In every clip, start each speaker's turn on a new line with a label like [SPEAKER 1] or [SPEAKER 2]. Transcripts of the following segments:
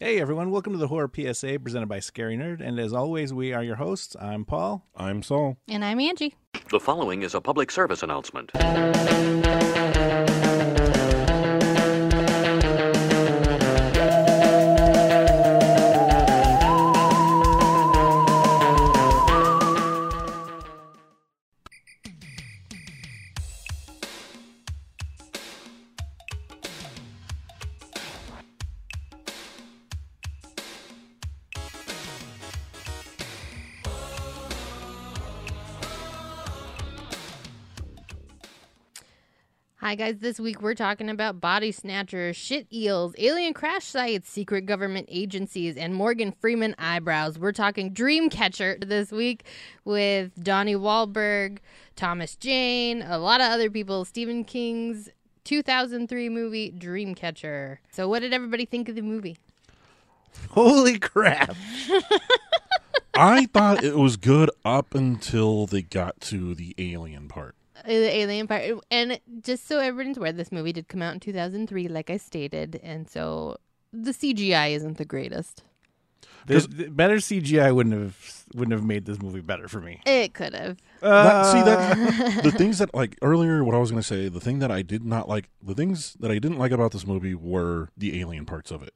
[SPEAKER 1] Hey everyone, welcome to the Horror PSA presented by Scary Nerd. And as always, we are your hosts. I'm Paul.
[SPEAKER 2] I'm Saul.
[SPEAKER 3] And I'm Angie.
[SPEAKER 4] The following is a public service announcement.
[SPEAKER 3] Hi, guys. This week we're talking about body snatchers, shit eels, alien crash sites, secret government agencies, and Morgan Freeman eyebrows. We're talking Dreamcatcher this week with Donnie Wahlberg, Thomas Jane, a lot of other people, Stephen King's 2003 movie Dreamcatcher. So, what did everybody think of the movie?
[SPEAKER 1] Holy crap!
[SPEAKER 2] I thought it was good up until they got to the alien part.
[SPEAKER 3] Uh, The alien part. And just so everyone's aware, this movie did come out in 2003, like I stated. And so the CGI isn't the greatest.
[SPEAKER 1] The, the better CGI wouldn't have wouldn't have made this movie better for me.
[SPEAKER 3] It could have.
[SPEAKER 2] That- see that the things that like earlier, what I was going to say, the thing that I did not like, the things that I didn't like about this movie were the alien parts of it.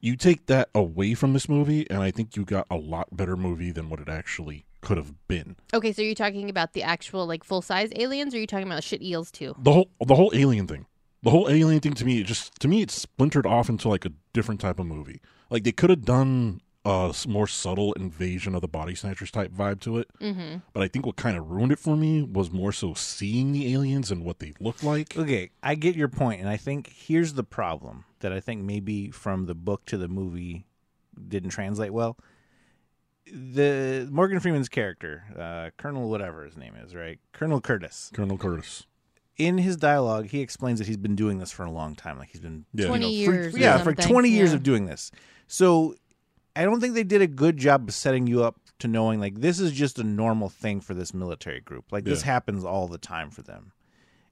[SPEAKER 2] You take that away from this movie, and I think you got a lot better movie than what it actually could have been.
[SPEAKER 3] Okay, so you're talking about the actual like full size aliens, or are you talking about shit eels too?
[SPEAKER 2] The whole the whole alien thing, the whole alien thing to me, it just to me, it splintered off into like a different type of movie. Like they could have done a s- more subtle invasion of the body snatchers type vibe to it.
[SPEAKER 3] Mm-hmm.
[SPEAKER 2] But I think what kind of ruined it for me was more so seeing the aliens and what they look like.
[SPEAKER 1] Okay, I get your point, and I think here's the problem that I think maybe from the book to the movie didn't translate well. The Morgan Freeman's character, uh, Colonel whatever his name is, right? Colonel Curtis.
[SPEAKER 2] Colonel Curtis.
[SPEAKER 1] In his dialogue, he explains that he's been doing this for a long time, like he's been
[SPEAKER 2] Yeah.
[SPEAKER 3] Twenty
[SPEAKER 1] you know, for-
[SPEAKER 3] years. or
[SPEAKER 1] yeah, for
[SPEAKER 3] something.
[SPEAKER 1] 20 years
[SPEAKER 3] Yeah.
[SPEAKER 1] of doing this. So I don't think they did a good job of setting you up to knowing like this is just a normal thing for this military group. Like this
[SPEAKER 2] Yeah.
[SPEAKER 1] happens all the time for them.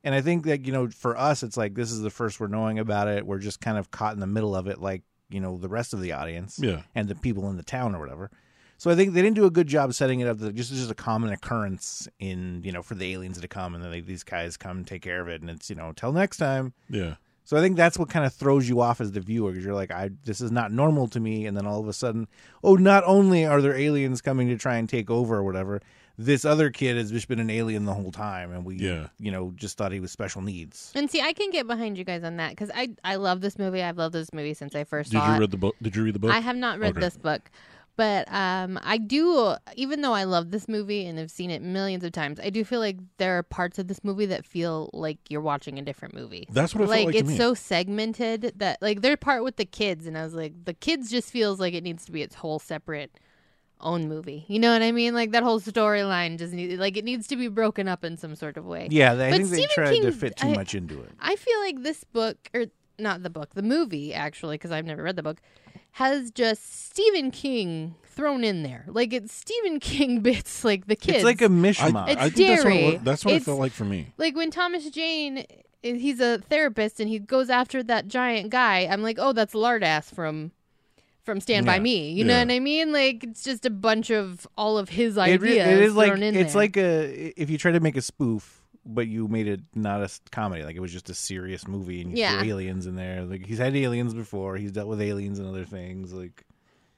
[SPEAKER 1] And I think that, you know, for us, it's like this is the first we're knowing about it. We're just kind of caught in the middle of it, like, you know, the rest of the audience
[SPEAKER 2] Yeah.
[SPEAKER 1] and the people in the town or whatever. So I think they didn't do a good job setting it up that just just a common occurrence in, you know, for the aliens to come and then like, these guys come take care of it and it's, you know, till next time.
[SPEAKER 2] Yeah.
[SPEAKER 1] So I think that's what kind of throws you off as the viewer because you're like, I this is not normal to me, and then all of a sudden, oh, not only are there aliens coming to try and take over or whatever, this other kid has just been an alien the whole time, and we,
[SPEAKER 2] Yeah.
[SPEAKER 1] you know, just thought he was special needs.
[SPEAKER 3] And see, I can get behind you guys on that because I I love this movie. I've loved this movie since I first
[SPEAKER 2] Did
[SPEAKER 3] saw
[SPEAKER 2] you
[SPEAKER 3] it.
[SPEAKER 2] read the book? Did you read the book?
[SPEAKER 3] I have not read
[SPEAKER 2] Okay.
[SPEAKER 3] this book, but um, I do. Even though I love this movie and have seen it millions of times, I do feel like there are parts of this movie that feel like you're watching a different movie.
[SPEAKER 2] That's what it felt
[SPEAKER 3] like
[SPEAKER 2] like to
[SPEAKER 3] it's
[SPEAKER 2] me.
[SPEAKER 3] so segmented that like their part with the kids, and I was like, the kids just feels like it needs to be its whole separate own movie. You know what I mean? Like that whole storyline just need like it needs to be broken up in some sort of way.
[SPEAKER 1] Yeah, I
[SPEAKER 3] But
[SPEAKER 1] think they
[SPEAKER 3] Stephen
[SPEAKER 1] tried to
[SPEAKER 3] King-
[SPEAKER 1] fit too
[SPEAKER 3] I-
[SPEAKER 1] much into it.
[SPEAKER 3] I feel like this book, or not the book, the movie actually, because I've never read the book, has just Stephen King thrown in there. Like it's Stephen King bits, like the kids.
[SPEAKER 1] It's like a
[SPEAKER 2] I,
[SPEAKER 1] mishmash.
[SPEAKER 2] I
[SPEAKER 3] It's
[SPEAKER 2] think that's what, it
[SPEAKER 3] dairy.
[SPEAKER 2] was, that's what it
[SPEAKER 3] It's-
[SPEAKER 2] felt like for me.
[SPEAKER 3] like when Thomas Jane, eh, he's a therapist and he goes after that giant guy. I'm like, oh, that's Lardass from. From Stand
[SPEAKER 1] Yeah.
[SPEAKER 3] by Me, you know
[SPEAKER 2] Yeah.
[SPEAKER 3] what I mean? Like it's just a bunch of all of his
[SPEAKER 1] It
[SPEAKER 3] ideas
[SPEAKER 1] re- it is like
[SPEAKER 3] thrown in
[SPEAKER 1] it's
[SPEAKER 3] there.
[SPEAKER 1] like a if you try to make a spoof, but you made it not a s- comedy, like it was just a serious movie, and you
[SPEAKER 3] Yeah.
[SPEAKER 1] threw aliens in there. Like he's had aliens before, he's dealt with aliens and other things, like.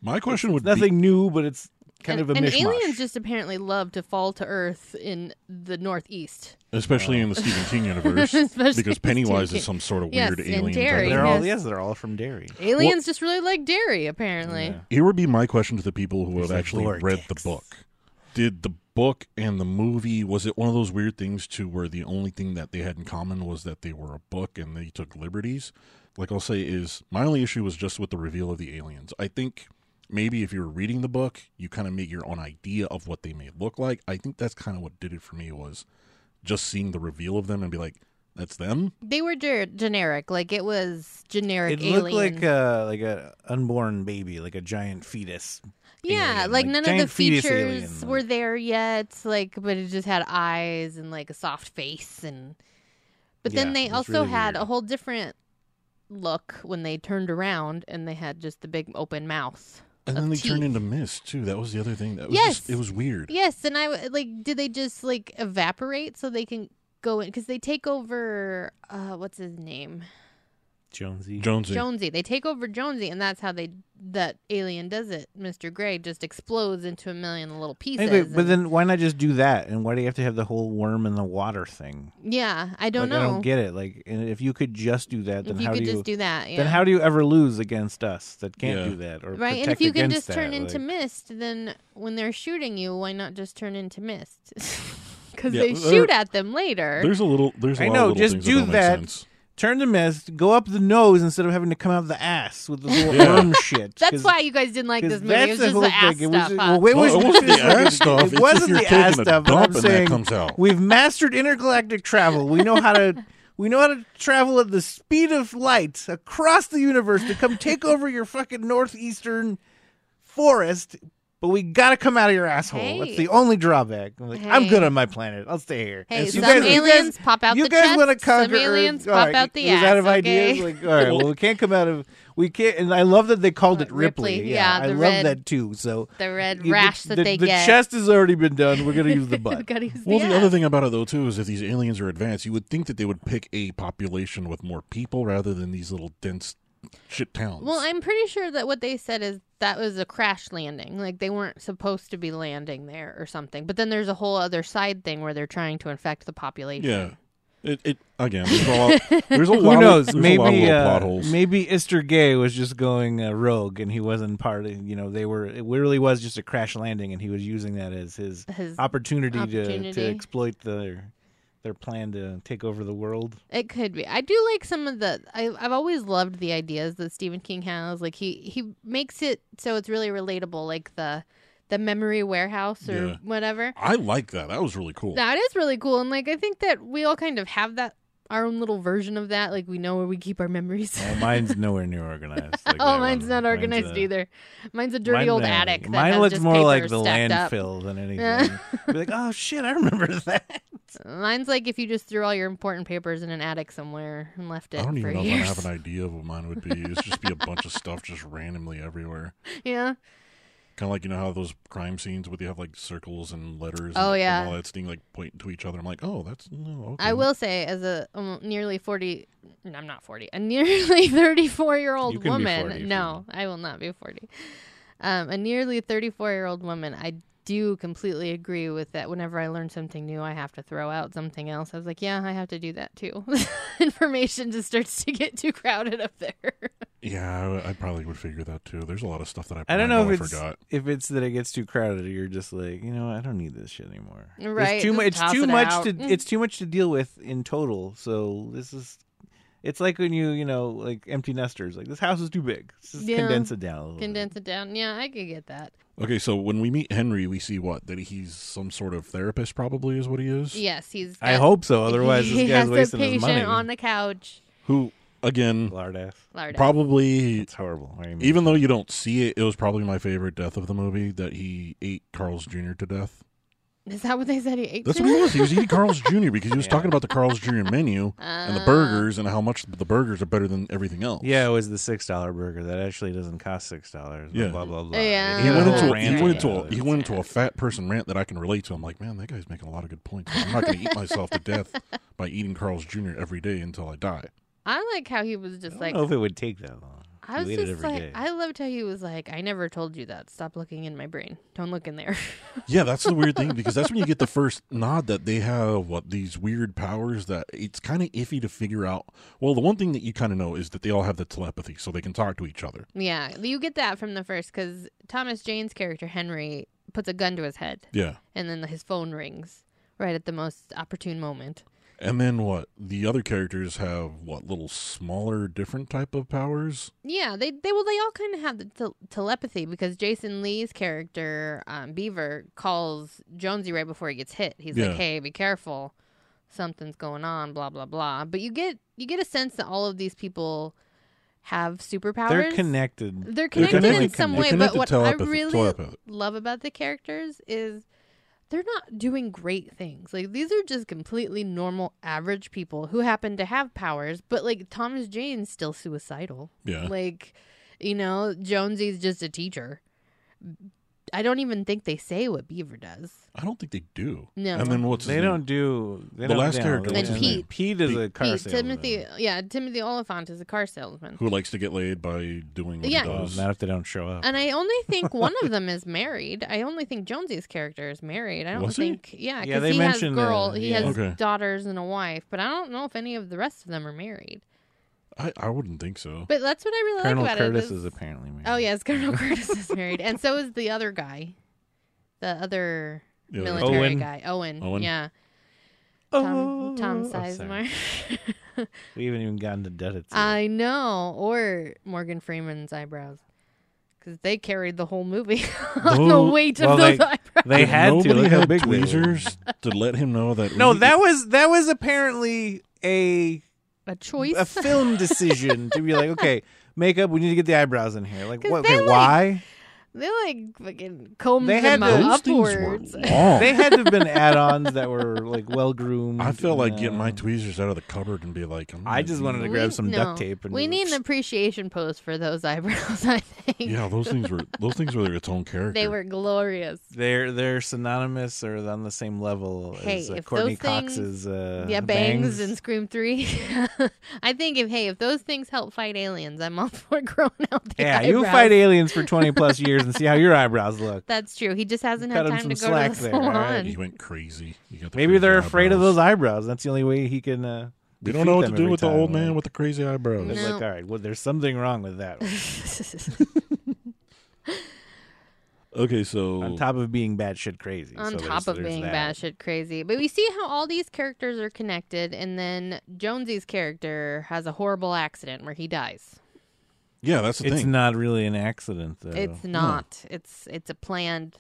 [SPEAKER 2] My question would be
[SPEAKER 1] nothing new, but it's kind
[SPEAKER 3] and,
[SPEAKER 1] of a
[SPEAKER 3] and
[SPEAKER 1] mishmash.
[SPEAKER 3] aliens just apparently love to fall to Earth in the Northeast.
[SPEAKER 2] especially in the Stephen King universe,
[SPEAKER 3] Especially
[SPEAKER 2] because
[SPEAKER 3] Stephen
[SPEAKER 2] Pennywise
[SPEAKER 3] King.
[SPEAKER 2] is some sort of
[SPEAKER 3] Yes,
[SPEAKER 2] weird
[SPEAKER 3] and
[SPEAKER 2] alien. type
[SPEAKER 3] dairy.
[SPEAKER 2] of
[SPEAKER 1] they're all
[SPEAKER 3] Yes.
[SPEAKER 1] yes, they're all from Derry.
[SPEAKER 3] Aliens just really like dairy, apparently.
[SPEAKER 1] Yeah.
[SPEAKER 2] Here would be my question to the people who
[SPEAKER 1] It's
[SPEAKER 2] have
[SPEAKER 1] a
[SPEAKER 2] actually read the
[SPEAKER 1] vortex.
[SPEAKER 2] book. Did the book and the movie was it one of those weird things too where the only thing that they had in common was that they were a book and they took liberties? Like I'll say is my only issue was just with the reveal of the aliens. I think maybe if you were reading the book, you kind of make your own idea of what they may look like. I think that's kind of what did it for me was just seeing the reveal of them and be like, that's them?
[SPEAKER 3] They were ger- generic, like it was generic
[SPEAKER 1] It
[SPEAKER 3] alien.
[SPEAKER 1] looked like a like a unborn baby, like a giant fetus.
[SPEAKER 3] yeah,
[SPEAKER 1] alien,
[SPEAKER 3] like,
[SPEAKER 1] like
[SPEAKER 3] none of the
[SPEAKER 1] giant fetus
[SPEAKER 3] features
[SPEAKER 1] alien, like-
[SPEAKER 3] were there yet. Like, but it just had eyes and like a soft face, and but then
[SPEAKER 1] Yeah,
[SPEAKER 3] they
[SPEAKER 1] it was
[SPEAKER 3] also
[SPEAKER 1] really
[SPEAKER 3] had
[SPEAKER 1] weird.
[SPEAKER 3] a whole different look when they turned around and they had just the big open mouth.
[SPEAKER 2] And
[SPEAKER 3] of
[SPEAKER 2] then they
[SPEAKER 3] teeth.
[SPEAKER 2] turned into mist too. That was the other thing. That was
[SPEAKER 3] Yes.
[SPEAKER 2] just, it was weird.
[SPEAKER 3] Yes, and I w- like. Do they just like evaporate so they can go in? Because they take over. Uh, what's his name?
[SPEAKER 1] Jonesy.
[SPEAKER 2] Jonesy.
[SPEAKER 3] Jonesy. They take over Jonesy, and that's how they that alien does it. Mister Gray just explodes into a million little pieces.
[SPEAKER 1] Anyway, but
[SPEAKER 3] and-
[SPEAKER 1] then why not just do that? And why do you have to have the whole worm in the water thing?
[SPEAKER 3] yeah, I don't
[SPEAKER 1] like,
[SPEAKER 3] know.
[SPEAKER 1] I don't get it. Like, and if you could just do that, then
[SPEAKER 3] if you
[SPEAKER 1] how
[SPEAKER 3] could
[SPEAKER 1] do you?
[SPEAKER 3] just do that, yeah.
[SPEAKER 1] Then how do you ever lose against us that can't
[SPEAKER 2] Yeah.
[SPEAKER 1] do that or
[SPEAKER 3] right? And
[SPEAKER 1] protect
[SPEAKER 3] if you can
[SPEAKER 1] against
[SPEAKER 3] just turn
[SPEAKER 1] that?
[SPEAKER 3] into
[SPEAKER 1] like,
[SPEAKER 3] mist, then when they're shooting you, why not just turn into mist? Because
[SPEAKER 2] Yeah,
[SPEAKER 3] they
[SPEAKER 1] uh,
[SPEAKER 2] there-
[SPEAKER 3] shoot at them later.
[SPEAKER 2] There's a little. There's a
[SPEAKER 1] I
[SPEAKER 2] lot
[SPEAKER 1] know,
[SPEAKER 2] of little
[SPEAKER 1] just
[SPEAKER 2] things
[SPEAKER 1] do
[SPEAKER 2] that, don't
[SPEAKER 1] that.
[SPEAKER 2] Make sense.
[SPEAKER 1] turn to mist, go up the nose instead of having to come out the ass with the little
[SPEAKER 2] Yeah.
[SPEAKER 1] worm shit.
[SPEAKER 3] That's
[SPEAKER 1] 'cause-
[SPEAKER 3] why you guys didn't like
[SPEAKER 1] 'cause
[SPEAKER 3] this movie.
[SPEAKER 1] that's
[SPEAKER 3] It was
[SPEAKER 1] the
[SPEAKER 3] just
[SPEAKER 1] whole
[SPEAKER 3] the ass
[SPEAKER 1] thing. It was
[SPEAKER 3] stuff.
[SPEAKER 1] just-
[SPEAKER 3] huh?
[SPEAKER 1] well, it
[SPEAKER 2] No,
[SPEAKER 1] was-
[SPEAKER 2] it wasn't the ass stuff. It's
[SPEAKER 1] It
[SPEAKER 2] if
[SPEAKER 1] wasn't
[SPEAKER 2] you're
[SPEAKER 1] the
[SPEAKER 2] taking
[SPEAKER 1] ass
[SPEAKER 2] a
[SPEAKER 1] stuff. But
[SPEAKER 2] dump
[SPEAKER 1] I'm
[SPEAKER 2] and that
[SPEAKER 1] saying
[SPEAKER 2] comes out.
[SPEAKER 1] we've mastered intergalactic travel. We know how to. We know how to travel at the speed of light across the universe to come take over your fucking northeastern forest, but we gotta come out of your asshole.
[SPEAKER 3] Hey.
[SPEAKER 1] That's the only drawback. I'm, like, I'm
[SPEAKER 3] Hey.
[SPEAKER 1] good on my planet. I'll stay here.
[SPEAKER 3] Hey,
[SPEAKER 1] If
[SPEAKER 3] some aliens pop out
[SPEAKER 1] you
[SPEAKER 3] the
[SPEAKER 1] guys
[SPEAKER 3] chest,
[SPEAKER 1] wanna
[SPEAKER 3] some
[SPEAKER 1] conquer Earth,
[SPEAKER 3] aliens
[SPEAKER 1] all
[SPEAKER 3] pop
[SPEAKER 1] right,
[SPEAKER 3] out the
[SPEAKER 1] it was out of
[SPEAKER 3] ass,
[SPEAKER 1] ideas.
[SPEAKER 3] okay?
[SPEAKER 1] Like, all right, well, we can't come out of. We can't, and I love that they called it Ripley.
[SPEAKER 3] Ripley,
[SPEAKER 1] Yeah,
[SPEAKER 3] yeah,
[SPEAKER 1] I
[SPEAKER 3] the
[SPEAKER 1] love
[SPEAKER 3] red-
[SPEAKER 1] that too. So
[SPEAKER 3] the red
[SPEAKER 1] you-
[SPEAKER 3] rash
[SPEAKER 1] the,
[SPEAKER 3] that they
[SPEAKER 1] the
[SPEAKER 3] get.
[SPEAKER 1] chest has already been done. We're gonna use the butt.
[SPEAKER 3] Gotta use
[SPEAKER 2] Well,
[SPEAKER 3] the,
[SPEAKER 2] the other
[SPEAKER 3] ass.
[SPEAKER 2] thing about it though too is if these aliens are advanced, you would think that they would pick a population with more people rather than these little dense shit towns.
[SPEAKER 3] Well, I'm pretty sure that what they said is that was a crash landing. Like they weren't supposed to be landing there or something. But then there's a whole other side thing where they're trying to infect the population.
[SPEAKER 2] yeah. It, it again. There's a lot. There's a lot
[SPEAKER 1] Who
[SPEAKER 2] of-
[SPEAKER 1] knows?
[SPEAKER 2] there's a lot of
[SPEAKER 1] maybe
[SPEAKER 2] little plot
[SPEAKER 1] uh,
[SPEAKER 2] holes.
[SPEAKER 1] maybe Mr. Gay was just going uh, rogue, and he wasn't part. Of, you know, they were. It really was just a crash landing, and he was using that as his
[SPEAKER 3] His
[SPEAKER 1] opportunity, To,
[SPEAKER 3] opportunity.
[SPEAKER 1] to exploit their their plan to take over the world.
[SPEAKER 3] It could be. I do like some of the. I, I've always loved the ideas that Stephen King has. Like he he makes it so it's really relatable. Like the the memory warehouse or
[SPEAKER 2] Yeah.
[SPEAKER 3] whatever.
[SPEAKER 2] I like that. That was really cool.
[SPEAKER 3] That is really cool. And like I think that we all kind of have that our own little version of that. Like we know where we keep our memories.
[SPEAKER 2] Oh,
[SPEAKER 1] Well, mine's nowhere near organized. like
[SPEAKER 3] oh,
[SPEAKER 1] that
[SPEAKER 3] mine's
[SPEAKER 1] one.
[SPEAKER 3] not
[SPEAKER 1] Mine's,
[SPEAKER 3] organized
[SPEAKER 1] uh,
[SPEAKER 3] either. Mine's a dirty
[SPEAKER 1] mine-
[SPEAKER 3] old
[SPEAKER 1] uh,
[SPEAKER 3] attic. that
[SPEAKER 1] Mine
[SPEAKER 3] has
[SPEAKER 1] looks
[SPEAKER 3] just
[SPEAKER 1] more
[SPEAKER 3] paper
[SPEAKER 1] like the
[SPEAKER 3] stacked up.
[SPEAKER 1] landfill than anything.
[SPEAKER 3] Yeah.
[SPEAKER 1] Be like, oh shit, I remember that.
[SPEAKER 3] Mine's like if you just threw all your important papers in an attic somewhere and left it
[SPEAKER 2] I don't
[SPEAKER 3] for
[SPEAKER 2] even know
[SPEAKER 3] years.
[SPEAKER 2] if I have an idea of what mine would be. It's just be a bunch of stuff just randomly everywhere.
[SPEAKER 3] yeah.
[SPEAKER 2] Kind of like you know how those crime scenes where they have like circles and letters.
[SPEAKER 3] Oh,
[SPEAKER 2] and,
[SPEAKER 3] yeah.
[SPEAKER 2] and all that thing like pointing to each other. I'm like, oh, that's no.
[SPEAKER 1] Mm.
[SPEAKER 2] Okay.
[SPEAKER 3] I will say, as a um, nearly 40, no, I'm not 40, a nearly 34 year
[SPEAKER 1] You
[SPEAKER 3] old
[SPEAKER 1] can be 40 if you
[SPEAKER 3] woman. No, I will not be 40. Um, a nearly 34 year old woman, I do completely agree with that. Whenever I learn something new, I have to throw out something else. I was like, yeah, I have to do that too. Information just starts to get too crowded up there.
[SPEAKER 2] Yeah, I, I probably would figure that too. There's a lot of stuff that I.
[SPEAKER 1] I don't know if
[SPEAKER 2] I
[SPEAKER 1] it's
[SPEAKER 2] forgot.
[SPEAKER 1] if it's that it gets too crowded. or You're just like, you know, I don't need this shit anymore.
[SPEAKER 3] Right,
[SPEAKER 1] It's too, mu-
[SPEAKER 3] just
[SPEAKER 1] it's
[SPEAKER 3] toss
[SPEAKER 1] too
[SPEAKER 3] it
[SPEAKER 1] much
[SPEAKER 3] out.
[SPEAKER 1] to.
[SPEAKER 3] Mm.
[SPEAKER 1] It's too much to deal with in total. So this is. It's like when you you know like empty nesters. Like this house is too big. Let's just
[SPEAKER 3] Yeah.
[SPEAKER 1] condense it down. A little bit.
[SPEAKER 3] Condense it down. Yeah, I could get that.
[SPEAKER 2] Okay, so when we meet Henry, we see what that he's some sort of therapist. Probably is what he is.
[SPEAKER 3] Yes, he's.
[SPEAKER 1] I
[SPEAKER 3] got-
[SPEAKER 1] hope so. Otherwise,
[SPEAKER 3] he
[SPEAKER 1] this guy's
[SPEAKER 3] has
[SPEAKER 1] wasting
[SPEAKER 3] a patient
[SPEAKER 1] his money.
[SPEAKER 3] on the couch.
[SPEAKER 2] Who again?
[SPEAKER 1] Lard ass.
[SPEAKER 3] Larda.
[SPEAKER 2] Probably.
[SPEAKER 1] It's horrible. I mean,
[SPEAKER 2] Even though you don't see it, it was probably my favorite death of the movie that he ate Carl's Jr. to death.
[SPEAKER 3] Is that what they said he ate?
[SPEAKER 2] That's
[SPEAKER 3] you?
[SPEAKER 2] what he was. He was eating Carl's Jr. because he was
[SPEAKER 1] Yeah.
[SPEAKER 2] talking about the Carl's Jr. menu and the
[SPEAKER 3] Ah.
[SPEAKER 2] burgers and how much the burgers are better than everything else.
[SPEAKER 1] yeah, it was the six dollar burger that actually doesn't cost six dollars.
[SPEAKER 2] Yeah.
[SPEAKER 1] Blah blah blah.
[SPEAKER 3] Yeah.
[SPEAKER 2] He
[SPEAKER 3] Yeah.
[SPEAKER 2] went
[SPEAKER 3] Oh,
[SPEAKER 2] into a,
[SPEAKER 3] rant
[SPEAKER 2] he went into
[SPEAKER 1] about
[SPEAKER 2] a,
[SPEAKER 1] it.
[SPEAKER 2] he went into a fat person rant that I can relate to. I'm like, man, that guy's making a lot of good points. I'm not going to eat myself to death by eating Carl's Jr. every day until I die.
[SPEAKER 3] I like how he was just
[SPEAKER 1] I don't
[SPEAKER 3] like,
[SPEAKER 1] know if it would take that long.
[SPEAKER 3] I
[SPEAKER 1] You
[SPEAKER 3] was
[SPEAKER 1] ate it
[SPEAKER 3] just
[SPEAKER 1] every
[SPEAKER 3] like,
[SPEAKER 1] day.
[SPEAKER 3] I loved how he was like, I never told you that. Stop looking in my brain. Don't look in there.
[SPEAKER 2] Yeah, that's the weird thing because that's when you get the first nod that they have what these weird powers that it's kind of iffy to figure out. Well, the one thing that you kind of know is that they all have the telepathy, so they can talk to each other.
[SPEAKER 3] yeah, you get that from the first because Thomas Jane's character Henry puts a gun to his head,
[SPEAKER 2] Yeah.
[SPEAKER 3] and then his phone rings right at the most opportune moment.
[SPEAKER 2] And then what? The other characters have what little smaller, different type of powers.
[SPEAKER 3] Yeah, they they well they all kind of have the tel- telepathy because Jason Lee's character um, Beaver calls Jonesy right before he gets hit. He's
[SPEAKER 2] Yeah.
[SPEAKER 3] like, "Hey, be careful, something's going on." Blah blah blah. But you get you get a sense that all of these people have superpowers.
[SPEAKER 1] They're connected.
[SPEAKER 3] They're
[SPEAKER 2] They're
[SPEAKER 3] connected in
[SPEAKER 2] connected.
[SPEAKER 3] some
[SPEAKER 2] They're
[SPEAKER 3] way. But
[SPEAKER 2] connected
[SPEAKER 3] what I
[SPEAKER 2] telepath-
[SPEAKER 3] really
[SPEAKER 2] telepath.
[SPEAKER 3] love about the characters is they're not doing great things. Like these are just completely normal, average people who happen to have powers. But like Thomas Jane's still suicidal.
[SPEAKER 2] Yeah.
[SPEAKER 3] Like, you know, Jonesy's just a teacher. I don't even think they say what Beaver does.
[SPEAKER 2] I don't think they do.
[SPEAKER 3] No.
[SPEAKER 2] And then what's
[SPEAKER 1] They
[SPEAKER 2] his name?
[SPEAKER 1] don't do. They
[SPEAKER 2] The
[SPEAKER 1] don't
[SPEAKER 2] last
[SPEAKER 1] down.
[SPEAKER 2] character
[SPEAKER 1] They
[SPEAKER 3] was
[SPEAKER 1] just-
[SPEAKER 3] Pete.
[SPEAKER 1] Pete is a car
[SPEAKER 3] Pete,
[SPEAKER 1] salesman.
[SPEAKER 3] Timothy, uh, yeah, Timothy Oliphant is a car salesman.
[SPEAKER 2] who likes to get laid by doing what
[SPEAKER 3] Yeah.
[SPEAKER 2] he
[SPEAKER 1] Well,
[SPEAKER 2] does.
[SPEAKER 1] not if they don't show up.
[SPEAKER 3] And I only think one of them is married. I only think Jonesy's character is married. I don't
[SPEAKER 2] Was he?
[SPEAKER 3] think, yeah,
[SPEAKER 1] Yeah,
[SPEAKER 3] because
[SPEAKER 1] they
[SPEAKER 3] he has
[SPEAKER 1] mentioned
[SPEAKER 3] girl,
[SPEAKER 1] that,
[SPEAKER 3] he
[SPEAKER 1] yeah.
[SPEAKER 3] has
[SPEAKER 2] Okay.
[SPEAKER 3] daughters and a wife, but I don't know if any of the rest of them are married.
[SPEAKER 2] I, I wouldn't think so.
[SPEAKER 3] But that's what I really
[SPEAKER 1] Colonel
[SPEAKER 3] like about
[SPEAKER 1] Curtis
[SPEAKER 3] it.
[SPEAKER 1] is apparently married.
[SPEAKER 3] oh yes, Colonel Curtis is married, and so is the other guy, the other
[SPEAKER 2] Yeah, like-
[SPEAKER 3] military
[SPEAKER 1] Owen.
[SPEAKER 3] guy, Owen.
[SPEAKER 2] Owen.
[SPEAKER 3] Yeah,
[SPEAKER 1] Oh,
[SPEAKER 3] Tom, Tom
[SPEAKER 1] oh, sorry.
[SPEAKER 3] Sizemore.
[SPEAKER 1] We haven't even gotten to Deditsu.
[SPEAKER 3] I know, or Morgan Freeman's eyebrows, because they carried the whole movie on the
[SPEAKER 2] Well,
[SPEAKER 3] weight of
[SPEAKER 1] well,
[SPEAKER 3] those
[SPEAKER 1] they-
[SPEAKER 3] eyebrows.
[SPEAKER 1] they
[SPEAKER 2] If
[SPEAKER 1] had to.
[SPEAKER 2] nobody
[SPEAKER 1] Look
[SPEAKER 2] had
[SPEAKER 1] how big they were.
[SPEAKER 2] tweezers to let him know that.
[SPEAKER 1] No,
[SPEAKER 2] we-
[SPEAKER 1] that was that was apparently a
[SPEAKER 3] A choice.
[SPEAKER 1] a film decision to be like, okay, makeup. We need to get the eyebrows in here. Like,
[SPEAKER 3] 'Cause
[SPEAKER 1] what?
[SPEAKER 3] they,
[SPEAKER 1] Okay,
[SPEAKER 3] like-
[SPEAKER 1] why?
[SPEAKER 3] They like fucking combed
[SPEAKER 1] They
[SPEAKER 3] them
[SPEAKER 1] had to-
[SPEAKER 2] those things were
[SPEAKER 3] upwards.
[SPEAKER 2] long.
[SPEAKER 1] They had to have been add-ons that were like well groomed.
[SPEAKER 2] I felt like getting my tweezers out of the cupboard and be like, I'm
[SPEAKER 1] I
[SPEAKER 2] gonna
[SPEAKER 1] just
[SPEAKER 2] do-
[SPEAKER 1] wanted to grab some duct tape. And
[SPEAKER 3] we need an appreciation post for those eyebrows. I think
[SPEAKER 2] Yeah, those things were those things were its own character.
[SPEAKER 3] they were glorious.
[SPEAKER 1] They're they're synonymous or on the same level
[SPEAKER 3] Hey,
[SPEAKER 1] as uh,
[SPEAKER 3] if
[SPEAKER 1] Courtney
[SPEAKER 3] those things-
[SPEAKER 1] Cox's uh,
[SPEAKER 3] yeah, bangs, and Scream Three. I think if hey, if those things help fight aliens, I'm all for grown out. The
[SPEAKER 1] Yeah,
[SPEAKER 3] eyebrows.
[SPEAKER 1] you fight aliens for twenty plus years and see how your eyebrows look.
[SPEAKER 3] That's true. He just hasn't
[SPEAKER 1] Cut
[SPEAKER 3] had
[SPEAKER 1] him
[SPEAKER 3] time to
[SPEAKER 1] some
[SPEAKER 3] go to the
[SPEAKER 1] slack there, all right.
[SPEAKER 3] salon.
[SPEAKER 2] he went crazy. He got the
[SPEAKER 1] Maybe
[SPEAKER 2] crazy
[SPEAKER 1] they're afraid of
[SPEAKER 2] eyebrows.
[SPEAKER 1] those eyebrows. That's the only way he can. Uh,
[SPEAKER 2] We don't know what
[SPEAKER 1] defeat them
[SPEAKER 2] to do
[SPEAKER 1] every
[SPEAKER 2] with the
[SPEAKER 1] time,
[SPEAKER 2] old man
[SPEAKER 1] like-
[SPEAKER 2] with the crazy eyebrows.
[SPEAKER 1] It's like, all right, well, there's something wrong with that. one.
[SPEAKER 2] Okay, so
[SPEAKER 1] On top of being batshit crazy.
[SPEAKER 3] on
[SPEAKER 1] So
[SPEAKER 3] top
[SPEAKER 1] there's-
[SPEAKER 3] of
[SPEAKER 1] there's
[SPEAKER 3] being
[SPEAKER 1] that.
[SPEAKER 3] batshit crazy. But we see how all these characters are connected, and then Jonesy's character has a horrible accident where he dies.
[SPEAKER 2] yeah, that's the
[SPEAKER 1] It's
[SPEAKER 2] thing.
[SPEAKER 1] not really an accident, though.
[SPEAKER 3] It's not. It's it's a planned.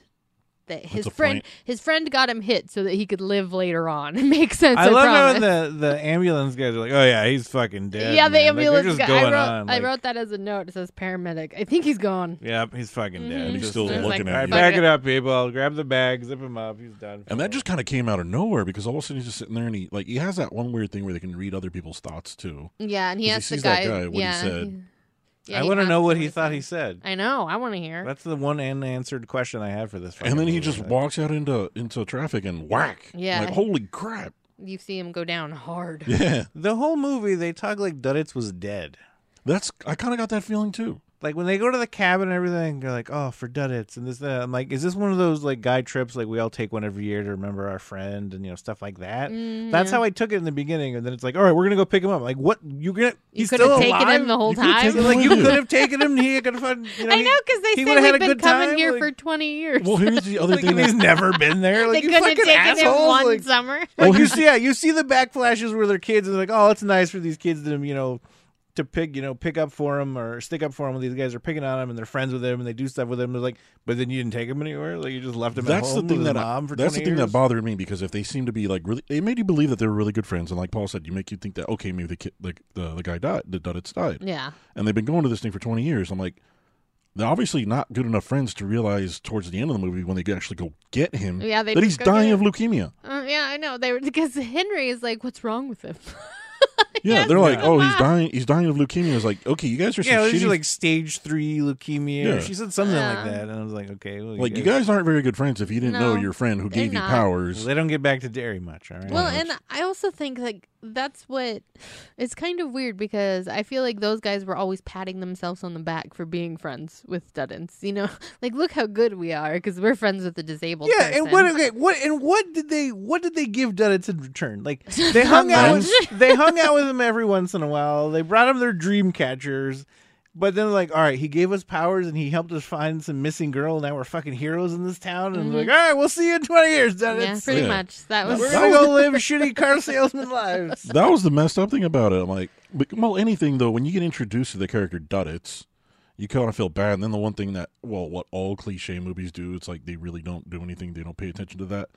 [SPEAKER 3] That his
[SPEAKER 2] a
[SPEAKER 3] friend
[SPEAKER 2] plan-
[SPEAKER 3] his friend got him hit so that he could live later on. It makes sense. I,
[SPEAKER 1] I love
[SPEAKER 3] promise.
[SPEAKER 1] how the, the ambulance guys are like, oh, yeah, he's fucking dead. man."
[SPEAKER 3] yeah, the
[SPEAKER 1] Like, they're
[SPEAKER 3] ambulance
[SPEAKER 1] just
[SPEAKER 3] guy. I
[SPEAKER 1] going
[SPEAKER 3] wrote,
[SPEAKER 1] on,
[SPEAKER 3] I
[SPEAKER 1] like,
[SPEAKER 3] wrote that as a note. It says paramedic. I think he's gone.
[SPEAKER 1] Yep, he's fucking dead.
[SPEAKER 3] Mhm.
[SPEAKER 2] And he's
[SPEAKER 1] Mm-hmm. Just
[SPEAKER 2] still
[SPEAKER 1] like,
[SPEAKER 3] It's
[SPEAKER 2] looking
[SPEAKER 1] all
[SPEAKER 2] at
[SPEAKER 1] right,
[SPEAKER 2] you.
[SPEAKER 1] back it up, people. Grab the bag, zip him up. He's done.
[SPEAKER 2] And that just kind of came out of nowhere because all of a sudden he's just sitting there and he like he has that one weird thing where they can read other people's thoughts too.
[SPEAKER 3] Yeah, and he
[SPEAKER 2] 'Cause he
[SPEAKER 3] asked the
[SPEAKER 2] sees
[SPEAKER 3] guy.
[SPEAKER 2] that guy, what he
[SPEAKER 3] yeah,
[SPEAKER 2] said.
[SPEAKER 3] yeah,
[SPEAKER 1] I
[SPEAKER 3] he
[SPEAKER 1] want to
[SPEAKER 3] asked
[SPEAKER 1] know what
[SPEAKER 3] him
[SPEAKER 1] he thought he said.
[SPEAKER 3] I know. I want to hear.
[SPEAKER 1] That's the one unanswered question I have for this. fucking
[SPEAKER 2] and then he
[SPEAKER 1] movie.
[SPEAKER 2] just
[SPEAKER 1] Like,
[SPEAKER 2] walks out into into traffic and whack.
[SPEAKER 3] Yeah.
[SPEAKER 2] Like holy crap.
[SPEAKER 3] You see him go down hard.
[SPEAKER 2] Yeah.
[SPEAKER 1] The whole movie, they talk like Duddits was dead.
[SPEAKER 2] That's I kind of got that feeling too.
[SPEAKER 1] Like when they go to the cabin and everything, they're like, "Oh, for Duddits and this." That. I'm like, "Is this one of those like guy trips like we all take one every year to remember our friend and you know stuff like that?"
[SPEAKER 3] Mm,
[SPEAKER 1] That's
[SPEAKER 3] yeah.
[SPEAKER 1] how I took it in the beginning, and then it's like, "All right, we're gonna go pick him up." Like, what? You gonna? he's
[SPEAKER 3] could've
[SPEAKER 1] still
[SPEAKER 3] taken
[SPEAKER 1] alive?
[SPEAKER 3] him the whole
[SPEAKER 1] You could've
[SPEAKER 3] time?
[SPEAKER 1] taken- like you could have taken him. He could have. You know,
[SPEAKER 3] I
[SPEAKER 1] he-
[SPEAKER 3] know because they
[SPEAKER 1] he
[SPEAKER 3] said
[SPEAKER 1] would've
[SPEAKER 3] we've
[SPEAKER 1] had a
[SPEAKER 3] been
[SPEAKER 1] good
[SPEAKER 3] coming
[SPEAKER 1] time,
[SPEAKER 3] here
[SPEAKER 1] like-
[SPEAKER 3] for twenty years.
[SPEAKER 2] Well, here's the other
[SPEAKER 1] Like,
[SPEAKER 2] thing.
[SPEAKER 1] and
[SPEAKER 2] That,
[SPEAKER 1] he's never been there.
[SPEAKER 3] they
[SPEAKER 1] Like, you
[SPEAKER 3] couldn't have
[SPEAKER 1] fucking
[SPEAKER 3] taken him
[SPEAKER 1] assholes.
[SPEAKER 3] one
[SPEAKER 1] like,
[SPEAKER 3] summer.
[SPEAKER 1] like you see, yeah, you see the backflashes where their kids and like, oh, it's nice for these kids to you know to pick you know pick up for him or stick up for him. These guys are picking on him and they're friends with him and they do stuff with him. They're like, but then you didn't take him anywhere. Like you just left him.
[SPEAKER 2] that's
[SPEAKER 1] at
[SPEAKER 2] the
[SPEAKER 1] home
[SPEAKER 2] thing
[SPEAKER 1] with his
[SPEAKER 2] that I-
[SPEAKER 1] mom for
[SPEAKER 2] that's the
[SPEAKER 1] 20
[SPEAKER 2] thing
[SPEAKER 1] years.
[SPEAKER 2] that bothered me because if they seem to be like really, it made you believe that they were really good friends. And like Paul said, you make you think that okay, maybe the kid, like the the guy died, the Duddits died.
[SPEAKER 3] yeah,
[SPEAKER 2] and they've been going to this thing for 20 years. I'm like, they're obviously not good enough friends to realize towards the end of the movie when they actually go get him
[SPEAKER 3] Yeah, they
[SPEAKER 2] that
[SPEAKER 3] just
[SPEAKER 2] he's
[SPEAKER 3] go get
[SPEAKER 2] dying of
[SPEAKER 3] him.
[SPEAKER 2] leukemia.
[SPEAKER 3] Uh, yeah, I know. They were because Henry is like, "What's wrong with him?"
[SPEAKER 2] Yeah,
[SPEAKER 3] Yes,
[SPEAKER 2] they're like,
[SPEAKER 3] come
[SPEAKER 2] oh, he's
[SPEAKER 3] on.
[SPEAKER 2] dying. He's dying of leukemia. It's like, okay, you guys are some
[SPEAKER 1] Yeah, it was
[SPEAKER 2] shitty.
[SPEAKER 1] just
[SPEAKER 2] Like,
[SPEAKER 1] like stage three leukemia.
[SPEAKER 2] Yeah.
[SPEAKER 1] Or she said something like
[SPEAKER 3] Yeah.
[SPEAKER 1] that, and I was like, okay, well,
[SPEAKER 2] you guys aren't very good friends if you didn't
[SPEAKER 3] No,
[SPEAKER 2] know your friend who
[SPEAKER 3] they're
[SPEAKER 2] gave you
[SPEAKER 3] not.
[SPEAKER 2] powers.
[SPEAKER 1] Well, they don't get back to dairy much. All right.
[SPEAKER 3] Well, and I also think like that's what it's kind of weird because I feel like those guys were always patting themselves on the back for being friends with Duddins. You know, like look how good we are because we're friends with the disabled.
[SPEAKER 1] yeah,
[SPEAKER 3] person.
[SPEAKER 1] and what? Okay, what? And what did they? What did they give Duddits in return? Like they hung out. With, they hung out with him every once in a while. They brought him their dream catchers. But then, like, all right, he gave us powers and he helped us find some missing girl. Now we're fucking heroes in this town. And like, all right, we'll see you in twenty years,
[SPEAKER 3] Mm-hmm. Yeah,
[SPEAKER 1] Duddits.
[SPEAKER 3] pretty
[SPEAKER 2] Yeah.
[SPEAKER 3] much. That was
[SPEAKER 1] we're gonna go live shitty car salesman lives.
[SPEAKER 2] That was the messed up thing about it. I'm like, but, well, anything though, when you get introduced to the character Duddits, you kind of feel bad. And then the one thing that, well, what all cliche movies do, it's like they really don't do anything. They don't pay attention to that.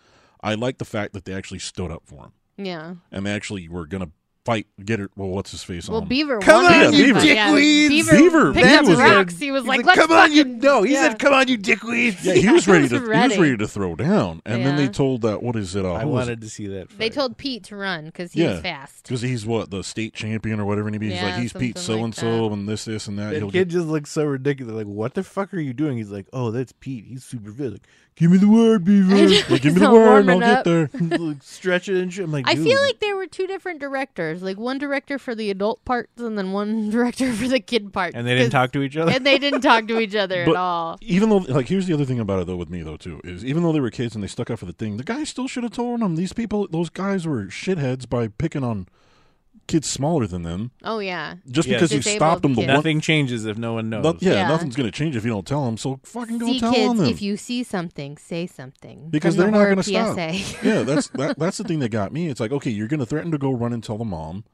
[SPEAKER 2] I like the fact that they actually stood up for him.
[SPEAKER 3] yeah.
[SPEAKER 2] and they actually were gonna fight, get it. Well, what's his face
[SPEAKER 3] Well,
[SPEAKER 2] on?
[SPEAKER 3] Beaver
[SPEAKER 1] Come
[SPEAKER 3] wanted
[SPEAKER 2] on,
[SPEAKER 3] to
[SPEAKER 2] you
[SPEAKER 3] fight, yeah.
[SPEAKER 1] dickweeds.
[SPEAKER 3] Beaver,
[SPEAKER 2] Beaver,
[SPEAKER 3] picked
[SPEAKER 2] Beaver
[SPEAKER 3] up
[SPEAKER 2] was
[SPEAKER 3] rocks.
[SPEAKER 1] like-
[SPEAKER 3] He was
[SPEAKER 1] He's
[SPEAKER 3] like, "Let's
[SPEAKER 1] come on, you
[SPEAKER 3] fucking-
[SPEAKER 1] no." He
[SPEAKER 3] yeah.
[SPEAKER 1] said, "Come on, you dickweeds."
[SPEAKER 2] yeah, he was
[SPEAKER 3] I
[SPEAKER 2] ready
[SPEAKER 3] was
[SPEAKER 2] to he
[SPEAKER 3] ready.
[SPEAKER 2] was ready to throw down, and then they
[SPEAKER 3] Yeah.
[SPEAKER 2] told that what is it? Uh,
[SPEAKER 1] I wanted to see that.
[SPEAKER 3] They
[SPEAKER 1] fight.
[SPEAKER 3] told Pete to run because he's
[SPEAKER 2] Yeah.
[SPEAKER 3] fast.
[SPEAKER 2] because he's what the state champion or whatever, and he's
[SPEAKER 3] Yeah,
[SPEAKER 2] like he's Pete
[SPEAKER 3] something
[SPEAKER 2] so
[SPEAKER 3] like
[SPEAKER 2] and so and this this and that.
[SPEAKER 1] That
[SPEAKER 2] He'll
[SPEAKER 1] kid
[SPEAKER 2] get,
[SPEAKER 1] just looks so ridiculous. Like, what the fuck are you doing? He's like, "Oh, that's Pete. He's super fit." Like, give me the word, Beaver.
[SPEAKER 2] like, give me the
[SPEAKER 3] He's
[SPEAKER 2] word, and
[SPEAKER 3] warming
[SPEAKER 2] I'll
[SPEAKER 3] up.
[SPEAKER 2] get there.
[SPEAKER 1] like, stretch it and shit. I'm like,
[SPEAKER 3] I
[SPEAKER 1] "Dude,
[SPEAKER 3] feel like there were two different directors, like one director for the adult parts and then one director for the kid parts.
[SPEAKER 1] And they didn't
[SPEAKER 3] 'cause-
[SPEAKER 1] talk to each other.
[SPEAKER 3] and they didn't talk to each other at
[SPEAKER 2] But-
[SPEAKER 3] all.
[SPEAKER 2] Even though, like, here's the other thing about it though, with me though too, is even though they were kids and they stuck up for the thing, the guy still should have told them these people, those guys were shitheads by picking on kids smaller than them
[SPEAKER 3] Oh yeah,
[SPEAKER 2] just
[SPEAKER 1] Yeah.
[SPEAKER 2] because you
[SPEAKER 3] Disabled
[SPEAKER 2] stopped them the
[SPEAKER 3] kids.
[SPEAKER 2] one.
[SPEAKER 1] Nothing changes if no one knows.
[SPEAKER 2] no- yeah,
[SPEAKER 3] Yeah.
[SPEAKER 2] nothing's gonna change if you don't tell them. So fucking go
[SPEAKER 3] see
[SPEAKER 2] tell
[SPEAKER 3] kids,
[SPEAKER 2] them.
[SPEAKER 3] if you see something, say something
[SPEAKER 2] because
[SPEAKER 3] From the
[SPEAKER 2] they're not
[SPEAKER 3] horror
[SPEAKER 2] going to stop.
[SPEAKER 3] PSA.
[SPEAKER 2] yeah, that's that, that's the thing that got me. It's like, okay, you're going to threaten to go run and tell the mom,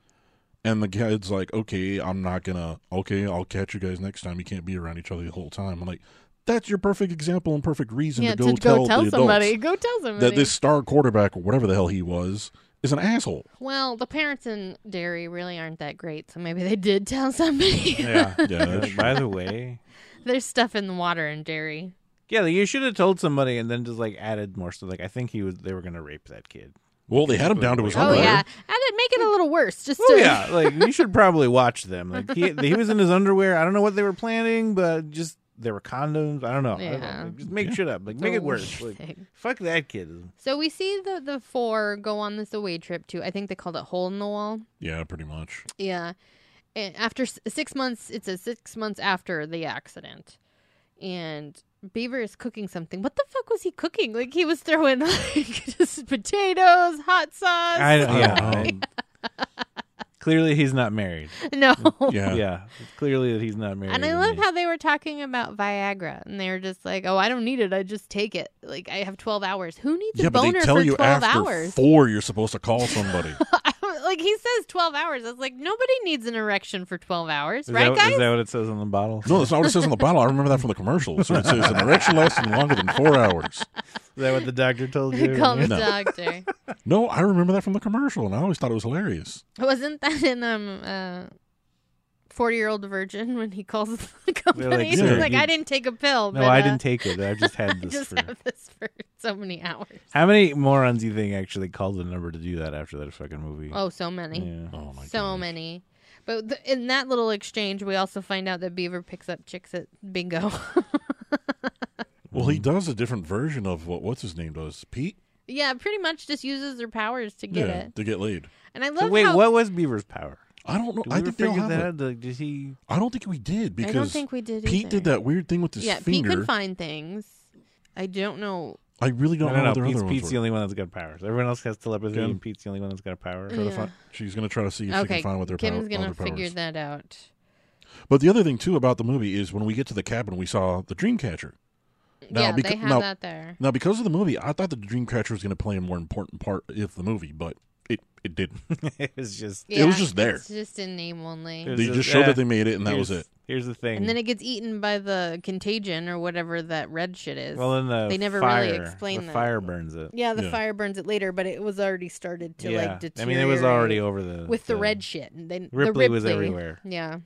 [SPEAKER 2] and the kid's like, okay, I'm not gonna. Okay, I'll catch you guys next time. You can't be around each other the whole time. I'm like, that's your perfect example and perfect reason
[SPEAKER 3] yeah,
[SPEAKER 2] to go tell,
[SPEAKER 3] go tell
[SPEAKER 2] the
[SPEAKER 3] somebody.
[SPEAKER 2] adults
[SPEAKER 3] Go tell somebody.
[SPEAKER 2] that this star quarterback or whatever the hell he was is an asshole.
[SPEAKER 3] Well, the parents in Derry really aren't that great, so maybe they did tell somebody.
[SPEAKER 1] Yeah.
[SPEAKER 2] Yeah, that's
[SPEAKER 1] Like,
[SPEAKER 2] true.
[SPEAKER 1] Uh, By the way,
[SPEAKER 3] There's stuff in the water in Derry.
[SPEAKER 1] yeah, like, you should have told somebody and then just like added more stuff. Like, I think he was. They were gonna rape that kid.
[SPEAKER 2] Well, they had him down to his
[SPEAKER 1] Oh,
[SPEAKER 3] Oh
[SPEAKER 2] underwear.
[SPEAKER 3] yeah, and it make it a little worse. Just
[SPEAKER 1] Oh
[SPEAKER 3] to,
[SPEAKER 1] yeah, like you should probably watch them. Like he, he was in his underwear. I don't know what they were planning, but just there were condoms. I don't know. I don't know.
[SPEAKER 3] Yeah.
[SPEAKER 1] Like, just make shit up. Like
[SPEAKER 3] the
[SPEAKER 1] make it
[SPEAKER 3] weird
[SPEAKER 1] worse. Like,
[SPEAKER 3] thing.
[SPEAKER 1] fuck that kid.
[SPEAKER 3] So we see the the four go on this away trip to I think they called it hole in the wall.
[SPEAKER 2] Yeah, pretty much.
[SPEAKER 3] Yeah. And after s- six months, it's a six months after the accident, and Beaver is cooking something. What the fuck was he cooking? Like he was throwing like just potatoes, hot sauce.
[SPEAKER 1] I don't. Yeah.
[SPEAKER 2] Um,
[SPEAKER 1] I- clearly, he's not married.
[SPEAKER 3] no.
[SPEAKER 2] Yeah,
[SPEAKER 1] Yeah, it's clearly that he's not married.
[SPEAKER 3] And I love
[SPEAKER 1] he-
[SPEAKER 3] how they were talking about Viagra, and they were just like, "Oh, I don't need it. I just take it. Like I have twelve hours. Who needs
[SPEAKER 2] yeah,
[SPEAKER 3] a
[SPEAKER 2] but
[SPEAKER 3] boner
[SPEAKER 2] they tell
[SPEAKER 3] for
[SPEAKER 2] you
[SPEAKER 3] twelve
[SPEAKER 2] after
[SPEAKER 3] hours?
[SPEAKER 2] four, you're supposed to call somebody.
[SPEAKER 3] like he says, twelve hours. I was like, nobody needs an erection for twelve hours,
[SPEAKER 1] Is
[SPEAKER 3] right,
[SPEAKER 1] that,
[SPEAKER 3] guys?
[SPEAKER 1] Is that what it says on the bottle?
[SPEAKER 2] No, that's not what it says on the bottle. I remember that from the commercial. So it says an erection lasting longer than four hours.
[SPEAKER 1] Is that what the doctor told you?
[SPEAKER 3] Call the
[SPEAKER 2] No.
[SPEAKER 3] doctor.
[SPEAKER 2] No, I remember that from the commercial, and I always thought it was hilarious.
[SPEAKER 3] Wasn't that in um uh forty year old virgin when he calls the company?
[SPEAKER 1] like,
[SPEAKER 3] He's
[SPEAKER 2] "Sir,
[SPEAKER 3] like,
[SPEAKER 1] you-
[SPEAKER 3] I didn't take a pill.
[SPEAKER 1] No,
[SPEAKER 3] but,
[SPEAKER 1] I
[SPEAKER 3] uh,
[SPEAKER 1] didn't take it. I've just had
[SPEAKER 3] I
[SPEAKER 1] this.
[SPEAKER 3] just
[SPEAKER 1] for...
[SPEAKER 3] have this for so many hours.
[SPEAKER 1] How many morons do you think actually called the number to do that after that fucking movie?
[SPEAKER 3] Oh, so many.
[SPEAKER 1] yeah.
[SPEAKER 2] Oh my
[SPEAKER 3] so
[SPEAKER 2] god!
[SPEAKER 3] many. But th- in that little exchange, we also find out that Beaver picks up chicks at bingo.
[SPEAKER 2] Well, he does a different version of what what's his name does. Pete,
[SPEAKER 3] yeah, pretty much just uses their powers to get
[SPEAKER 2] yeah,
[SPEAKER 3] it.
[SPEAKER 2] to get laid.
[SPEAKER 3] And I love
[SPEAKER 1] So wait,
[SPEAKER 3] how
[SPEAKER 1] what was Beaver's power?
[SPEAKER 2] I don't know.
[SPEAKER 1] Did we
[SPEAKER 2] I
[SPEAKER 1] ever
[SPEAKER 2] think they all
[SPEAKER 1] figure
[SPEAKER 2] have
[SPEAKER 1] that
[SPEAKER 2] it.
[SPEAKER 1] out? Like, did he?
[SPEAKER 2] I don't think we did
[SPEAKER 3] I
[SPEAKER 2] because
[SPEAKER 3] don't think we did.
[SPEAKER 2] Pete
[SPEAKER 3] either.
[SPEAKER 2] did that weird thing with his
[SPEAKER 3] Yeah,
[SPEAKER 2] finger.
[SPEAKER 3] Pete could find things. I don't know.
[SPEAKER 2] I really don't
[SPEAKER 1] I
[SPEAKER 2] know
[SPEAKER 1] don't
[SPEAKER 2] what
[SPEAKER 1] know.
[SPEAKER 2] their
[SPEAKER 1] Pete's,
[SPEAKER 2] other
[SPEAKER 1] Pete's
[SPEAKER 2] ones
[SPEAKER 1] the
[SPEAKER 2] were.
[SPEAKER 1] only one that's got powers. Everyone else has telepathy,
[SPEAKER 2] Kim.
[SPEAKER 1] and Pete's the only one that's got a power.
[SPEAKER 2] Try to
[SPEAKER 3] Yeah.
[SPEAKER 2] fi- She's gonna try to see if she
[SPEAKER 3] okay,
[SPEAKER 2] can find what their power-
[SPEAKER 3] Kim's gonna
[SPEAKER 2] other powers.
[SPEAKER 3] figure that out.
[SPEAKER 2] But the other thing too about the movie is when we get to the cabin, we saw the Dreamcatcher. Now,
[SPEAKER 3] yeah,
[SPEAKER 2] becau-
[SPEAKER 3] they have
[SPEAKER 2] now-
[SPEAKER 3] that there.
[SPEAKER 2] Now, because of the movie, I thought the Dreamcatcher was going to play a more important part of the movie, but it, it didn't.
[SPEAKER 1] it was just.
[SPEAKER 2] it was just there.
[SPEAKER 3] It's just in name only.
[SPEAKER 1] It was eh,
[SPEAKER 2] They just showed that they made it, and that was
[SPEAKER 1] here's-
[SPEAKER 2] it.
[SPEAKER 1] Here's the thing.
[SPEAKER 3] and then it gets eaten by the contagion or whatever that red shit is.
[SPEAKER 1] well, then the
[SPEAKER 3] they never
[SPEAKER 1] fire,
[SPEAKER 3] really explained
[SPEAKER 1] the
[SPEAKER 3] that.
[SPEAKER 1] fire burns it.
[SPEAKER 3] yeah, the
[SPEAKER 2] Yeah.
[SPEAKER 3] fire burns it later, but it was already started to
[SPEAKER 1] yeah,
[SPEAKER 3] like
[SPEAKER 1] I
[SPEAKER 3] deteriorate.
[SPEAKER 1] mean, it was already over the
[SPEAKER 3] with the, red shit. And then the
[SPEAKER 1] Ripley
[SPEAKER 3] Ripley
[SPEAKER 1] was everywhere.
[SPEAKER 3] Yeah.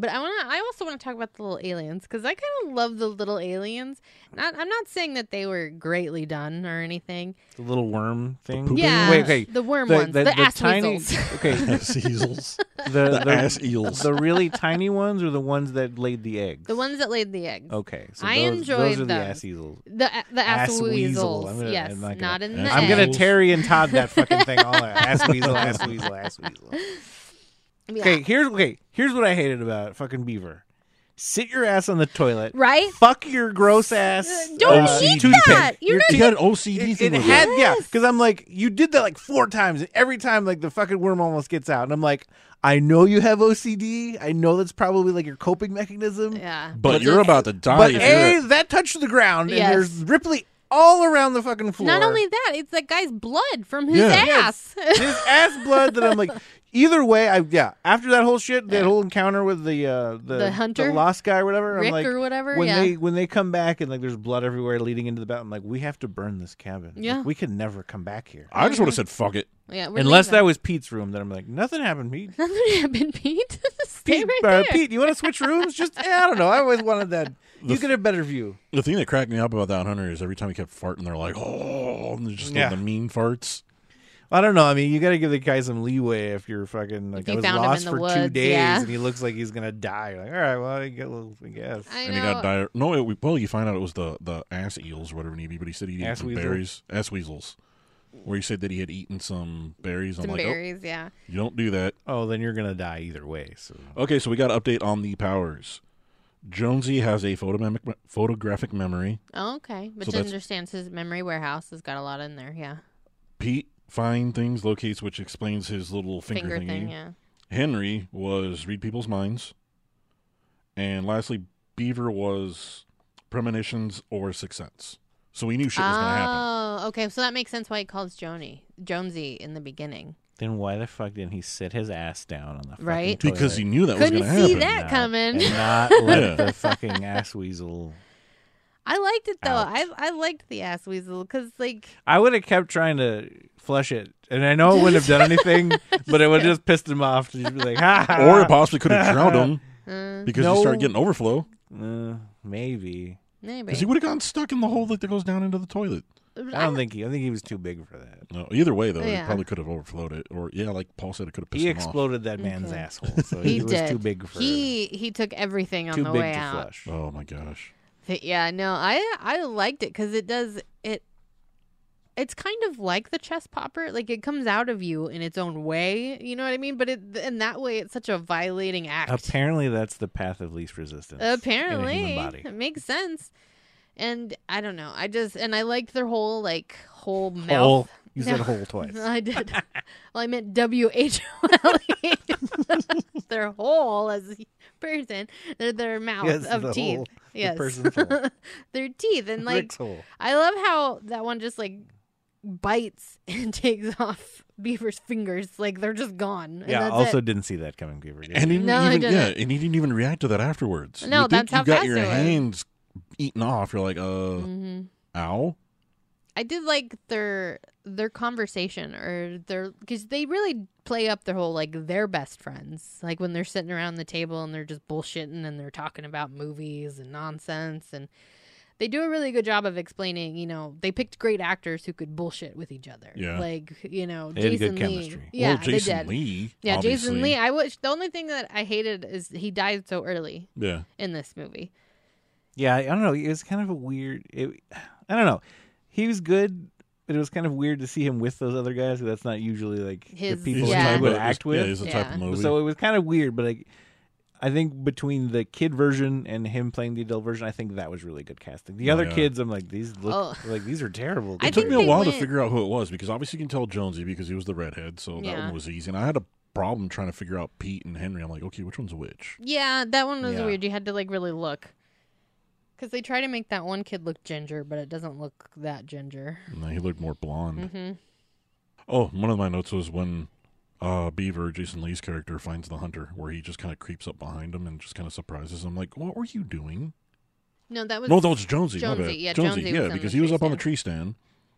[SPEAKER 3] But I want to. I also want to talk about the little aliens because I kind of love the little aliens. Not, I'm not saying that they were greatly done or anything.
[SPEAKER 1] The little worm thing.
[SPEAKER 2] pooping
[SPEAKER 3] Yeah,
[SPEAKER 1] Wait, okay.
[SPEAKER 3] the worm
[SPEAKER 1] the,
[SPEAKER 3] ones, the,
[SPEAKER 1] the
[SPEAKER 3] ass
[SPEAKER 1] tiny.
[SPEAKER 3] weasels.
[SPEAKER 1] Okay.
[SPEAKER 2] Ass eels.
[SPEAKER 1] The,
[SPEAKER 2] The
[SPEAKER 1] the-
[SPEAKER 2] ass eels.
[SPEAKER 1] The really tiny ones or the ones that laid the eggs?
[SPEAKER 3] the ones that laid the eggs.
[SPEAKER 1] Okay, so
[SPEAKER 3] I
[SPEAKER 1] those,
[SPEAKER 3] enjoyed
[SPEAKER 1] those are the
[SPEAKER 3] those.
[SPEAKER 1] ass easels.
[SPEAKER 3] The the ass,
[SPEAKER 1] Oh. Ass weasel.
[SPEAKER 3] weasels.
[SPEAKER 1] I'm gonna-
[SPEAKER 3] yes,
[SPEAKER 1] I'm not
[SPEAKER 3] not,
[SPEAKER 1] gonna-
[SPEAKER 3] in the.
[SPEAKER 2] Ass
[SPEAKER 1] I'm gonna
[SPEAKER 2] weasel.
[SPEAKER 3] eggs.
[SPEAKER 1] Terry and Todd that fucking thing all out. Ass weasel, ass weasel, ass weasel.
[SPEAKER 3] Yeah.
[SPEAKER 1] Okay, here's okay. Here's what I hated about fucking Beaver. Sit your ass on the toilet.
[SPEAKER 3] Right?
[SPEAKER 1] Fuck your gross ass.
[SPEAKER 3] Don't
[SPEAKER 1] uh,
[SPEAKER 3] eat
[SPEAKER 1] toothpick.
[SPEAKER 3] that. You're
[SPEAKER 1] Your
[SPEAKER 3] not-
[SPEAKER 2] He
[SPEAKER 1] teeth-
[SPEAKER 2] had an OCD
[SPEAKER 1] It,
[SPEAKER 2] thing
[SPEAKER 1] it
[SPEAKER 2] with
[SPEAKER 1] had
[SPEAKER 2] it.
[SPEAKER 1] yeah, because I'm like, you did that like four times, and every time like the fucking worm almost gets out, and I'm like, I know you have OCD. I know that's probably like your coping mechanism.
[SPEAKER 3] Yeah.
[SPEAKER 2] But, you're about to die
[SPEAKER 1] But
[SPEAKER 2] if
[SPEAKER 1] a
[SPEAKER 2] you're
[SPEAKER 1] that touched the ground,
[SPEAKER 3] Yes.
[SPEAKER 1] and there's Ripley all around the fucking floor.
[SPEAKER 3] Not only that, it's that guy's blood from his
[SPEAKER 2] Yeah.
[SPEAKER 3] ass.
[SPEAKER 1] his ass blood that I'm like, Either way, I yeah. After that whole shit, that whole encounter with the uh, the,
[SPEAKER 3] The hunter?
[SPEAKER 1] lost guy or whatever, I'm
[SPEAKER 3] Rick
[SPEAKER 1] like,
[SPEAKER 3] or whatever,
[SPEAKER 1] When
[SPEAKER 3] yeah.
[SPEAKER 1] they when they come back and like there's blood everywhere leading into the battle, I'm like, we have to burn this cabin. Like,
[SPEAKER 3] Yeah.
[SPEAKER 1] we could never come back here.
[SPEAKER 2] I just would have said fuck it.
[SPEAKER 3] Yeah, we're
[SPEAKER 1] Unless that
[SPEAKER 3] leaving.
[SPEAKER 1] was Pete's room, then I'm like, nothing happened, Pete.
[SPEAKER 3] nothing happened, Pete. Stay
[SPEAKER 1] Pete,
[SPEAKER 3] right
[SPEAKER 1] uh,
[SPEAKER 3] there.
[SPEAKER 1] Pete, you want to switch rooms? Just eh, I don't know. I always wanted that. You get a better view.
[SPEAKER 2] The thing that cracked me up about that hunter is every time he kept farting, they're like, oh, and they're just like
[SPEAKER 1] Yeah.
[SPEAKER 2] the mean farts.
[SPEAKER 1] I don't know. I mean, you got to give the guy some leeway if you're fucking like
[SPEAKER 3] you
[SPEAKER 1] I was
[SPEAKER 3] found him
[SPEAKER 1] lost
[SPEAKER 3] in the
[SPEAKER 1] for two
[SPEAKER 3] woods,
[SPEAKER 1] days
[SPEAKER 3] yeah.
[SPEAKER 1] and he looks like he's gonna die. You're like, all right, well, I get a little, I guess.
[SPEAKER 3] I know.
[SPEAKER 2] and he got diarrhea. No, it, we, well, you find out it was the, the ass eels or whatever he but he said he ate
[SPEAKER 1] Ass
[SPEAKER 2] some
[SPEAKER 1] weasel.
[SPEAKER 2] berries, ass weasels. Where he said that he had eaten some berries.
[SPEAKER 3] Some
[SPEAKER 2] I'm like, oh,
[SPEAKER 3] berries, yeah.
[SPEAKER 2] you don't do that.
[SPEAKER 1] Oh, then you're gonna die either way. So
[SPEAKER 2] Okay, so we got an update on the powers. Jonesy has a photomemic, photographic memory.
[SPEAKER 3] Oh, okay. But
[SPEAKER 2] So
[SPEAKER 3] she
[SPEAKER 2] that's-
[SPEAKER 3] understands his memory warehouse has got a lot in there, yeah.
[SPEAKER 2] Pete find things, locates, which explains his little finger,
[SPEAKER 3] Finger
[SPEAKER 2] thingy.
[SPEAKER 3] thing, yeah.
[SPEAKER 2] Henry was read people's minds. And lastly, Beaver was premonitions or sixth sense. So we knew shit was gonna happen.
[SPEAKER 3] Oh, okay. So that makes sense why he calls Joni Jonesy in the beginning.
[SPEAKER 1] then why the fuck didn't he sit his ass down on the fucking
[SPEAKER 3] Right?
[SPEAKER 1] toilet?
[SPEAKER 2] Because he knew that was
[SPEAKER 3] Couldn't
[SPEAKER 2] gonna
[SPEAKER 3] see
[SPEAKER 2] happen.
[SPEAKER 3] that.
[SPEAKER 1] Nah,
[SPEAKER 3] coming.
[SPEAKER 1] and not let
[SPEAKER 2] Yeah.
[SPEAKER 1] the fucking ass weasel.
[SPEAKER 3] I liked it though.
[SPEAKER 1] Ouch.
[SPEAKER 3] I I liked the ass weasel because like
[SPEAKER 1] I would have kept trying to flush it, and I know it wouldn't have done anything, but it would have just pissed him off. He'd be like, ha. ha,
[SPEAKER 2] Or
[SPEAKER 1] ha."
[SPEAKER 2] it possibly could have drowned him
[SPEAKER 3] uh,
[SPEAKER 2] because
[SPEAKER 1] No.
[SPEAKER 2] he started getting overflow.
[SPEAKER 1] Uh, maybe.
[SPEAKER 3] maybe.
[SPEAKER 2] Because he would have gotten stuck in the hole that goes down into the toilet.
[SPEAKER 1] I don't think he. I think he was too big for that.
[SPEAKER 2] No, either way though,
[SPEAKER 3] Oh, Yeah.
[SPEAKER 2] it probably could have overflowed it. Or yeah, like Paul said, it could have pissed
[SPEAKER 1] He
[SPEAKER 2] him
[SPEAKER 1] exploded that man's
[SPEAKER 3] Okay.
[SPEAKER 1] asshole, so
[SPEAKER 3] he
[SPEAKER 1] he, was
[SPEAKER 3] did.
[SPEAKER 1] too big for
[SPEAKER 3] he he took everything on
[SPEAKER 1] too
[SPEAKER 3] the
[SPEAKER 1] big
[SPEAKER 3] way
[SPEAKER 1] to
[SPEAKER 3] out.
[SPEAKER 1] flush.
[SPEAKER 2] off. Oh my gosh.
[SPEAKER 3] Th- Yeah, no, I I liked it because it does it. It's kind of like the chest popper, like it comes out of you in its own way. You know what I mean? But it in that way, it's such a violating act.
[SPEAKER 1] Apparently, that's the path of least resistance. in a
[SPEAKER 3] Apparently,
[SPEAKER 1] human body.
[SPEAKER 3] it makes sense. And I don't know. I just and I liked their whole like whole mouth.
[SPEAKER 1] Whole. You said
[SPEAKER 3] No.
[SPEAKER 1] whole twice.
[SPEAKER 3] I did. well, I meant W H O L E. Their whole as a person, their their mouth
[SPEAKER 1] Yes,
[SPEAKER 3] of
[SPEAKER 1] the
[SPEAKER 3] teeth.
[SPEAKER 1] whole- the
[SPEAKER 3] yes,
[SPEAKER 1] person's whole.
[SPEAKER 3] their teeth and like
[SPEAKER 1] Rick's hole.
[SPEAKER 3] I love how that one just like bites and takes off Beaver's fingers. Like they're just gone. And
[SPEAKER 1] Yeah.
[SPEAKER 3] that's
[SPEAKER 1] also,
[SPEAKER 3] it.
[SPEAKER 1] didn't see that coming, Beaver. did
[SPEAKER 2] And
[SPEAKER 1] you?
[SPEAKER 2] he didn't
[SPEAKER 3] No, I
[SPEAKER 2] even yeah,
[SPEAKER 3] didn't.
[SPEAKER 2] and he didn't even react to that afterwards.
[SPEAKER 3] No,
[SPEAKER 2] you
[SPEAKER 3] that's
[SPEAKER 2] think
[SPEAKER 3] how
[SPEAKER 2] you got
[SPEAKER 3] fast
[SPEAKER 2] your
[SPEAKER 3] it was.
[SPEAKER 2] hands eaten off. You're like, uh, ow.
[SPEAKER 3] Mm-hmm. I did like their their conversation or their because they really play up their whole like their best friends. Like when they're sitting around the table and they're just bullshitting and they're talking about movies and nonsense and. They do a really good job of explaining, you know, they picked great actors who could bullshit with each other.
[SPEAKER 2] Yeah.
[SPEAKER 3] Like, you know,
[SPEAKER 1] They had good
[SPEAKER 3] Jason Lee.
[SPEAKER 1] chemistry.
[SPEAKER 3] Yeah,
[SPEAKER 2] well, Jason
[SPEAKER 3] they did.
[SPEAKER 2] Lee.
[SPEAKER 3] Yeah, Jason
[SPEAKER 2] obviously.
[SPEAKER 3] Lee. I wish the only thing that I hated is he died so early
[SPEAKER 2] Yeah,
[SPEAKER 3] in this movie.
[SPEAKER 1] Yeah, I don't know. It was kind of a weird. It, I don't know. He was good, but it was kind of weird to see him with those other guys. 'cause That's not usually like
[SPEAKER 3] His-
[SPEAKER 1] the
[SPEAKER 2] He's
[SPEAKER 1] people
[SPEAKER 2] the
[SPEAKER 3] Yeah.
[SPEAKER 1] he
[SPEAKER 2] type
[SPEAKER 1] would
[SPEAKER 2] of-
[SPEAKER 1] act
[SPEAKER 2] Yeah,
[SPEAKER 1] with.
[SPEAKER 2] he's the type
[SPEAKER 3] Yeah.
[SPEAKER 2] of movie.
[SPEAKER 1] so it was kind of weird. But like, I think between the kid version and him playing the adult version, I think that was really good casting. The other
[SPEAKER 2] yeah.
[SPEAKER 1] kids, I'm like these look
[SPEAKER 3] Oh.
[SPEAKER 1] like these are terrible.
[SPEAKER 3] I
[SPEAKER 2] it took
[SPEAKER 3] think
[SPEAKER 2] me a
[SPEAKER 3] they
[SPEAKER 2] while
[SPEAKER 3] went-
[SPEAKER 2] to figure out who it was because obviously you can tell Jonesy because he was the redhead, so that
[SPEAKER 3] Yeah.
[SPEAKER 2] one was easy. And I had a problem trying to figure out Pete and Henry. I'm like, okay, which one's which?
[SPEAKER 3] Yeah, that one was
[SPEAKER 1] Yeah.
[SPEAKER 3] weird. You had to like really look. Because they try to make that one kid look ginger, but it doesn't look that ginger.
[SPEAKER 2] And then he looked more blonde.
[SPEAKER 3] hmm
[SPEAKER 2] Oh, one of my notes was when uh, Beaver, Jason Lee's character, finds the hunter, where he just kind of creeps up behind him and just kind of surprises him. Like, what were you doing?
[SPEAKER 3] No, that was
[SPEAKER 2] No, that was Jonesy. my
[SPEAKER 3] Jonesy,
[SPEAKER 2] bad.
[SPEAKER 3] yeah,
[SPEAKER 2] Jonesy,
[SPEAKER 3] Jonesy was
[SPEAKER 2] yeah,
[SPEAKER 3] on
[SPEAKER 2] because
[SPEAKER 3] the
[SPEAKER 2] he was
[SPEAKER 3] tree
[SPEAKER 2] up on the
[SPEAKER 3] stand.
[SPEAKER 2] tree stand,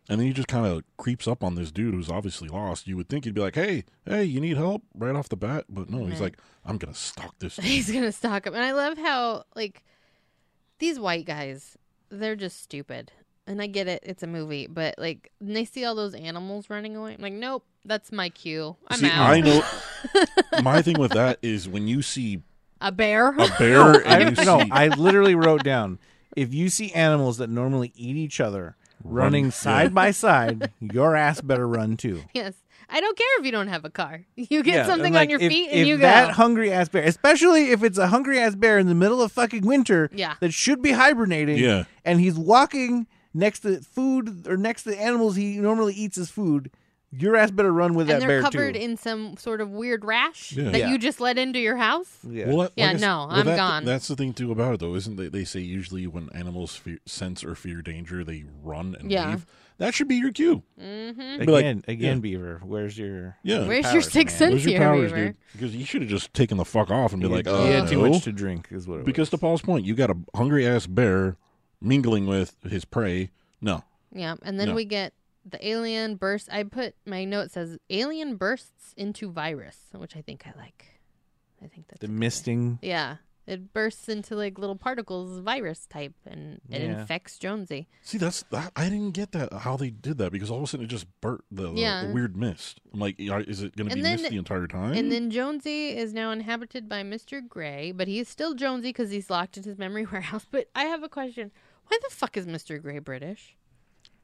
[SPEAKER 2] and then he just kind of creeps up on this dude who's obviously lost. You would think he'd be like, "Hey, hey, you need help?" right off the bat, but no, he's
[SPEAKER 3] Right.
[SPEAKER 2] like, "I'm gonna stalk this." dude."
[SPEAKER 3] he's gonna stalk him, and I love how like these white guys, they're just stupid. And I get it; it's a movie, but like when they see all those animals running away, I'm like, nope, that's my cue. I'm
[SPEAKER 2] see,
[SPEAKER 3] out.
[SPEAKER 2] I know. my thing with that is when you see
[SPEAKER 3] a bear.
[SPEAKER 2] a bear
[SPEAKER 1] I,
[SPEAKER 2] and you
[SPEAKER 1] no,
[SPEAKER 2] see
[SPEAKER 1] I literally wrote down if you see animals that normally eat each other
[SPEAKER 2] Run,
[SPEAKER 1] running
[SPEAKER 2] yeah.
[SPEAKER 1] side by side, your ass better run too.
[SPEAKER 3] Yes. I don't care if you don't have a car. You get
[SPEAKER 1] Yeah,
[SPEAKER 3] something
[SPEAKER 1] and, like,
[SPEAKER 3] on your
[SPEAKER 1] if-
[SPEAKER 3] feet and
[SPEAKER 1] if
[SPEAKER 3] you go.
[SPEAKER 1] that hungry ass bear, especially if it's a hungry ass bear in the middle of fucking winter,
[SPEAKER 3] Yeah.
[SPEAKER 1] that should be hibernating,
[SPEAKER 2] Yeah.
[SPEAKER 1] and he's walking next to food or next to animals he normally eats as food. Your ass better run with
[SPEAKER 3] and
[SPEAKER 1] that bear
[SPEAKER 3] they're covered
[SPEAKER 1] too.
[SPEAKER 3] in some sort of weird rash
[SPEAKER 2] Yeah.
[SPEAKER 3] that
[SPEAKER 1] Yeah.
[SPEAKER 3] you just let into your house.
[SPEAKER 1] yeah.
[SPEAKER 2] Well, that-
[SPEAKER 3] Yeah,
[SPEAKER 2] like I s-
[SPEAKER 3] no,
[SPEAKER 2] well,
[SPEAKER 3] I'm
[SPEAKER 2] that-
[SPEAKER 3] gone.
[SPEAKER 2] That's the thing too about it, though, isn't they? They say usually when animals fear, sense or fear danger, they run and
[SPEAKER 3] Yeah.
[SPEAKER 2] leave. That should be your cue.
[SPEAKER 3] Mm-hmm.
[SPEAKER 1] again,
[SPEAKER 2] be like-
[SPEAKER 1] again,
[SPEAKER 2] yeah.
[SPEAKER 1] Beaver. Where's your
[SPEAKER 2] Yeah,
[SPEAKER 3] Where's your
[SPEAKER 1] powers,
[SPEAKER 3] sixth
[SPEAKER 1] man.
[SPEAKER 3] sense
[SPEAKER 2] Where's your
[SPEAKER 3] here,
[SPEAKER 2] powers,
[SPEAKER 3] Weaver?
[SPEAKER 2] dude? Because you should have just taken the fuck off and be
[SPEAKER 1] You-
[SPEAKER 2] like,
[SPEAKER 1] you
[SPEAKER 2] uh,
[SPEAKER 1] had too
[SPEAKER 2] no.
[SPEAKER 1] much to drink, is what it
[SPEAKER 2] Because to
[SPEAKER 1] was.
[SPEAKER 2] Paul's point, you got a hungry ass bear mingling with his prey. No,
[SPEAKER 3] Yeah, and then
[SPEAKER 2] No.
[SPEAKER 3] we get the alien bursts. I put my note says alien bursts into virus, which I think I like. I think that's a
[SPEAKER 1] the
[SPEAKER 3] good way.
[SPEAKER 1] misting.
[SPEAKER 3] Yeah, it bursts into like little particles, virus type, and it
[SPEAKER 1] Yeah.
[SPEAKER 3] infects Jonesy.
[SPEAKER 2] see, that's that, I didn't get that how they did that because all of a sudden it just burnt the, the- the
[SPEAKER 3] Yeah.
[SPEAKER 2] weird mist. I'm like, yeah, is it going to
[SPEAKER 3] And
[SPEAKER 2] be
[SPEAKER 3] then-
[SPEAKER 2] mist the entire time?
[SPEAKER 1] Hmm.
[SPEAKER 3] And then Jonesy is now inhabited by Mr. Gray, but he is still Jonesy because he's locked in his memory warehouse. But I have a question: Why the fuck is Mr. Gray British?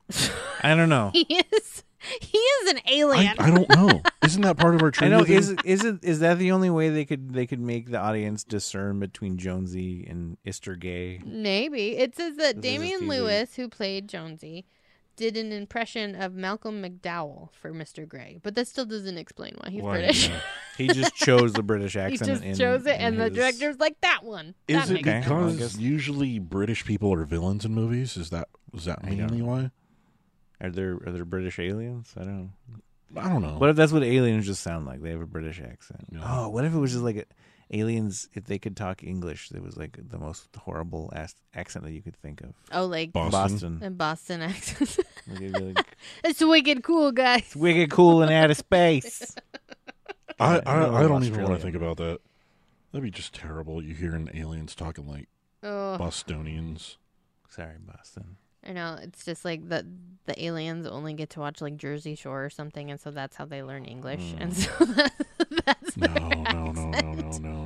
[SPEAKER 1] I don't know.
[SPEAKER 3] He is. He is an
[SPEAKER 2] I,
[SPEAKER 3] alien.
[SPEAKER 2] I don't know. Isn't that part of our
[SPEAKER 1] I
[SPEAKER 2] trivia?
[SPEAKER 1] know.
[SPEAKER 2] thing?
[SPEAKER 1] Is is it is that the only way they could they could make the audience discern between Jonesy and Ister Gay?
[SPEAKER 3] Maybe. It says that
[SPEAKER 1] This is just
[SPEAKER 3] Damian
[SPEAKER 1] easy.
[SPEAKER 3] Lewis, who played Jonesy, did an impression of Malcolm McDowell for Mr. Gray, but that still doesn't explain why he's
[SPEAKER 2] Why,
[SPEAKER 3] British.
[SPEAKER 2] yeah.
[SPEAKER 1] He just chose the British
[SPEAKER 3] he
[SPEAKER 1] accent.
[SPEAKER 3] just
[SPEAKER 1] in-
[SPEAKER 3] chose it,
[SPEAKER 1] in
[SPEAKER 3] and the
[SPEAKER 1] his-
[SPEAKER 3] director's like, that one.
[SPEAKER 2] Is
[SPEAKER 3] that
[SPEAKER 2] it
[SPEAKER 3] makes
[SPEAKER 1] Okay.
[SPEAKER 3] sense."
[SPEAKER 1] Well, I
[SPEAKER 2] because
[SPEAKER 1] guess-
[SPEAKER 2] usually British people are villains in movies? Is that was that
[SPEAKER 1] I don't
[SPEAKER 2] mainly
[SPEAKER 1] know.
[SPEAKER 2] why?
[SPEAKER 1] Are there are there British aliens? I don't. know.
[SPEAKER 2] I don't know.
[SPEAKER 1] What if that's what aliens just sound like? They have a British accent.
[SPEAKER 2] Yeah.
[SPEAKER 1] Oh, what if it was just like a, aliens? If they could talk English, it was like the most horrible ass, accent that you could think of.
[SPEAKER 3] Oh, like
[SPEAKER 2] Boston.
[SPEAKER 1] Boston.
[SPEAKER 3] a Boston accent.
[SPEAKER 1] Like, it'd be like,
[SPEAKER 3] it's wicked cool, guys.
[SPEAKER 1] it's wicked cool and out of space.
[SPEAKER 2] I,
[SPEAKER 1] Yeah,
[SPEAKER 2] I,
[SPEAKER 1] you're
[SPEAKER 2] I don't even
[SPEAKER 1] Australian.
[SPEAKER 2] want to think about that. That'd be just terrible. You hearing aliens talking like
[SPEAKER 3] Oh,
[SPEAKER 2] Bostonians.
[SPEAKER 1] Sorry, Boston.
[SPEAKER 3] I know. It's just like the the aliens only get to watch like Jersey Shore or something, and so that's how they learn English, and so
[SPEAKER 2] Hmm.
[SPEAKER 3] that's, that's
[SPEAKER 2] No,
[SPEAKER 3] their
[SPEAKER 2] no, no, no,
[SPEAKER 3] accent.
[SPEAKER 2] no, no.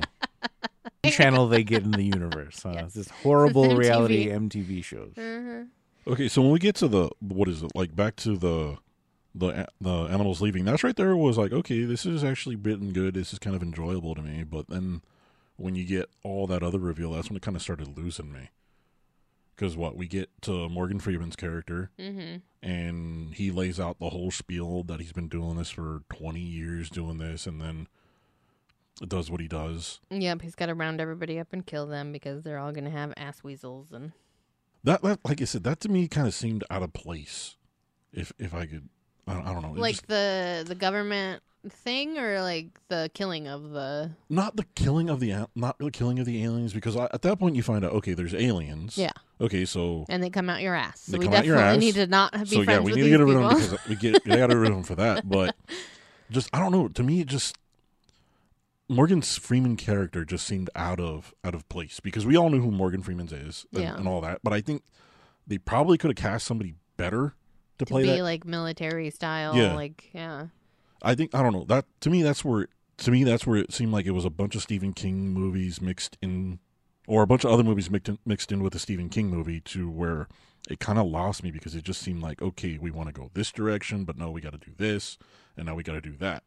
[SPEAKER 1] channel they get in the universe. Huh?
[SPEAKER 3] Yes.
[SPEAKER 1] It's this horrible
[SPEAKER 3] MTV.
[SPEAKER 1] reality MTV shows.
[SPEAKER 3] Uh-huh.
[SPEAKER 2] Okay, so when we get to the what is it like back to the the the animals leaving, that's right there was like okay, this is actually bitten good. This is kind of enjoyable to me. But then when you get all that other reveal, that's when it kind of started losing me. Because what we get to Morgan Freeman's character,
[SPEAKER 3] Mm-hmm.
[SPEAKER 2] and he lays out the whole spiel that he's been doing this for twenty years, doing this, and then does what he does.
[SPEAKER 3] Yep, he's got to round everybody up and kill them because they're all going to have ass weasels and
[SPEAKER 2] That, that like I said, that to me kind of seemed out of place. If if I could, I, don't- I don't know, It
[SPEAKER 3] like
[SPEAKER 2] just-
[SPEAKER 3] the the government thing or like the killing of the
[SPEAKER 2] not the killing of the al- not the killing of the aliens because I, at that point you find out okay there's aliens
[SPEAKER 3] Yeah.
[SPEAKER 2] okay so
[SPEAKER 3] and they come out your ass. So
[SPEAKER 2] They
[SPEAKER 3] we
[SPEAKER 2] come out
[SPEAKER 3] definitely
[SPEAKER 2] your ass.
[SPEAKER 3] need to not be
[SPEAKER 2] so
[SPEAKER 3] friends
[SPEAKER 2] yeah we
[SPEAKER 3] with
[SPEAKER 2] need to
[SPEAKER 3] these
[SPEAKER 2] get rid
[SPEAKER 3] people.
[SPEAKER 2] of them because we get we got rid of them for that but just I don't know to me it just Morgan's Freeman character just seemed out of out of place because we all knew who Morgan Freeman's is and,
[SPEAKER 3] Yeah.
[SPEAKER 2] and all that but I think they probably could have cast somebody better to,
[SPEAKER 3] to
[SPEAKER 2] play
[SPEAKER 3] be
[SPEAKER 2] that
[SPEAKER 3] like military style,
[SPEAKER 2] Yeah.
[SPEAKER 3] like yeah,
[SPEAKER 2] I think I don't know that to me that's where to me that's where it seemed like it was a bunch of Stephen King movies mixed in, or a bunch of other movies mixed in, mixed in with the Stephen King movie to where it kind of lost me because it just seemed like okay we want to go this direction but no we got to do this and now we got to do that.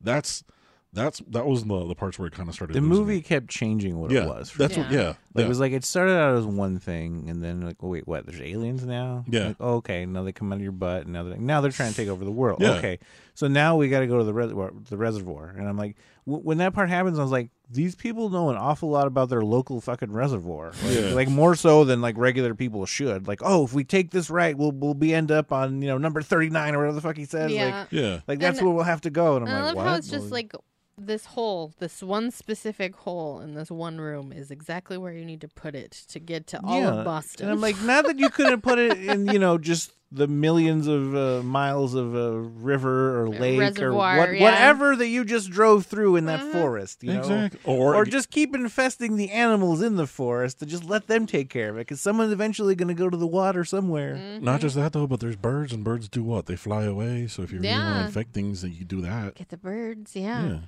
[SPEAKER 2] That's that's that was the the parts where it kind of started.
[SPEAKER 1] The
[SPEAKER 2] losing
[SPEAKER 1] movie
[SPEAKER 2] me.
[SPEAKER 1] kept changing what
[SPEAKER 2] yeah,
[SPEAKER 1] it was. for
[SPEAKER 2] that's
[SPEAKER 1] me.
[SPEAKER 2] what yeah,
[SPEAKER 1] Like,
[SPEAKER 2] yeah.
[SPEAKER 1] It was like it started out as one thing, and then like, oh wait, what? There's aliens now.
[SPEAKER 2] Yeah.
[SPEAKER 1] Like, oh, okay, now they come out of your butt, and now they're now they're trying to take over the world.
[SPEAKER 2] Yeah.
[SPEAKER 1] Okay, so now we got to go to the reservoir, the reservoir, and I'm like, w- when that part happens, I was like, these people know an awful lot about their local fucking reservoir, like,
[SPEAKER 2] Yeah.
[SPEAKER 1] like more so than like regular people should. Like, oh, if we take this right, we'll we'll be end up on you know number thirty nine or whatever the fuck he says. Like,
[SPEAKER 3] yeah.
[SPEAKER 2] yeah.
[SPEAKER 1] Like that's
[SPEAKER 3] And-
[SPEAKER 1] where we'll have to go. And I'm
[SPEAKER 3] And
[SPEAKER 1] like,
[SPEAKER 3] I love
[SPEAKER 1] what?
[SPEAKER 3] how it's just
[SPEAKER 1] Well,
[SPEAKER 3] like this hole, this one specific hole in this one room is exactly where you need to put it to get to all
[SPEAKER 1] yeah.
[SPEAKER 3] of Boston.
[SPEAKER 1] And I'm like, not that you couldn't put it in, you know, just the millions of uh, miles of uh, river or lake
[SPEAKER 3] reservoir,
[SPEAKER 1] or what,
[SPEAKER 3] yeah.
[SPEAKER 1] whatever that you just drove through in that
[SPEAKER 3] Mhm.
[SPEAKER 1] forest, you know.
[SPEAKER 2] Exactly.
[SPEAKER 1] Or,
[SPEAKER 2] Or,
[SPEAKER 1] just keep infesting the animals in the forest to just let them take care of it, because someone's eventually going to go to the water somewhere.
[SPEAKER 3] Mm,
[SPEAKER 2] not
[SPEAKER 1] mm-hmm.
[SPEAKER 2] just that though, but there's birds and birds do what? They fly away. So if you really want
[SPEAKER 3] Yeah.
[SPEAKER 2] to infect things, then you do that.
[SPEAKER 3] get the birds, yeah.
[SPEAKER 2] yeah.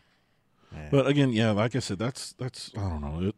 [SPEAKER 1] Yeah.
[SPEAKER 2] But again, yeah, like I said, that's that's I don't know. It,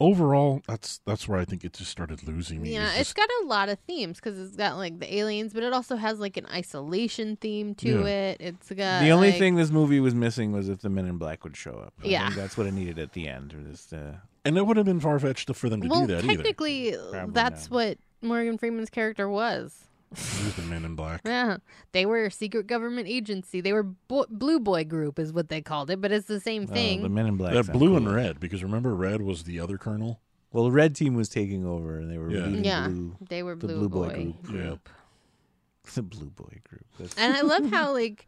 [SPEAKER 2] overall, that's that's where I think it just started losing me.
[SPEAKER 3] Yeah,
[SPEAKER 2] It's
[SPEAKER 3] it's
[SPEAKER 2] just-
[SPEAKER 3] got a lot of themes because it's got like the aliens, but it also has like an isolation theme to
[SPEAKER 2] Yeah.
[SPEAKER 3] it. It's got
[SPEAKER 1] the only
[SPEAKER 3] like-
[SPEAKER 1] thing this movie was missing was if the Men in Black would show up. I
[SPEAKER 3] Yeah.
[SPEAKER 1] think that's what it needed at the end. Or this, uh,
[SPEAKER 2] and it would have been far fetched for them to
[SPEAKER 3] Well,
[SPEAKER 2] do that either.
[SPEAKER 3] technically,
[SPEAKER 1] Probably
[SPEAKER 3] that's
[SPEAKER 1] not.
[SPEAKER 3] what Morgan Freeman's character was.
[SPEAKER 2] He was the Men in Black.
[SPEAKER 3] Yeah, they were a secret government agency. They were bo- Blue Boy Group, is what they called it, but it's the same
[SPEAKER 1] Oh,
[SPEAKER 3] thing.
[SPEAKER 1] the Men in Black.
[SPEAKER 2] That
[SPEAKER 1] sound
[SPEAKER 2] blue
[SPEAKER 1] cool.
[SPEAKER 2] and red, because remember, red was the other colonel.
[SPEAKER 1] Well, the red team was taking over, and they were
[SPEAKER 2] Yeah.
[SPEAKER 1] leading
[SPEAKER 3] yeah,
[SPEAKER 1] blue,
[SPEAKER 3] they were
[SPEAKER 1] the
[SPEAKER 3] Blue,
[SPEAKER 1] Blue Boy
[SPEAKER 3] Boy,
[SPEAKER 1] Group.
[SPEAKER 2] Yeah.
[SPEAKER 3] Group.
[SPEAKER 1] the blue boy group. That's,
[SPEAKER 3] and I love how like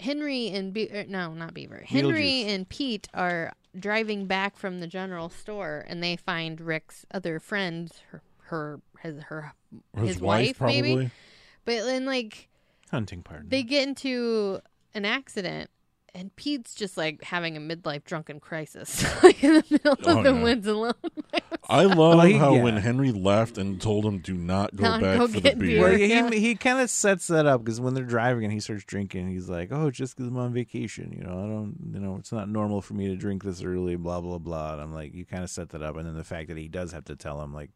[SPEAKER 3] Henry and Be- er, no, not Beaver. Henry
[SPEAKER 1] Beetlejuice.
[SPEAKER 3] and Pete are driving back from the general store, and they find Rick's other friend, her, her his, her,
[SPEAKER 2] Or his,
[SPEAKER 3] His
[SPEAKER 2] wife,
[SPEAKER 3] wife,
[SPEAKER 2] probably.
[SPEAKER 3] maybe? but then like
[SPEAKER 1] hunting partner.
[SPEAKER 3] they get into an accident. And Pete's just like having a midlife drunken crisis, like in the middle
[SPEAKER 2] Oh,
[SPEAKER 3] of the
[SPEAKER 2] yeah.
[SPEAKER 3] woods alone.
[SPEAKER 2] I love
[SPEAKER 1] Well, he-
[SPEAKER 2] how
[SPEAKER 1] yeah.
[SPEAKER 2] when Henry left and told him, do not go
[SPEAKER 3] Don't
[SPEAKER 2] back
[SPEAKER 3] go
[SPEAKER 2] for the
[SPEAKER 3] get
[SPEAKER 2] beer.
[SPEAKER 1] well,
[SPEAKER 3] beer.
[SPEAKER 1] he
[SPEAKER 3] Yeah.
[SPEAKER 1] he kind of sets that up because when they're driving and he starts drinking, he's like, "Oh, just because I'm on vacation, you know, I don't, you know, it's not normal for me to drink this early." Blah blah blah. And I'm like, you kind of set that up, and then the fact that he does have to tell him, like,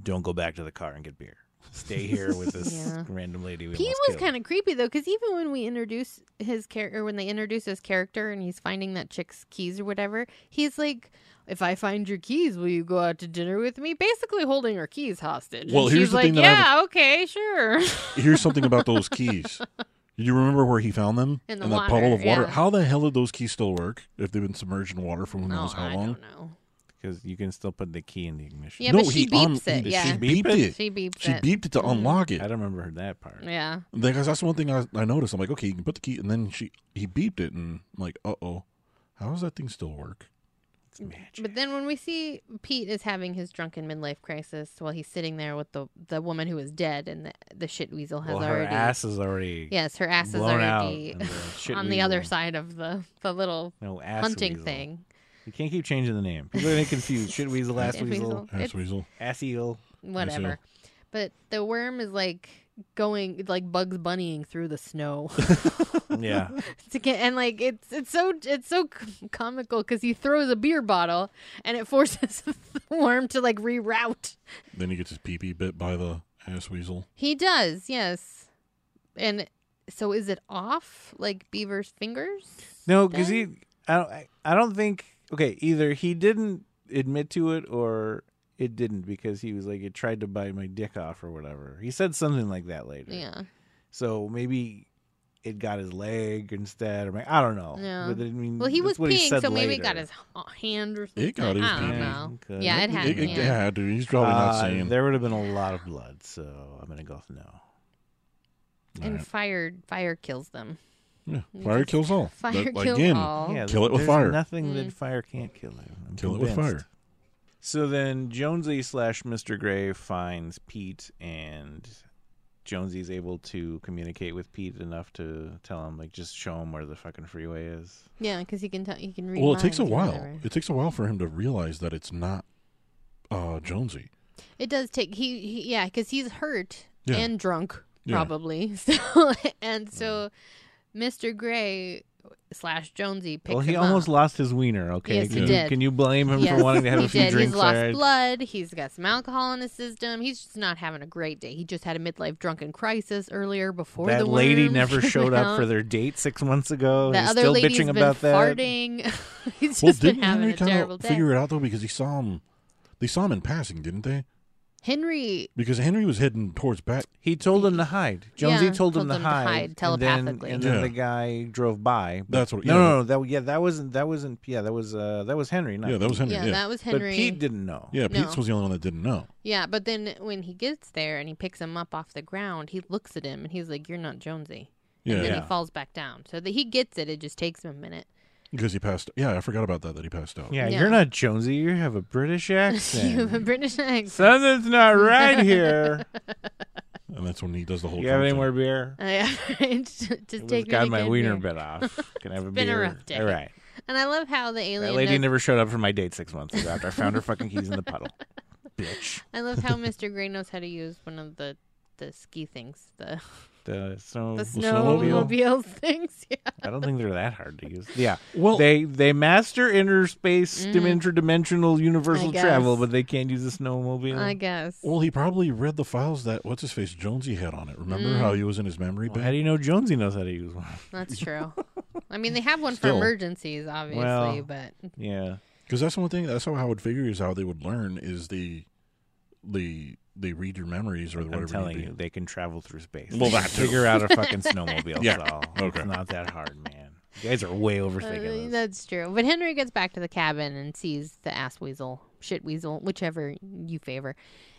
[SPEAKER 1] "Don't go back to the car and get beer. Stay here with this
[SPEAKER 3] Yeah.
[SPEAKER 1] random lady." We
[SPEAKER 3] He
[SPEAKER 1] almost
[SPEAKER 3] was
[SPEAKER 1] killed."
[SPEAKER 3] kind of creepy though, because even when we introduce his character, when they introduce his character, and he's finding that chick's keys or whatever, he's like, "If I find your keys, will you go out to dinner with me?" Basically, holding her keys hostage.
[SPEAKER 2] Well,
[SPEAKER 3] and
[SPEAKER 2] here's
[SPEAKER 3] she's
[SPEAKER 2] the
[SPEAKER 3] like,
[SPEAKER 2] thing that I
[SPEAKER 3] "Yeah, okay, sure."
[SPEAKER 2] Here's something about those keys. Do you remember where he found them?
[SPEAKER 3] In the
[SPEAKER 2] that puddle
[SPEAKER 3] water,
[SPEAKER 2] of water.
[SPEAKER 3] yeah. Oh,
[SPEAKER 2] How the hell did those keys still work if they've been submerged in water for who knows how
[SPEAKER 3] I
[SPEAKER 2] long?
[SPEAKER 3] don't know.
[SPEAKER 1] because you can still put the key in the ignition.
[SPEAKER 3] Yeah,
[SPEAKER 2] no,
[SPEAKER 3] but
[SPEAKER 2] he
[SPEAKER 3] she beeps
[SPEAKER 2] un-
[SPEAKER 3] it.
[SPEAKER 2] he-
[SPEAKER 3] Yeah,
[SPEAKER 2] She beeped it.
[SPEAKER 3] she beeps
[SPEAKER 2] She
[SPEAKER 3] it.
[SPEAKER 2] beeped it to unlock
[SPEAKER 1] Mm. I
[SPEAKER 2] it.
[SPEAKER 1] don't remember that part.
[SPEAKER 3] yeah,
[SPEAKER 2] Because that's one thing I, I noticed. I'm like, okay, you can put the key, and then she he beeped it, and I'm like, uh oh, how does that thing still work?
[SPEAKER 1] It's magic.
[SPEAKER 3] but then when we see Pete is having his drunken midlife crisis while he's sitting there with the the woman who is dead, and the, the shit weasel has
[SPEAKER 1] well, her
[SPEAKER 3] already
[SPEAKER 1] ass is already
[SPEAKER 3] Yes, her ass is
[SPEAKER 1] blown
[SPEAKER 3] already
[SPEAKER 1] out and the shit
[SPEAKER 3] on the other
[SPEAKER 1] weasel-
[SPEAKER 3] side of the, the little
[SPEAKER 1] No ass
[SPEAKER 3] hunting
[SPEAKER 1] weasel.
[SPEAKER 3] thing.
[SPEAKER 1] You can't keep changing the name. People are gonna get confused. Shit weasel, ass
[SPEAKER 3] Shit
[SPEAKER 1] weasel,
[SPEAKER 3] weasel.
[SPEAKER 2] Ass
[SPEAKER 3] It's-
[SPEAKER 2] weasel.
[SPEAKER 1] ass eel.
[SPEAKER 3] Whatever. But the worm is like going like bugs bunnying through the snow
[SPEAKER 1] Yeah,
[SPEAKER 3] to get and like it's it's so it's so com- comical because he throws a beer bottle and it forces the worm to like reroute
[SPEAKER 2] Then he gets his pee pee bit by the ass weasel.
[SPEAKER 3] he does yes and so is it off like beaver's fingers
[SPEAKER 1] no, because he. I don't. I- I don't think. Okay, either he didn't admit to it or it didn't because he was like it tried to bite my dick off or whatever. He said something like that later.
[SPEAKER 3] yeah
[SPEAKER 1] So maybe it got his leg instead, or may- I don't know.
[SPEAKER 3] Yeah.
[SPEAKER 1] But I mean,
[SPEAKER 3] well he
[SPEAKER 1] Mm, that's
[SPEAKER 3] was
[SPEAKER 1] what
[SPEAKER 3] peeing
[SPEAKER 1] said
[SPEAKER 3] so maybe it got
[SPEAKER 1] later.
[SPEAKER 3] his h- hand or something
[SPEAKER 2] It got his
[SPEAKER 3] i don't
[SPEAKER 2] pee.
[SPEAKER 3] know
[SPEAKER 1] Could-
[SPEAKER 3] yeah it
[SPEAKER 1] maybe
[SPEAKER 3] had
[SPEAKER 2] It, it,
[SPEAKER 3] yeah.
[SPEAKER 2] yeah, dude, he's probably not
[SPEAKER 1] Uh,
[SPEAKER 2] saying.
[SPEAKER 1] There would have been a lot of blood, so I'm gonna go with no.
[SPEAKER 2] All
[SPEAKER 3] and
[SPEAKER 2] right.
[SPEAKER 3] fire fire kills them.
[SPEAKER 2] Yeah. Fire
[SPEAKER 3] just-
[SPEAKER 2] kills all.
[SPEAKER 3] Fire
[SPEAKER 2] That-
[SPEAKER 3] kills
[SPEAKER 2] again,
[SPEAKER 3] all.
[SPEAKER 1] Yeah,
[SPEAKER 2] Kill it with
[SPEAKER 1] there's
[SPEAKER 2] fire.
[SPEAKER 1] Nothing
[SPEAKER 3] Mm.
[SPEAKER 1] that fire can't kill. Him. I'm
[SPEAKER 2] Kill it with
[SPEAKER 1] convinced.
[SPEAKER 2] fire.
[SPEAKER 1] So then Jonesy slash Mr. Gray finds Pete, and Jonesy's able to communicate with Pete enough to tell him, like, just show him where the fucking freeway is.
[SPEAKER 3] Yeah, because he can tell he can read.
[SPEAKER 2] Well, it takes a
[SPEAKER 3] minds or
[SPEAKER 2] while.
[SPEAKER 3] whatever.
[SPEAKER 2] It takes a while for him to realize that it's not uh, Jonesy.
[SPEAKER 3] It does take he, he yeah because he's hurt
[SPEAKER 2] Yeah.
[SPEAKER 3] and drunk
[SPEAKER 2] Yeah.
[SPEAKER 3] probably. So and so, Mr. Gray slash Jonesy picks
[SPEAKER 1] Mm. well, he
[SPEAKER 3] him
[SPEAKER 1] almost
[SPEAKER 3] up.
[SPEAKER 1] lost his wiener. Okay,
[SPEAKER 3] Yes, he
[SPEAKER 1] can, you-
[SPEAKER 3] did.
[SPEAKER 1] can you blame him
[SPEAKER 3] Yes,
[SPEAKER 1] for wanting to have
[SPEAKER 3] he
[SPEAKER 1] a few
[SPEAKER 3] did.
[SPEAKER 1] drinks?
[SPEAKER 3] He's lost
[SPEAKER 1] all right?
[SPEAKER 3] blood. He's got some alcohol in his system. He's just not having a great day. He just had a midlife drunken crisis earlier before
[SPEAKER 1] That
[SPEAKER 3] the
[SPEAKER 1] lady
[SPEAKER 3] worm
[SPEAKER 1] never
[SPEAKER 3] came
[SPEAKER 1] showed
[SPEAKER 3] out.
[SPEAKER 1] up for their date six months ago.
[SPEAKER 3] The
[SPEAKER 1] He's
[SPEAKER 3] other
[SPEAKER 1] still
[SPEAKER 3] lady's
[SPEAKER 1] bitching
[SPEAKER 3] been
[SPEAKER 1] about that.
[SPEAKER 3] farting. he's
[SPEAKER 2] well,
[SPEAKER 3] just been
[SPEAKER 2] didn't
[SPEAKER 3] having
[SPEAKER 2] Henry
[SPEAKER 3] a
[SPEAKER 2] kind
[SPEAKER 3] terrible
[SPEAKER 2] of
[SPEAKER 3] day.
[SPEAKER 2] figure it out though because he saw him. They saw him in passing, didn't they?
[SPEAKER 3] Henry
[SPEAKER 2] Because Henry was heading towards back.
[SPEAKER 1] He told him to hide. Jonesy
[SPEAKER 3] Yeah,
[SPEAKER 1] told, him,
[SPEAKER 3] told
[SPEAKER 1] to
[SPEAKER 3] him to
[SPEAKER 1] hide,
[SPEAKER 3] hide telepathically.
[SPEAKER 1] And then, and then
[SPEAKER 2] Yeah.
[SPEAKER 1] the guy drove by. but-
[SPEAKER 2] That's what-
[SPEAKER 1] No,
[SPEAKER 2] yeah.
[SPEAKER 1] no, no. That yeah, that wasn't that wasn't yeah, that was uh that was Henry. Not
[SPEAKER 2] Yeah, that was Henry.
[SPEAKER 3] Yeah,
[SPEAKER 2] Yeah,
[SPEAKER 3] that was Henry.
[SPEAKER 1] But Pete didn't know.
[SPEAKER 2] yeah.
[SPEAKER 3] No.
[SPEAKER 2] Pete's was the only one that didn't know.
[SPEAKER 3] Yeah, but then when he gets there and he picks him up off the ground, he looks at him and he's like, "You're not Jonesy," and then
[SPEAKER 2] Yeah,
[SPEAKER 1] Yeah.
[SPEAKER 3] he falls back down. So that he gets it. It just takes him a minute.
[SPEAKER 2] because he passed. Yeah, I forgot about that. That he passed out.
[SPEAKER 1] Yeah,
[SPEAKER 3] Yeah.
[SPEAKER 1] you're not Jonesy. You have a British
[SPEAKER 3] You have a
[SPEAKER 1] accent.
[SPEAKER 3] British accent.
[SPEAKER 1] Something's not right here.
[SPEAKER 2] and that's when he does the whole.
[SPEAKER 1] you have
[SPEAKER 2] drunk
[SPEAKER 1] any
[SPEAKER 2] thing.
[SPEAKER 1] more beer?
[SPEAKER 3] I- just
[SPEAKER 1] Well,
[SPEAKER 3] take me
[SPEAKER 1] got
[SPEAKER 3] to
[SPEAKER 1] my
[SPEAKER 3] good
[SPEAKER 1] wiener
[SPEAKER 3] beer.
[SPEAKER 1] bit off. Can I have a
[SPEAKER 3] been a
[SPEAKER 1] beer?
[SPEAKER 3] rough day.
[SPEAKER 1] All right.
[SPEAKER 3] And I love how the alien.
[SPEAKER 1] That lady
[SPEAKER 3] knows-
[SPEAKER 1] never showed up for my date six months ago after I found her fucking keys in the puddle. Bitch.
[SPEAKER 3] I love how Mr. Gray knows how to use one of the the ski things, the
[SPEAKER 1] The snow.
[SPEAKER 3] the
[SPEAKER 2] snowmobile?
[SPEAKER 3] snowmobile things. Yeah.
[SPEAKER 1] I don't think they're that hard to use. Mm. Yeah.
[SPEAKER 2] Well,
[SPEAKER 1] they they master interspace dim-
[SPEAKER 3] Mhm.
[SPEAKER 1] interdimensional universal
[SPEAKER 3] I guess.
[SPEAKER 1] travel, but they can't use a snowmobile.
[SPEAKER 3] I guess.
[SPEAKER 1] Oh.
[SPEAKER 2] well, he probably read the files that what's his face Jonesy had on it. Remember
[SPEAKER 3] Mm.
[SPEAKER 2] how he was in his memory
[SPEAKER 1] Well,
[SPEAKER 2] bank?
[SPEAKER 1] how do you know Jonesy knows how to use one?
[SPEAKER 3] That's true. I mean, they have one
[SPEAKER 2] Still.
[SPEAKER 3] for emergencies, obviously,
[SPEAKER 1] Well,
[SPEAKER 3] but
[SPEAKER 1] Yeah,
[SPEAKER 2] Because that's one thing. That's how I would figure is how they would learn is the the they read your memories or whatever.
[SPEAKER 1] I'm
[SPEAKER 2] it may
[SPEAKER 1] telling
[SPEAKER 2] be.
[SPEAKER 1] you, they can travel through space.
[SPEAKER 2] Well, that too.
[SPEAKER 1] figure out a fucking snowmobile.
[SPEAKER 2] Yeah.
[SPEAKER 1] yeah. all.
[SPEAKER 2] Okay.
[SPEAKER 1] It's not that hard, man. You guys are way overthinking
[SPEAKER 3] Uh,
[SPEAKER 1] this.
[SPEAKER 3] that's true. But Henry gets back to the cabin and sees the ass weasel, shit weasel, whichever you favor,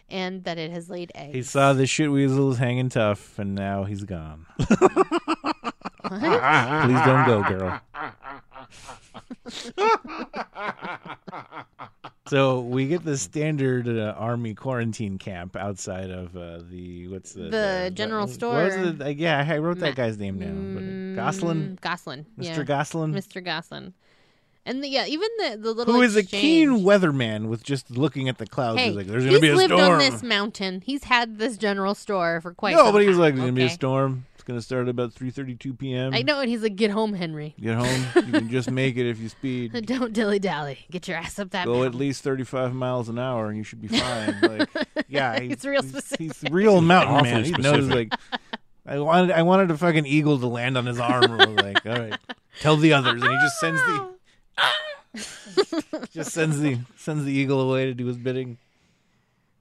[SPEAKER 3] and that it has laid eggs.
[SPEAKER 1] He saw the shit weasels hanging tough, and now he's gone. Please don't go, girl. so we get the standard uh, army quarantine camp outside of uh, the what's the
[SPEAKER 3] The general
[SPEAKER 1] what was
[SPEAKER 3] store.
[SPEAKER 1] it? Uh, yeah, I wrote that
[SPEAKER 3] Ma-
[SPEAKER 1] guy's name down. But, Goslin,
[SPEAKER 3] Mm, Goslin.
[SPEAKER 1] Mr.
[SPEAKER 3] yeah.
[SPEAKER 1] Goslin,
[SPEAKER 3] Mr. Goslin. And the, yeah, even the the little
[SPEAKER 1] who is a
[SPEAKER 3] exchange-
[SPEAKER 1] keen weatherman with just looking at the clouds.
[SPEAKER 3] Hey,
[SPEAKER 1] he's like, "There's gonna
[SPEAKER 3] he's
[SPEAKER 1] be a
[SPEAKER 3] lived
[SPEAKER 1] storm."
[SPEAKER 3] on this mountain. He's had this general store for quite.
[SPEAKER 1] no,
[SPEAKER 3] some
[SPEAKER 1] but he's
[SPEAKER 3] time.
[SPEAKER 1] like, "There's gonna be a
[SPEAKER 3] Okay.
[SPEAKER 1] storm. It's gonna start at about 3:32 p.m."
[SPEAKER 3] I know, and he's like, "Get home, Henry.
[SPEAKER 1] Get home. you can just make it if you speed.
[SPEAKER 3] Don't dilly dally. Get your ass up that
[SPEAKER 1] go at
[SPEAKER 3] mountain."
[SPEAKER 1] least 35 miles an hour and you should be fine like yeah he-
[SPEAKER 3] It's real
[SPEAKER 1] he's,
[SPEAKER 3] specific.
[SPEAKER 1] he's real mountain
[SPEAKER 2] Awfully
[SPEAKER 1] man he knows
[SPEAKER 2] specific.
[SPEAKER 1] like i wanted i wanted a fucking eagle to land on his arm I was like all right tell the others and he just sends the just sends the sends the eagle away to do his bidding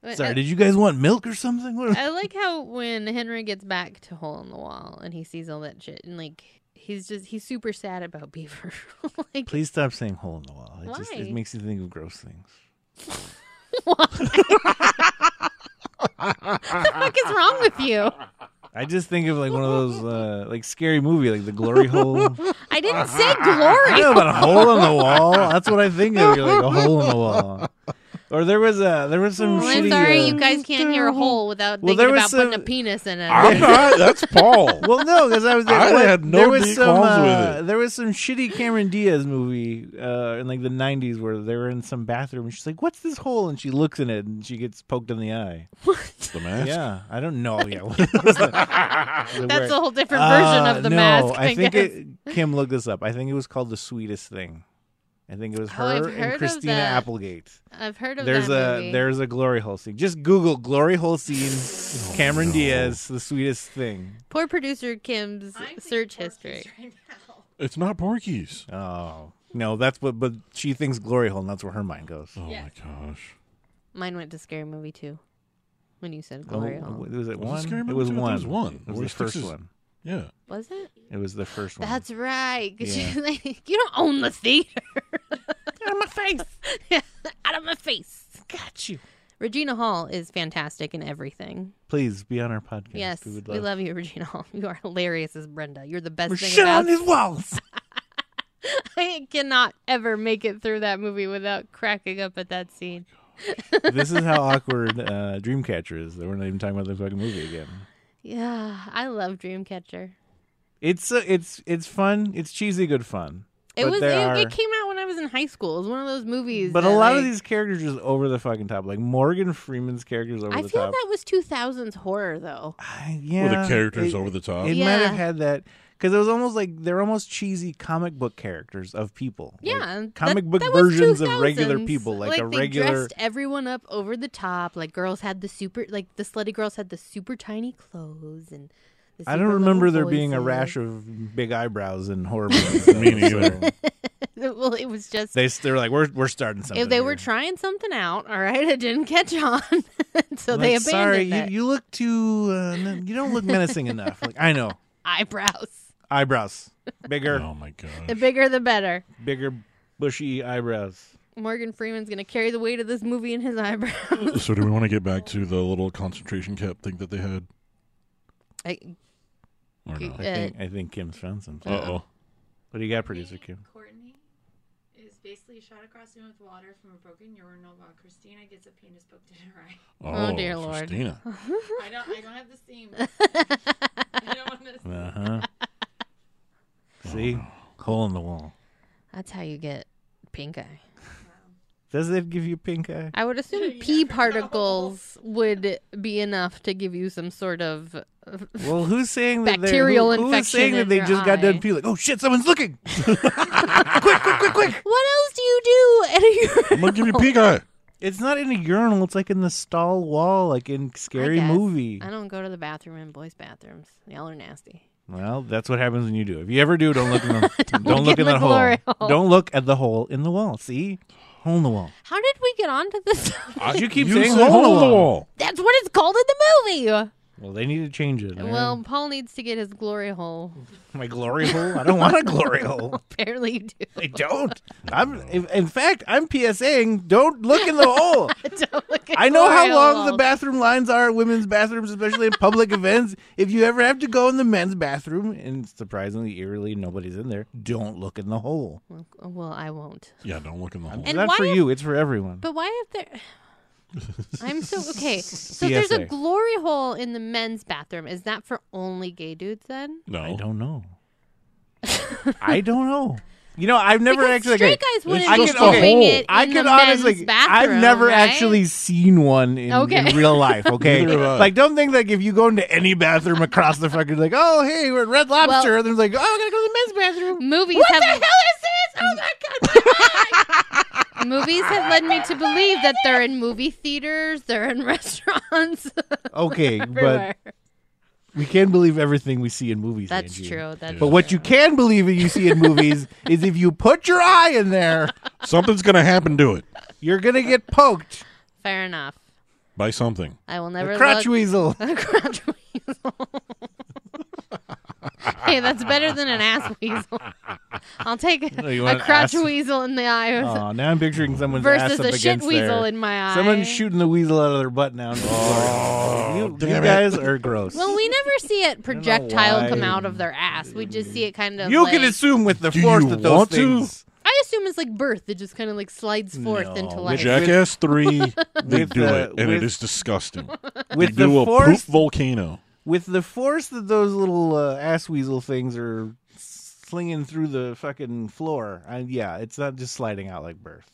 [SPEAKER 3] But uh,
[SPEAKER 1] sorry
[SPEAKER 3] I-
[SPEAKER 1] did you guys want milk or something What-
[SPEAKER 3] I like how when Henry gets back to Hole in the Wall and he sees all that shit and like he's just he's super sad about Beaver. like
[SPEAKER 1] please stop saying hole in the wall it just
[SPEAKER 3] Why?
[SPEAKER 1] it makes you think of gross things
[SPEAKER 3] what the fuck is wrong with you?
[SPEAKER 1] i just think of like one of those uh like scary movie like the glory hole
[SPEAKER 3] I didn't say
[SPEAKER 1] I
[SPEAKER 3] glory.
[SPEAKER 1] know about a hole in the wall. That's what I think of. You're like a hole in the wall. Or there was a there was some.
[SPEAKER 3] Well, I'm
[SPEAKER 1] shitty,
[SPEAKER 3] sorry
[SPEAKER 1] uh,
[SPEAKER 3] you guys can't hear a hole without
[SPEAKER 1] Well, there
[SPEAKER 3] thinking
[SPEAKER 1] was
[SPEAKER 3] about putting a
[SPEAKER 1] some-
[SPEAKER 3] penis in it.
[SPEAKER 2] I'm not. That's Paul.
[SPEAKER 1] Well, no, because I was.
[SPEAKER 2] I
[SPEAKER 1] what-
[SPEAKER 2] had no
[SPEAKER 1] there was
[SPEAKER 2] deep
[SPEAKER 1] some,
[SPEAKER 2] qualms with
[SPEAKER 1] uh,
[SPEAKER 2] it.
[SPEAKER 1] There was some shitty Cameron Diaz movie uh, in like the '90s where they were in some bathroom and she's like, "What's this hole?" and she looks in it and she gets poked in the eye.
[SPEAKER 2] the mask.
[SPEAKER 1] Yeah, I don't know. Yeah, what was that?
[SPEAKER 3] That's a whole different version
[SPEAKER 1] Uh,
[SPEAKER 3] of the
[SPEAKER 1] no,
[SPEAKER 3] mask. I,
[SPEAKER 1] I think
[SPEAKER 3] guess.
[SPEAKER 1] it. Kim looked this up. I think it was called the sweetest thing. I think it was
[SPEAKER 3] Oh, I've
[SPEAKER 1] her
[SPEAKER 3] heard of
[SPEAKER 1] and Christina
[SPEAKER 3] that.
[SPEAKER 1] Applegate.
[SPEAKER 3] I've heard of
[SPEAKER 1] There's
[SPEAKER 3] that
[SPEAKER 1] a
[SPEAKER 3] movie.
[SPEAKER 1] there's a glory hole scene. Just Google glory hole
[SPEAKER 2] Oh,
[SPEAKER 1] scene. Cameron Diaz, the sweetest thing.
[SPEAKER 3] Poor producer Kim's search history.
[SPEAKER 2] It's not Porky's.
[SPEAKER 1] Oh no, that's what. But she thinks glory hole, and that's where her mind goes.
[SPEAKER 2] Oh my gosh.
[SPEAKER 3] Mine went to scary movie too. When you said
[SPEAKER 1] Oh,
[SPEAKER 3] glory, hole.
[SPEAKER 1] was it
[SPEAKER 2] Was it
[SPEAKER 1] one?
[SPEAKER 2] Scary
[SPEAKER 1] It
[SPEAKER 2] Movie
[SPEAKER 1] was
[SPEAKER 2] two? I thought
[SPEAKER 1] one.
[SPEAKER 2] it was one.
[SPEAKER 1] It was
[SPEAKER 2] Where
[SPEAKER 1] the
[SPEAKER 2] he sticks
[SPEAKER 1] first
[SPEAKER 2] his-
[SPEAKER 1] one.
[SPEAKER 2] Yeah.
[SPEAKER 3] was it?
[SPEAKER 1] It was the first one.
[SPEAKER 3] That's right. 'cause
[SPEAKER 1] Yeah.
[SPEAKER 3] she's like, you don't own the theater. Out of my face. Out of my face.
[SPEAKER 1] got you.
[SPEAKER 3] Regina Hall is fantastic in everything.
[SPEAKER 1] Please be on our podcast.
[SPEAKER 3] Yes,
[SPEAKER 1] we
[SPEAKER 3] we love,
[SPEAKER 1] would love.
[SPEAKER 3] you, Regina Hall. You are hilarious as Brenda. You're the best
[SPEAKER 1] We're
[SPEAKER 3] thing
[SPEAKER 1] shit
[SPEAKER 3] about
[SPEAKER 1] on his walls.
[SPEAKER 3] I cannot ever make it through that movie without cracking up at that scene.
[SPEAKER 1] this is how awkward uh, Dreamcatcher is. That we're not even talking about the fucking movie again.
[SPEAKER 3] Yeah, I love Dreamcatcher.
[SPEAKER 1] It's uh, it's it's fun. It's cheesy, good fun.
[SPEAKER 3] It
[SPEAKER 1] But
[SPEAKER 3] was it,
[SPEAKER 1] there are...
[SPEAKER 3] it came out when I was in high school. It was one of those movies.
[SPEAKER 1] But a
[SPEAKER 3] that,
[SPEAKER 1] lot of
[SPEAKER 3] like-
[SPEAKER 1] these characters just over the fucking top. Like Morgan Freeman's characters over
[SPEAKER 3] I
[SPEAKER 1] the
[SPEAKER 3] feel
[SPEAKER 1] top.
[SPEAKER 3] that was 2000s horror though.
[SPEAKER 1] I- yeah,
[SPEAKER 2] Were the characters
[SPEAKER 1] it,
[SPEAKER 2] over the top?
[SPEAKER 1] It might
[SPEAKER 3] Yeah.
[SPEAKER 1] have had that because it was almost like they're almost cheesy comic book characters of people. Like,
[SPEAKER 3] Yeah, that-
[SPEAKER 1] comic book
[SPEAKER 3] that was
[SPEAKER 1] versions of regular
[SPEAKER 3] 2000s.
[SPEAKER 1] people, like, a
[SPEAKER 3] they
[SPEAKER 1] regular.
[SPEAKER 3] dressed everyone up over the top. Like girls had the super, like the slutty girls had the super tiny clothes and. The
[SPEAKER 1] I
[SPEAKER 3] super
[SPEAKER 1] don't remember
[SPEAKER 3] little
[SPEAKER 1] there being a
[SPEAKER 3] voices.
[SPEAKER 1] rash of big eyebrows and horror movies. though,
[SPEAKER 2] Me neither.
[SPEAKER 1] so
[SPEAKER 3] well, it was just
[SPEAKER 1] They they're like we're we're starting something.
[SPEAKER 3] if they were
[SPEAKER 1] here."
[SPEAKER 3] trying something out. All right, it didn't catch on, so they
[SPEAKER 1] Like,
[SPEAKER 3] abandoned
[SPEAKER 1] Sorry,
[SPEAKER 3] that.
[SPEAKER 1] you you look too. Uh, n- you don't look menacing enough. Like I know
[SPEAKER 3] eyebrows.
[SPEAKER 1] eyebrows bigger,
[SPEAKER 2] Oh my
[SPEAKER 3] The
[SPEAKER 2] gosh.
[SPEAKER 3] bigger, the better.
[SPEAKER 1] bigger, bushy eyebrows.
[SPEAKER 3] Morgan Freeman's gonna carry the weight of this movie in his eyebrows.
[SPEAKER 2] So do we want to get back to the little concentration camp thing that they had?
[SPEAKER 3] I,
[SPEAKER 2] Or
[SPEAKER 3] Y-
[SPEAKER 2] no?
[SPEAKER 1] I
[SPEAKER 3] Uh,
[SPEAKER 1] think I think Kim's found something.
[SPEAKER 2] Uh oh.
[SPEAKER 1] What do you got, producer Kim?
[SPEAKER 5] Courtney is basically shot across the room with water from a broken urinal while Christina gets a penis poked in her eye.
[SPEAKER 3] Oh, dear Lord.
[SPEAKER 2] Christina.
[SPEAKER 5] I don't I don't have the theme. I don't want to
[SPEAKER 1] Uh huh. See, hole in the wall.
[SPEAKER 3] that's how you get pink eye.
[SPEAKER 1] Does that give you pink eye?
[SPEAKER 3] I would assume pee particles would be enough to give you some sort of.
[SPEAKER 1] Well, who's saying that they're-
[SPEAKER 3] Bacterial
[SPEAKER 1] who, who's
[SPEAKER 3] infection
[SPEAKER 1] saying
[SPEAKER 3] in
[SPEAKER 1] that they
[SPEAKER 3] your
[SPEAKER 1] just got
[SPEAKER 3] eye.
[SPEAKER 1] done peeling? Oh shit! Someone's looking. quick, quick, quick, quick!
[SPEAKER 3] What else do you do at a
[SPEAKER 2] I'm gonna give you pink eye.
[SPEAKER 1] It's not in a urinal. It's like in the stall wall, like in scary
[SPEAKER 3] guess.
[SPEAKER 1] movie.
[SPEAKER 3] I don't go to the bathroom in boys' bathrooms. Y'all are nasty.
[SPEAKER 1] Well, that's what happens when you do. it. If you ever do, don't look in the don't, look
[SPEAKER 3] look in
[SPEAKER 1] in
[SPEAKER 3] the
[SPEAKER 1] that
[SPEAKER 3] glory
[SPEAKER 1] hole.
[SPEAKER 3] hole.
[SPEAKER 1] Don't look at the hole in the wall. See, Hole in the wall.
[SPEAKER 3] How did we get onto this?
[SPEAKER 2] I-
[SPEAKER 1] You keep
[SPEAKER 2] said
[SPEAKER 1] saying hole in the wall.
[SPEAKER 3] That's what it's called in the movie.
[SPEAKER 1] Well, they need to change it. man.
[SPEAKER 3] Well, Paul needs to get his glory hole.
[SPEAKER 1] my glory hole. I don't want a glory hole.
[SPEAKER 3] Apparently, you do.
[SPEAKER 1] I don't. I'm. In in fact, I'm PSAing. Don't look in the hole.
[SPEAKER 3] Don't look at
[SPEAKER 1] I know how
[SPEAKER 3] glory
[SPEAKER 1] long the
[SPEAKER 3] hole.
[SPEAKER 1] bathroom lines are at women's bathrooms, especially in public events. If you ever have to go in the men's bathroom, and surprisingly, eerily, nobody's in there, don't look in the hole.
[SPEAKER 3] Well, I won't.
[SPEAKER 2] Yeah, don't look in the hole.
[SPEAKER 1] it's
[SPEAKER 3] And
[SPEAKER 1] not
[SPEAKER 3] why
[SPEAKER 1] for
[SPEAKER 3] if-
[SPEAKER 1] you, it's for everyone.
[SPEAKER 3] But why if there? I'm so okay. So there's
[SPEAKER 1] PSA.
[SPEAKER 3] a glory hole in the men's bathroom. Is that for only gay dudes then?
[SPEAKER 2] No,
[SPEAKER 1] I don't know. I don't know. You know, I've never
[SPEAKER 3] Because
[SPEAKER 1] actually.
[SPEAKER 3] straight
[SPEAKER 1] okay,
[SPEAKER 3] guys wouldn't
[SPEAKER 2] I
[SPEAKER 3] be
[SPEAKER 2] can- okay.
[SPEAKER 3] doing it in
[SPEAKER 1] I
[SPEAKER 3] the
[SPEAKER 1] can
[SPEAKER 3] men's
[SPEAKER 1] honestly,
[SPEAKER 3] bathroom.
[SPEAKER 1] I've never
[SPEAKER 3] right?
[SPEAKER 1] actually seen one in,
[SPEAKER 3] Okay.
[SPEAKER 1] in real life. Okay,
[SPEAKER 2] Neither have I.
[SPEAKER 1] like don't think like if you go into any bathroom across the fucking like, oh hey, we're at Red Lobster,
[SPEAKER 3] Well-
[SPEAKER 1] and there's like, oh, I gotta go to the men's bathroom.
[SPEAKER 3] Movies have,
[SPEAKER 1] Oh
[SPEAKER 3] movies have led me to believe that they're in movie theaters, they're in restaurants,
[SPEAKER 1] Okay, but
[SPEAKER 3] everywhere.
[SPEAKER 1] we can't believe everything we see in movies.
[SPEAKER 3] That's
[SPEAKER 1] Angie.
[SPEAKER 3] true. That's
[SPEAKER 1] But what you can believe that you see in movies is if you put your eye in there,
[SPEAKER 2] something's gonna happen to it
[SPEAKER 1] you're gonna get poked.
[SPEAKER 3] fair enough.
[SPEAKER 2] by something.
[SPEAKER 3] I will
[SPEAKER 1] A
[SPEAKER 3] never
[SPEAKER 1] crotch
[SPEAKER 3] look.
[SPEAKER 1] weasel.
[SPEAKER 3] a crotch weasel. hey, that's better than an ass weasel. I'll take a,
[SPEAKER 1] Oh, you
[SPEAKER 3] a
[SPEAKER 1] want an
[SPEAKER 3] crotch
[SPEAKER 1] ass-
[SPEAKER 3] weasel in the eye
[SPEAKER 1] Oh, now I'm picturing someone's ass
[SPEAKER 3] versus
[SPEAKER 1] up
[SPEAKER 3] a
[SPEAKER 1] against
[SPEAKER 3] shit weasel
[SPEAKER 1] there.
[SPEAKER 3] in my eye.
[SPEAKER 1] Someone's shooting the weasel out of their butt now. Oh, you, you
[SPEAKER 2] damn it.
[SPEAKER 1] guys are gross.
[SPEAKER 3] Well, we never see it projectile
[SPEAKER 1] why.
[SPEAKER 3] come out of their ass. We just see it kind of.
[SPEAKER 1] you
[SPEAKER 3] like,
[SPEAKER 1] can assume with the
[SPEAKER 2] Do
[SPEAKER 1] force
[SPEAKER 2] you
[SPEAKER 1] that those
[SPEAKER 2] want to?
[SPEAKER 1] things.
[SPEAKER 3] I assume it's like birth. It just kind of like slides forth
[SPEAKER 1] No.
[SPEAKER 3] into
[SPEAKER 1] With
[SPEAKER 3] life.
[SPEAKER 2] Jackass three, they
[SPEAKER 1] With
[SPEAKER 2] do
[SPEAKER 1] the-
[SPEAKER 2] it, and
[SPEAKER 1] with-
[SPEAKER 2] it is disgusting.
[SPEAKER 1] With
[SPEAKER 2] they
[SPEAKER 1] the
[SPEAKER 2] do a poop
[SPEAKER 1] force,
[SPEAKER 2] volcano.
[SPEAKER 1] with the force that those little uh, ass weasel things are slinging through the fucking floor. I, yeah, it's not just sliding out like birth.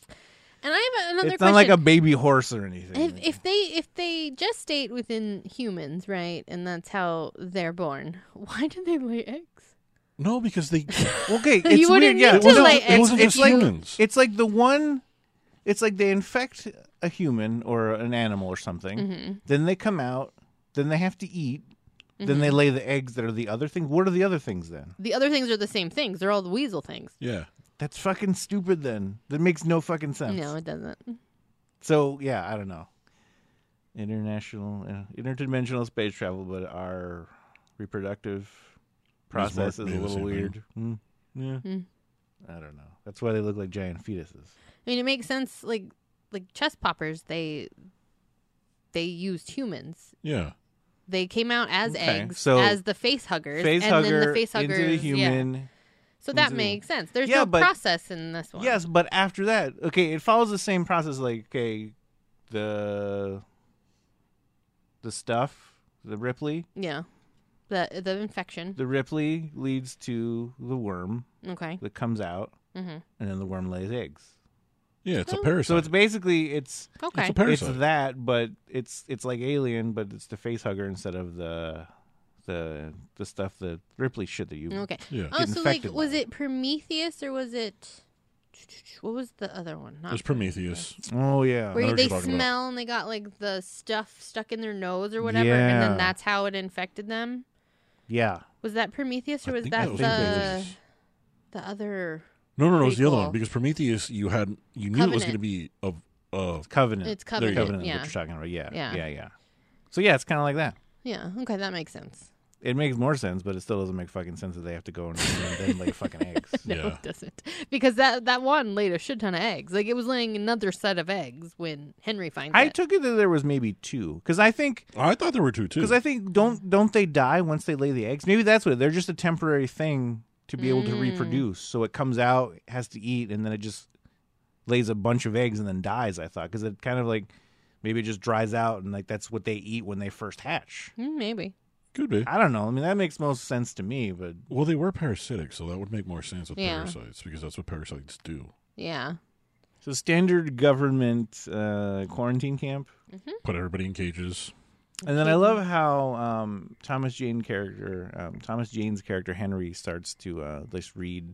[SPEAKER 3] and I have another
[SPEAKER 1] it's
[SPEAKER 3] question.
[SPEAKER 1] not like a baby horse or anything.
[SPEAKER 3] if, if they if they gestate within humans, right, and that's how they're born, why do they lay eggs?
[SPEAKER 2] No, because they
[SPEAKER 1] okay, it's
[SPEAKER 3] you wouldn't
[SPEAKER 1] weird. Yeah,
[SPEAKER 3] need
[SPEAKER 2] it
[SPEAKER 3] to
[SPEAKER 2] wasn't,
[SPEAKER 3] lay
[SPEAKER 2] it wasn't
[SPEAKER 1] it's
[SPEAKER 2] just
[SPEAKER 1] like
[SPEAKER 2] humans.
[SPEAKER 1] it's like the one. It's like they infect a human or an animal or something.
[SPEAKER 3] Mm-hmm.
[SPEAKER 1] Then they come out. Then they have to eat. Then
[SPEAKER 3] Mm-hmm.
[SPEAKER 1] they lay the eggs that are the other things. What are the other things then?
[SPEAKER 3] The other things are the same things. They're all the weasel things.
[SPEAKER 2] yeah,
[SPEAKER 1] That's fucking stupid. Then that makes no fucking sense.
[SPEAKER 3] No, it doesn't.
[SPEAKER 1] So yeah, I don't know. International, uh, interdimensional space travel, but our reproductive process is
[SPEAKER 2] Mark made
[SPEAKER 1] a
[SPEAKER 2] the
[SPEAKER 1] little
[SPEAKER 2] same thing.
[SPEAKER 1] weird. Mm, yeah, I don't know. That's why they look like giant fetuses.
[SPEAKER 3] I mean, it makes sense. Like like chest poppers, they they used humans.
[SPEAKER 2] yeah.
[SPEAKER 3] They came out as
[SPEAKER 1] Okay,
[SPEAKER 3] eggs,
[SPEAKER 1] so
[SPEAKER 3] as the face huggers,
[SPEAKER 1] Face
[SPEAKER 3] and
[SPEAKER 1] hugger
[SPEAKER 3] then the face huggers
[SPEAKER 1] into the
[SPEAKER 3] Yeah.
[SPEAKER 1] human.
[SPEAKER 3] So that
[SPEAKER 1] into-
[SPEAKER 3] makes sense. There's
[SPEAKER 1] Yeah,
[SPEAKER 3] no
[SPEAKER 1] but-
[SPEAKER 3] process in this one.
[SPEAKER 1] Yes, but after that, okay, it follows the same process. Like, okay, the the stuff, the Ripley,
[SPEAKER 3] Yeah. The the infection.
[SPEAKER 1] the Ripley leads to the worm
[SPEAKER 3] Okay.
[SPEAKER 1] that comes out,
[SPEAKER 3] Mhm.
[SPEAKER 1] and then the worm lays eggs.
[SPEAKER 2] Yeah, it's a
[SPEAKER 3] So
[SPEAKER 2] parasite.
[SPEAKER 1] So it's basically it's
[SPEAKER 3] Oh. Okay.
[SPEAKER 2] It's a parasite.
[SPEAKER 1] it's that, but it's it's like Alien, but it's the face hugger instead of the the the stuff the Ripley shit that you.
[SPEAKER 3] okay.
[SPEAKER 2] Yeah.
[SPEAKER 3] Oh, so like,
[SPEAKER 1] infected by
[SPEAKER 3] was
[SPEAKER 1] it.
[SPEAKER 3] it Prometheus or was it? What was the other one? Not
[SPEAKER 2] There's Prometheus.
[SPEAKER 1] Oh yeah.
[SPEAKER 2] I know
[SPEAKER 3] Where
[SPEAKER 2] what
[SPEAKER 3] they
[SPEAKER 2] you're talking about.
[SPEAKER 3] smell and they got like the stuff stuck in their nose or whatever, and
[SPEAKER 1] Yeah.
[SPEAKER 3] then that's how it infected them.
[SPEAKER 1] Yeah.
[SPEAKER 3] Was that Prometheus or
[SPEAKER 2] I
[SPEAKER 3] was
[SPEAKER 2] think
[SPEAKER 3] that
[SPEAKER 2] that was
[SPEAKER 3] the
[SPEAKER 2] Prometheus.
[SPEAKER 3] the other?
[SPEAKER 2] No, no, no. It's the other
[SPEAKER 3] prequel.
[SPEAKER 2] one because Prometheus, you had you knew it
[SPEAKER 3] Covenant.
[SPEAKER 2] was going to be of of
[SPEAKER 1] Covenant.
[SPEAKER 3] It's
[SPEAKER 2] you
[SPEAKER 3] covenant.
[SPEAKER 2] go.
[SPEAKER 1] Covenant. is
[SPEAKER 3] yeah,
[SPEAKER 1] What you're talking about? Yeah.
[SPEAKER 3] Yeah.
[SPEAKER 1] Yeah. Yeah. So yeah, it's kind of like that.
[SPEAKER 3] yeah. Okay, that makes sense.
[SPEAKER 1] It makes more sense, but it still doesn't make fucking sense that they have to go and, and then lay fucking eggs.
[SPEAKER 3] No,
[SPEAKER 2] Yeah.
[SPEAKER 3] it doesn't because that that one laid a shit ton of eggs. Like it was laying another set of eggs when Henry finds
[SPEAKER 1] I
[SPEAKER 3] it.
[SPEAKER 1] took it that there was maybe two, because I think
[SPEAKER 2] I thought there were two too.
[SPEAKER 1] because I think don't don't they die once they lay the eggs? Maybe that's what it- they're just a temporary thing to be able
[SPEAKER 3] Mm.
[SPEAKER 1] to reproduce. So it comes out, has to eat, and then it just lays a bunch of eggs and then dies. I thought because it kind of like maybe it just dries out and like that's what they eat when they first hatch.
[SPEAKER 3] Mm, maybe.
[SPEAKER 2] Could be.
[SPEAKER 1] I don't know. I mean that makes most sense to me, but
[SPEAKER 2] Well, they were parasitic, so that would make more sense with
[SPEAKER 3] Yeah.
[SPEAKER 2] parasites because that's what parasites do.
[SPEAKER 3] Yeah.
[SPEAKER 1] so standard government uh, quarantine camp.
[SPEAKER 3] Mm-hmm.
[SPEAKER 2] Put everybody in cages.
[SPEAKER 1] And then I love how um, Thomas Jane character um, Thomas Jane's character Henry starts to uh, just read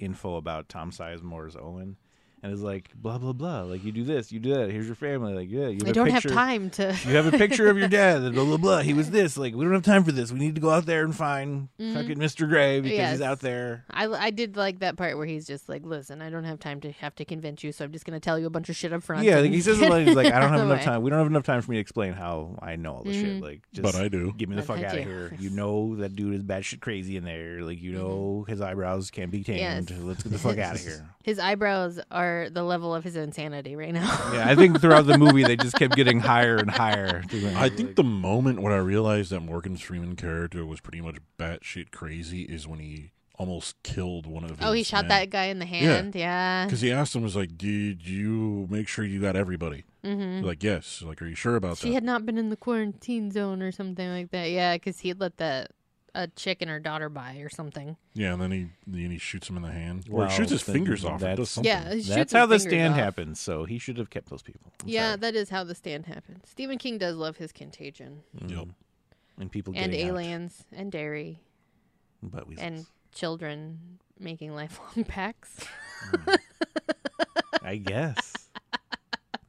[SPEAKER 1] info about Tom Sizemore's Owen, and is like blah blah blah. Like you do this, you do that. Here's your family. Like yeah, you have
[SPEAKER 3] I
[SPEAKER 1] a
[SPEAKER 3] don't
[SPEAKER 1] picture.
[SPEAKER 3] have time to.
[SPEAKER 1] You have a picture of your dad. and Blah blah blah. He was this. Like we don't have time for this. We need to go out there and find fucking Mr. Gray because
[SPEAKER 3] Mm-hmm. Yes.
[SPEAKER 1] he's out there.
[SPEAKER 3] I, I did like that part where he's just like, listen, I don't have time to have to convince you, so I'm just going to tell you a bunch of shit up front.
[SPEAKER 1] Yeah,
[SPEAKER 3] and
[SPEAKER 1] like he says,
[SPEAKER 3] get
[SPEAKER 1] like, he's like, I don't
[SPEAKER 3] out
[SPEAKER 1] have
[SPEAKER 3] of the
[SPEAKER 1] enough
[SPEAKER 3] way." Mm-hmm.
[SPEAKER 1] time. We don't have enough time for me to explain how I know all this shit. Like, just
[SPEAKER 2] But I do.
[SPEAKER 1] Get me the
[SPEAKER 3] But
[SPEAKER 1] fuck
[SPEAKER 3] I
[SPEAKER 1] out of
[SPEAKER 3] do. Mm-hmm.
[SPEAKER 1] here. You know that dude is batshit crazy in there. Like, you know his eyebrows can't be tamed.
[SPEAKER 3] Yes.
[SPEAKER 1] Let's get the fuck out of here.
[SPEAKER 3] His eyebrows are the level of his insanity right now.
[SPEAKER 1] Yeah, I think throughout the movie they just kept getting higher and higher.
[SPEAKER 2] I think the moment when I realized that Morgan Freeman character was pretty much batshit crazy is when he almost killed one of.
[SPEAKER 3] oh, he shot that guy in the hand. Yeah.
[SPEAKER 2] because he asked him was like, "Did you make sure you got everybody?" Mm-hmm. Like, yes. Like, are you sure about
[SPEAKER 3] Mm. She
[SPEAKER 2] that?
[SPEAKER 3] had not been in the quarantine zone or something like that. Yeah, because he let that a chick and her daughter by or something.
[SPEAKER 2] yeah, and then he then he shoots him in the hand, or
[SPEAKER 1] Well,
[SPEAKER 2] he shoots his
[SPEAKER 1] then
[SPEAKER 2] fingers off. and
[SPEAKER 1] that's-
[SPEAKER 2] does something.
[SPEAKER 3] Yeah, he shoots
[SPEAKER 1] That's how
[SPEAKER 3] his
[SPEAKER 1] the
[SPEAKER 3] fingers
[SPEAKER 1] stand
[SPEAKER 3] off.
[SPEAKER 1] happens. So he should have kept those people. I'm
[SPEAKER 3] yeah,
[SPEAKER 1] sorry.
[SPEAKER 3] that is how the stand happened. Stephen King does love his Contagion
[SPEAKER 2] Yep.
[SPEAKER 1] and people
[SPEAKER 3] and
[SPEAKER 1] getting out.
[SPEAKER 3] aliens and dairy
[SPEAKER 1] but we.
[SPEAKER 3] and children making lifelong pacts.
[SPEAKER 1] I guess.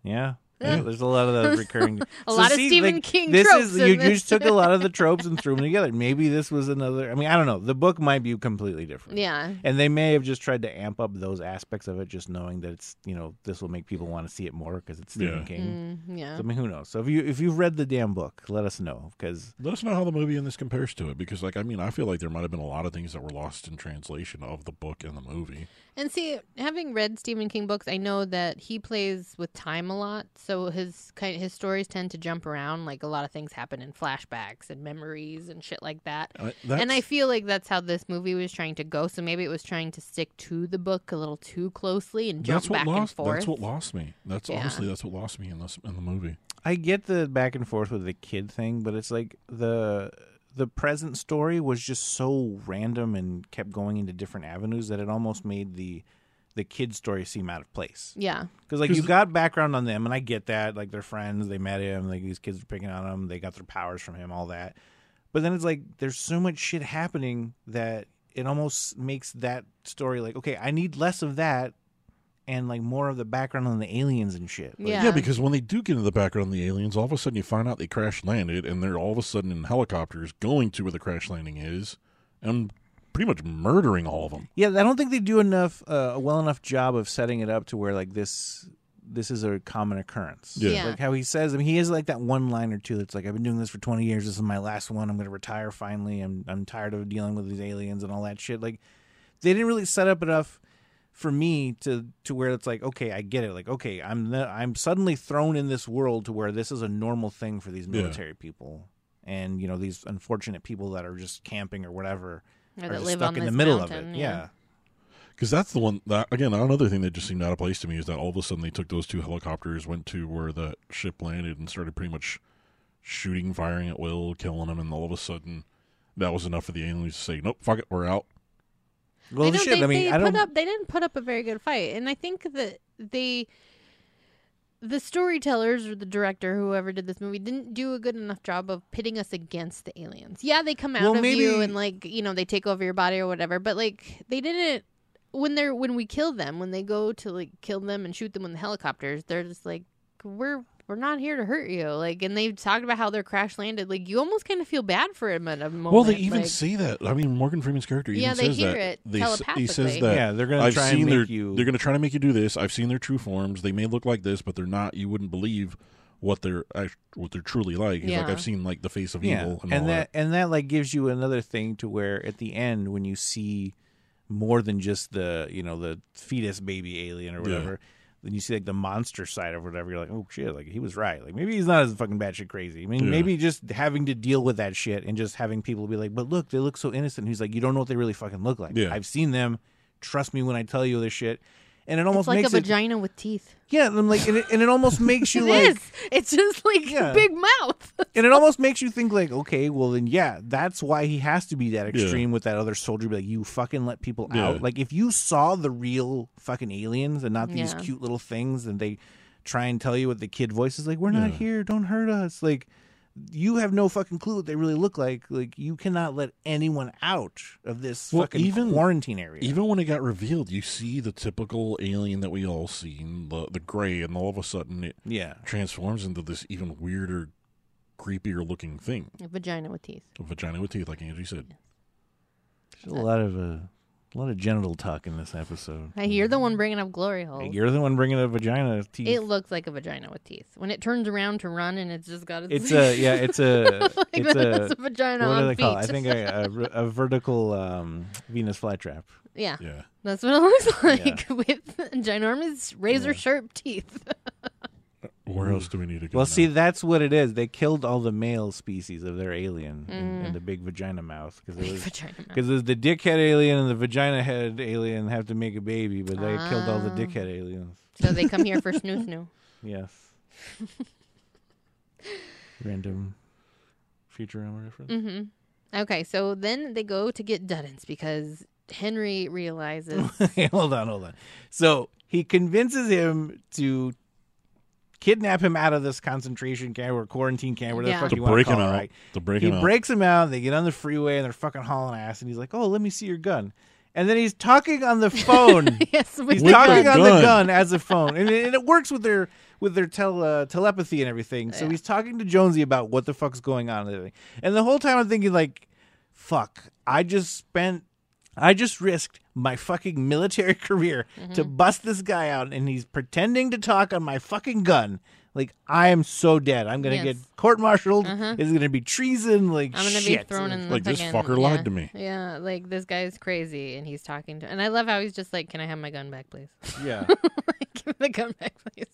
[SPEAKER 1] Yeah. Yeah, there's a lot of that recurring.
[SPEAKER 3] A lot of Stephen King tropes
[SPEAKER 1] Is,
[SPEAKER 3] in
[SPEAKER 1] you, you
[SPEAKER 3] this.
[SPEAKER 1] just took a lot of the tropes and threw them together. Maybe this was another. I mean, I don't know. The book might be completely different.
[SPEAKER 3] yeah.
[SPEAKER 1] And they may have just tried to amp up those aspects of it, just knowing that it's you know this will make people want to see it more because it's Stephen
[SPEAKER 2] Yeah.
[SPEAKER 1] King.
[SPEAKER 3] Mm, yeah.
[SPEAKER 1] So, I mean, who knows? So if you if you've read the damn book, let us know because
[SPEAKER 2] Let us know how the movie in this compares to it, because like I mean, I feel like there might have been a lot of things that were lost in translation of the book and the movie.
[SPEAKER 3] And see, having read Stephen King books, I know that he plays with time a lot, so his kind his stories tend to jump around. Like a lot of things happen in flashbacks and memories and shit like that.
[SPEAKER 2] I,
[SPEAKER 3] and I
[SPEAKER 2] that's-
[SPEAKER 3] feel like that's how this movie was trying to go. So maybe it was trying to stick to the book a little too closely and jump
[SPEAKER 2] that's what
[SPEAKER 3] back
[SPEAKER 2] lost.
[SPEAKER 3] and forth.
[SPEAKER 2] That's what lost me. That's
[SPEAKER 3] Yeah.
[SPEAKER 2] honestly that's what lost me in this in the movie.
[SPEAKER 1] I get the back and forth with the kid thing, but it's like the the present story was just so random and kept going into different avenues that it almost made the the kid story seem out of place.
[SPEAKER 3] yeah,
[SPEAKER 1] Because like
[SPEAKER 2] 'Cause
[SPEAKER 1] you
[SPEAKER 2] the-
[SPEAKER 1] got background on them, and I get that. Like they're friends, they met him. Like these kids are picking on him. They got their powers from him, all that. But then it's like there's so much shit happening that it almost makes that story like okay, I need less of that and like more of the background on the aliens and shit. Like,
[SPEAKER 3] yeah,
[SPEAKER 2] Yeah. because when they do get into the background of the aliens, all of a sudden you find out they crash landed, and they're all of a sudden in helicopters going to where the crash landing is, and pretty much murdering all of them.
[SPEAKER 1] Yeah, I don't think they do enough uh, a well enough job of setting it up to where like this this is a common occurrence.
[SPEAKER 2] Yeah.
[SPEAKER 3] Yeah.
[SPEAKER 1] Like how he says, I mean, he is like that one line or two that's like, I've been doing this for 20 years. This is my last one. I'm going to retire finally. I'm, I'm tired of dealing with these aliens and all that shit. Like, they didn't really set up enough for me to, to where it's like, okay, I get it. Like, okay, I'm, the, I'm suddenly thrown in this world to where this is a normal thing for these
[SPEAKER 2] Yeah.
[SPEAKER 1] military people. And, you know, these unfortunate people that are just camping or whatever
[SPEAKER 3] Or
[SPEAKER 1] are
[SPEAKER 3] that
[SPEAKER 1] just
[SPEAKER 3] live
[SPEAKER 1] stuck
[SPEAKER 3] on
[SPEAKER 1] in the
[SPEAKER 3] this
[SPEAKER 1] middle
[SPEAKER 3] mountain,
[SPEAKER 1] of it.
[SPEAKER 3] yeah.
[SPEAKER 1] yeah.
[SPEAKER 2] Because that's the one that again another thing that just seemed out of place to me is that all of a sudden they took those two helicopters, went to where the ship landed, and started pretty much shooting, firing at will, killing them, and all of a sudden that was enough for the aliens to say, "Nope, fuck it, we're out."
[SPEAKER 1] Well,
[SPEAKER 3] I don't
[SPEAKER 1] shit.
[SPEAKER 3] think
[SPEAKER 1] I mean,
[SPEAKER 3] they
[SPEAKER 1] I don't.
[SPEAKER 3] put up. They didn't put up a very good fight, and I think that they, the storytellers or the director, whoever did this movie, didn't do a good enough job of pitting us against the aliens. Yeah, they come out
[SPEAKER 1] Well,
[SPEAKER 3] of you
[SPEAKER 1] maybe-
[SPEAKER 3] and like you know they take over your body or whatever, but like they didn't. When they're when we kill them, when they go to like kill them and shoot them in the helicopters, they're just like we're. We're not here to hurt you, like, and they talked about how their crash landed. Like, you almost kind of feel bad for him at a moment.
[SPEAKER 2] Well, they even
[SPEAKER 3] like,
[SPEAKER 2] say that. I mean, Morgan Freeman's character even
[SPEAKER 3] Yeah, they
[SPEAKER 2] says
[SPEAKER 3] hear
[SPEAKER 2] that.
[SPEAKER 3] it
[SPEAKER 2] They s- he says
[SPEAKER 3] telepathically.
[SPEAKER 2] that.
[SPEAKER 1] Yeah, they're gonna
[SPEAKER 2] I've
[SPEAKER 1] try and
[SPEAKER 2] seen their,
[SPEAKER 1] make you-
[SPEAKER 2] They're going to try to make you do this. I've seen their true forms. They may look like this, but they're not. You wouldn't believe what they're act- what they're truly like. He's like
[SPEAKER 3] Yeah.
[SPEAKER 2] I've seen like the face of
[SPEAKER 1] Yeah,
[SPEAKER 2] evil and, all
[SPEAKER 1] and
[SPEAKER 2] that.
[SPEAKER 1] that and that like gives you another thing to where at the end when you see more than just the you know the fetus baby alien or
[SPEAKER 2] Yeah.
[SPEAKER 1] whatever, then you see like the monster side of whatever. You're like, oh shit, like he was right. Like maybe he's not as fucking batshit crazy. I mean,
[SPEAKER 2] Yeah.
[SPEAKER 1] maybe just having to deal with that shit and just having people be like, but look, they look so innocent. He's like, you don't know what they really fucking look like.
[SPEAKER 2] Yeah.
[SPEAKER 1] I've seen them. Trust me when I tell you this shit. And it almost
[SPEAKER 3] it's like a
[SPEAKER 1] makes it,
[SPEAKER 3] vagina with teeth.
[SPEAKER 1] yeah, and I'm like, and it, and it almost makes you
[SPEAKER 3] It
[SPEAKER 1] like,
[SPEAKER 3] is. It's just like
[SPEAKER 1] Yeah.
[SPEAKER 3] big mouth.
[SPEAKER 1] and it almost makes you think like okay well then yeah that's why he has to be that extreme with that other soldier be like you fucking let people
[SPEAKER 2] Yeah.
[SPEAKER 1] out like if you saw the real fucking aliens and not these
[SPEAKER 3] Yeah.
[SPEAKER 1] cute little things and they try and tell you with the kid voices like we're not
[SPEAKER 2] Yeah.
[SPEAKER 1] here don't hurt us like you have no fucking clue what they really look like. Like you cannot let anyone out of this
[SPEAKER 2] Well,
[SPEAKER 1] fucking
[SPEAKER 2] even-
[SPEAKER 1] quarantine area.
[SPEAKER 2] Even when it got revealed, you see the typical alien that we all seen, the the gray, and all of a sudden it
[SPEAKER 1] yeah,
[SPEAKER 2] transforms into this even weirder, creepier looking thing.
[SPEAKER 3] A vagina with teeth.
[SPEAKER 2] A vagina with teeth, like Angie said.
[SPEAKER 1] there's a lot of uh, a lot of genital talk in this episode.
[SPEAKER 3] Hey, you're the one bringing up glory holes.
[SPEAKER 1] You're the one bringing a vagina teeth.
[SPEAKER 3] It looks like a vagina with teeth. When it turns around to run and it's just got its
[SPEAKER 1] it's a yeah. It's a
[SPEAKER 3] like
[SPEAKER 1] it's
[SPEAKER 3] that's
[SPEAKER 1] a.
[SPEAKER 3] a vagina
[SPEAKER 1] What
[SPEAKER 3] on
[SPEAKER 1] do they
[SPEAKER 3] feet.
[SPEAKER 1] call? It? I think a, a, a vertical um, Venus flytrap.
[SPEAKER 3] yeah,
[SPEAKER 2] Yeah.
[SPEAKER 3] that's what it looks like with ginormous razor sharp teeth.
[SPEAKER 2] Where else do we need to go?
[SPEAKER 1] Well,
[SPEAKER 2] now?
[SPEAKER 1] see, that's what it is. They killed all the male species of their alien in, in the big vagina mouth because it was
[SPEAKER 3] vagina. mouth.
[SPEAKER 1] because the dickhead alien and the vagina head alien have to make a baby, but they killed all the dickhead aliens.
[SPEAKER 3] So they come here for snoo snoo.
[SPEAKER 1] Yes. Random Futurama reference.
[SPEAKER 3] Mm-hmm. Okay, so then they go to get Duddins because Henry realizes
[SPEAKER 1] hold on, hold on. So he convinces him to kidnap him out of this concentration camp or quarantine camp, whatever
[SPEAKER 3] Yeah.
[SPEAKER 1] the fuck
[SPEAKER 2] the
[SPEAKER 1] you want to
[SPEAKER 2] breaking
[SPEAKER 1] call it,
[SPEAKER 2] out.
[SPEAKER 1] right?
[SPEAKER 2] The breaking
[SPEAKER 1] he
[SPEAKER 2] out.
[SPEAKER 1] breaks him out. They get on the freeway and they're fucking hauling ass. And he's like, "Oh, let me see your gun." And then he's talking on the phone.
[SPEAKER 3] yes, we
[SPEAKER 1] he's
[SPEAKER 2] With the
[SPEAKER 1] talking on the
[SPEAKER 2] gun.
[SPEAKER 1] gun as a phone, and it, and it works with their with their tele, uh, telepathy and everything. So he's talking to Jonesy about what the fuck's going on and everything. And the whole time I'm thinking like, "Fuck! I just spent." I just risked my fucking military career
[SPEAKER 3] Mm-hmm.
[SPEAKER 1] to bust this guy out, and he's pretending to talk on my fucking gun. Like I am so dead. I'm gonna
[SPEAKER 3] Yes. Uh-huh.
[SPEAKER 1] get court-martialed. It's gonna be treason. Like
[SPEAKER 3] I'm gonna
[SPEAKER 1] shit.
[SPEAKER 3] be thrown in the
[SPEAKER 2] Like, this
[SPEAKER 3] fucking-
[SPEAKER 2] fucker
[SPEAKER 3] yeah,
[SPEAKER 2] lied to me.
[SPEAKER 3] Yeah, like this guy's crazy and he's talking to and I love how he's just like, Can I have my gun back, please?
[SPEAKER 1] Yeah.
[SPEAKER 3] like, give me the gun back, please.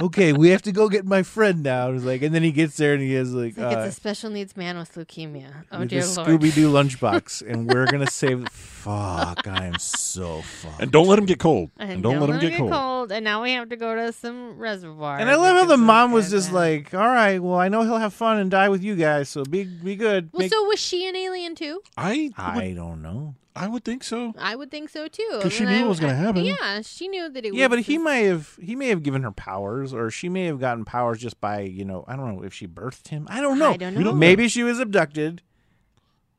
[SPEAKER 1] okay, we have to go get my friend now. He's like, and then he gets there and he is like,
[SPEAKER 3] Like
[SPEAKER 1] uh,
[SPEAKER 3] it's a special needs man with leukemia. Oh
[SPEAKER 1] with
[SPEAKER 3] dear
[SPEAKER 1] this
[SPEAKER 3] lord.
[SPEAKER 1] Scooby Doo lunchbox, and we're gonna save. Fuck, I am so fucked.
[SPEAKER 2] and don't let him get cold.
[SPEAKER 3] And
[SPEAKER 2] And don't, let him get, cold.
[SPEAKER 3] And now we have to go to some reservoir.
[SPEAKER 1] And I love how
[SPEAKER 3] because
[SPEAKER 1] the
[SPEAKER 3] those
[SPEAKER 1] mom was
[SPEAKER 3] guys
[SPEAKER 1] just
[SPEAKER 3] are-
[SPEAKER 1] like, "All right, well, I know he'll have fun and die with you guys, so be be good."
[SPEAKER 3] Well,
[SPEAKER 1] Make-
[SPEAKER 3] so was she an alien too?
[SPEAKER 2] I would,
[SPEAKER 1] I don't know.
[SPEAKER 2] I would think so.
[SPEAKER 3] I would think so too.
[SPEAKER 2] 'Cause she
[SPEAKER 3] And I-
[SPEAKER 2] knew it was gonna
[SPEAKER 3] I-
[SPEAKER 2] happen.
[SPEAKER 3] Yeah, she knew that it.
[SPEAKER 1] Yeah,
[SPEAKER 3] was
[SPEAKER 1] but he
[SPEAKER 3] this-
[SPEAKER 1] may have he may have given her powers, or she may have gotten powers just by you know I don't know if she birthed him. I don't know.
[SPEAKER 3] I don't We don't know. know.
[SPEAKER 1] Maybe she was abducted,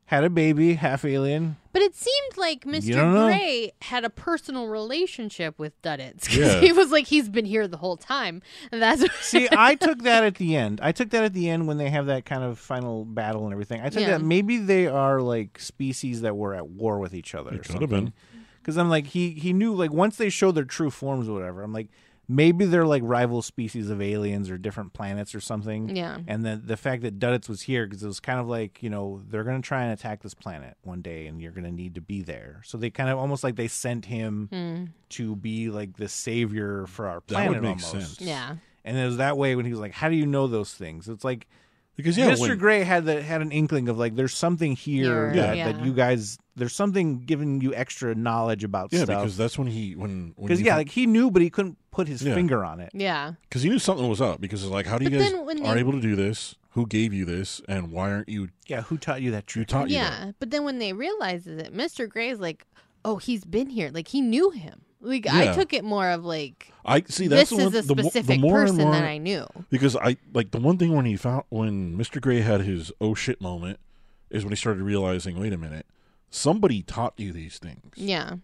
[SPEAKER 1] had a baby, half alien.
[SPEAKER 3] But it seemed like
[SPEAKER 1] You don't
[SPEAKER 3] Mr.
[SPEAKER 1] know.
[SPEAKER 3] Gray had a personal relationship with Duddits because
[SPEAKER 2] Yeah.
[SPEAKER 3] he was like he's been here the whole time. And that's
[SPEAKER 1] See, I took that at the end. I took that at the end when they have that kind of final battle and everything. I took
[SPEAKER 3] Yeah.
[SPEAKER 1] that maybe they are like species that were at war with each other.
[SPEAKER 2] It could have been.
[SPEAKER 1] Because I'm like he he knew like once they show their true forms or whatever. I'm like maybe they're like rival species of aliens or different planets or something.
[SPEAKER 3] Yeah.
[SPEAKER 1] And the the fact that Duddits was here because it was kind of like you know they're gonna try and attack this planet one day and you're gonna need to be there. So they kind of almost like they sent him
[SPEAKER 3] Hmm.
[SPEAKER 1] to be like the savior for our
[SPEAKER 2] That
[SPEAKER 1] planet.
[SPEAKER 2] would make
[SPEAKER 1] almost.
[SPEAKER 2] sense.
[SPEAKER 3] yeah.
[SPEAKER 1] And it was that way when he was like, "How do you know those things?" It's like
[SPEAKER 2] Because yeah,
[SPEAKER 1] Mr.
[SPEAKER 2] when-
[SPEAKER 1] Gray had the, had an inkling of like, "There's something here
[SPEAKER 3] Here,
[SPEAKER 1] that,
[SPEAKER 3] Yeah.
[SPEAKER 1] that you guys, there's something giving you extra knowledge about
[SPEAKER 2] yeah,
[SPEAKER 1] stuff."
[SPEAKER 2] because that's when he when
[SPEAKER 1] because
[SPEAKER 2] because
[SPEAKER 1] yeah, like he knew, but he couldn't put his
[SPEAKER 2] Yeah.
[SPEAKER 1] finger on it.
[SPEAKER 3] Yeah.
[SPEAKER 2] because he knew something was up because it's like how do you
[SPEAKER 3] But
[SPEAKER 2] guys
[SPEAKER 3] then when
[SPEAKER 2] are
[SPEAKER 3] they-
[SPEAKER 2] able to do this? Who gave you this? And why aren't you
[SPEAKER 1] Yeah, who taught you that
[SPEAKER 2] you
[SPEAKER 1] trick?
[SPEAKER 2] taught you? that?
[SPEAKER 3] Yeah. But then when they realize it, Mr. Gray's like, oh, he's been here. Like he knew him. Like I
[SPEAKER 2] Yeah.
[SPEAKER 3] took it more of like
[SPEAKER 2] I see.
[SPEAKER 3] this
[SPEAKER 2] That's the
[SPEAKER 3] is
[SPEAKER 2] one,
[SPEAKER 3] a
[SPEAKER 2] the, mo-
[SPEAKER 3] specific
[SPEAKER 2] the more
[SPEAKER 3] person
[SPEAKER 2] and more
[SPEAKER 3] that I knew.
[SPEAKER 2] because I like the one thing when he found when Mr. Gray had his oh shit moment is when he started realizing wait a minute somebody taught you these things
[SPEAKER 3] Yeah.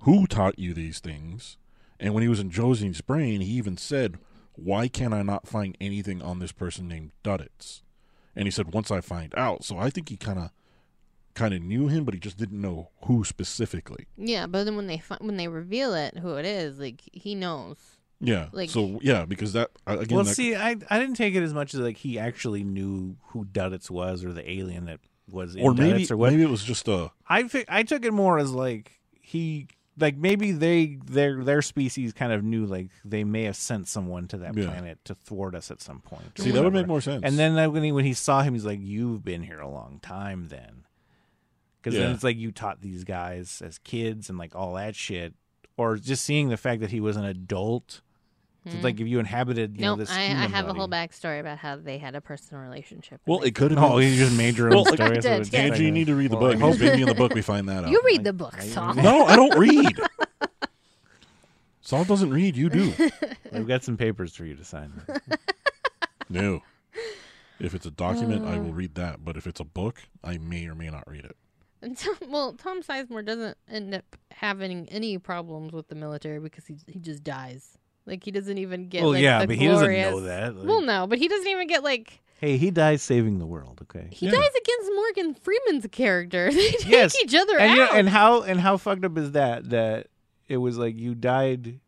[SPEAKER 2] who taught you these things. And when he was in Josie's brain, he even said, Why can I not find anything on this person named Duddits? And he said, Once I find out. So I think he kind of kind of knew him, but he just didn't know who specifically.
[SPEAKER 3] Yeah. But then when they fi- when they reveal it, who it is, like he knows.
[SPEAKER 2] Yeah.
[SPEAKER 3] Like-
[SPEAKER 2] so, yeah, because that, I- again,
[SPEAKER 1] Well,
[SPEAKER 2] that-
[SPEAKER 1] see, I I didn't take it as much as like he actually knew who Duddits was or the alien that was in
[SPEAKER 2] or maybe,
[SPEAKER 1] Duddits or what.
[SPEAKER 2] maybe it was just a,
[SPEAKER 1] I fi- I took it more as like he like maybe they their their species kind of knew like they may have sent someone to that
[SPEAKER 2] Yeah.
[SPEAKER 1] planet to thwart us at some point. or
[SPEAKER 2] see, that would
[SPEAKER 1] whatever.
[SPEAKER 2] make more sense.
[SPEAKER 1] And then that- when he when he saw him, he's like, "You've been here a long time, then," because then
[SPEAKER 2] Yeah.
[SPEAKER 1] it's like you taught these guys as kids and like all that shit, or just seeing the fact that he was an adult. So it's like if you inhabited, you
[SPEAKER 3] No,
[SPEAKER 1] know, this.
[SPEAKER 3] Hmm. I, I
[SPEAKER 1] human
[SPEAKER 3] have a
[SPEAKER 1] body-
[SPEAKER 3] whole backstory about how they had a personal relationship.
[SPEAKER 2] well, it could have
[SPEAKER 1] Oh,
[SPEAKER 2] been.
[SPEAKER 1] you just made your own
[SPEAKER 2] Well, like-
[SPEAKER 1] story.
[SPEAKER 3] I
[SPEAKER 1] so
[SPEAKER 3] did,
[SPEAKER 1] it's
[SPEAKER 3] yeah.
[SPEAKER 1] like-
[SPEAKER 2] Angie, you need to read the
[SPEAKER 1] Well,
[SPEAKER 2] book.
[SPEAKER 1] I
[SPEAKER 2] Because maybe in the book we find that out.
[SPEAKER 3] you read the
[SPEAKER 1] I-
[SPEAKER 3] book,
[SPEAKER 1] I-
[SPEAKER 3] Saul.
[SPEAKER 2] no, I don't read. Saul doesn't read. You do.
[SPEAKER 1] I've got some papers for you to sign.
[SPEAKER 2] No. If it's a document, I
[SPEAKER 1] Uh.
[SPEAKER 2] will read that. But if it's a book, I may or may not read it.
[SPEAKER 3] And Tom, well, Tom Sizemore doesn't end up having any problems with the military because he he just dies. Like he doesn't even get.
[SPEAKER 1] Well,
[SPEAKER 3] like,
[SPEAKER 1] yeah,
[SPEAKER 3] the
[SPEAKER 1] but he doesn't
[SPEAKER 3] glorious...
[SPEAKER 1] know that, like-
[SPEAKER 3] Well, no, but he doesn't even get like
[SPEAKER 1] Hey, he dies saving the world. Okay.
[SPEAKER 3] he
[SPEAKER 2] Yeah.
[SPEAKER 3] dies against Morgan Freeman's character. They take
[SPEAKER 1] Yes,
[SPEAKER 3] each other
[SPEAKER 1] and
[SPEAKER 3] out.
[SPEAKER 1] you know- and how and how fucked up is that? That it was like you died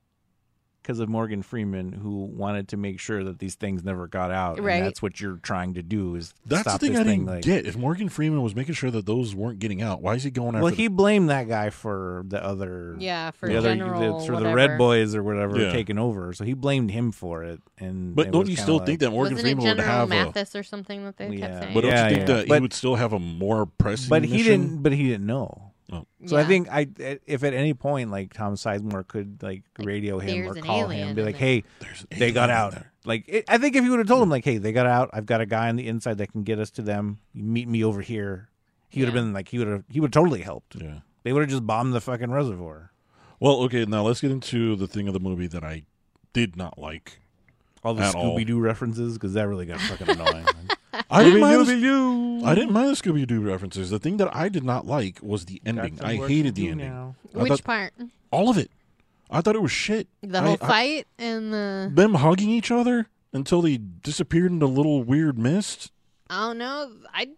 [SPEAKER 1] because of Morgan Freeman, who wanted to make sure that these things never got out.
[SPEAKER 3] Right.
[SPEAKER 1] And that's what you're trying to do is
[SPEAKER 2] That's
[SPEAKER 1] stop
[SPEAKER 2] the thing
[SPEAKER 1] this
[SPEAKER 2] I
[SPEAKER 1] thing.
[SPEAKER 2] didn't
[SPEAKER 1] like,
[SPEAKER 2] get. If Morgan Freeman was making sure that those weren't getting out, why is he going after?
[SPEAKER 1] well,
[SPEAKER 2] the-
[SPEAKER 1] he blamed that guy for the other.
[SPEAKER 3] yeah, for
[SPEAKER 1] the other,
[SPEAKER 3] general
[SPEAKER 1] the, for the
[SPEAKER 3] whatever.
[SPEAKER 1] Red Boys or whatever
[SPEAKER 2] Yeah.
[SPEAKER 1] taking over, so he blamed him for it. And
[SPEAKER 2] but
[SPEAKER 1] it
[SPEAKER 2] don't
[SPEAKER 1] was
[SPEAKER 2] you
[SPEAKER 1] kinda
[SPEAKER 2] still
[SPEAKER 1] like-
[SPEAKER 2] think that Morgan
[SPEAKER 3] Wasn't
[SPEAKER 2] Freeman
[SPEAKER 3] it
[SPEAKER 2] would
[SPEAKER 3] General
[SPEAKER 2] have a?
[SPEAKER 3] Mathis or something that they
[SPEAKER 1] Yeah.
[SPEAKER 3] kept saying?
[SPEAKER 2] But don't
[SPEAKER 1] Yeah,
[SPEAKER 2] you think
[SPEAKER 1] yeah.
[SPEAKER 2] that he
[SPEAKER 1] But-
[SPEAKER 2] would still have a more pressing?
[SPEAKER 1] But he
[SPEAKER 2] mission?
[SPEAKER 1] didn't. But he didn't know.
[SPEAKER 2] Oh.
[SPEAKER 1] So I
[SPEAKER 3] Yeah.
[SPEAKER 1] think I eh, if at any point like Tom Sizemore could like radio him
[SPEAKER 3] there's
[SPEAKER 1] or
[SPEAKER 3] an
[SPEAKER 1] call
[SPEAKER 3] alien
[SPEAKER 1] him and be
[SPEAKER 3] in
[SPEAKER 1] like,
[SPEAKER 3] there.
[SPEAKER 1] "Hey,
[SPEAKER 2] There's an
[SPEAKER 1] they got
[SPEAKER 2] alien
[SPEAKER 1] out."
[SPEAKER 2] there.
[SPEAKER 1] Like it, I think if you would have told him like, "Hey, they got out. I've got a guy on the inside that can get us to them. You meet me over here." He would have
[SPEAKER 3] Yeah.
[SPEAKER 1] been like, he would have he would have totally helped.
[SPEAKER 2] Yeah.
[SPEAKER 1] They would have just bombed the fucking reservoir.
[SPEAKER 2] Well, okay. Now let's get into the thing of the movie that I did not like.
[SPEAKER 1] All the
[SPEAKER 2] At all.
[SPEAKER 1] Scooby Doo references because that really got fucking annoying.
[SPEAKER 2] I didn't mind. the-
[SPEAKER 1] Scooby-Doo.
[SPEAKER 2] I didn't mind the Scooby Doo references. The thing that I did not like was the ending. I hated the ending. I
[SPEAKER 3] Which
[SPEAKER 2] thought-
[SPEAKER 3] part?
[SPEAKER 2] all of it. I thought it was shit.
[SPEAKER 3] The
[SPEAKER 2] I-
[SPEAKER 3] whole
[SPEAKER 2] I-
[SPEAKER 3] fight and the
[SPEAKER 2] them hugging each other until they disappeared into little weird mist.
[SPEAKER 3] I don't know. I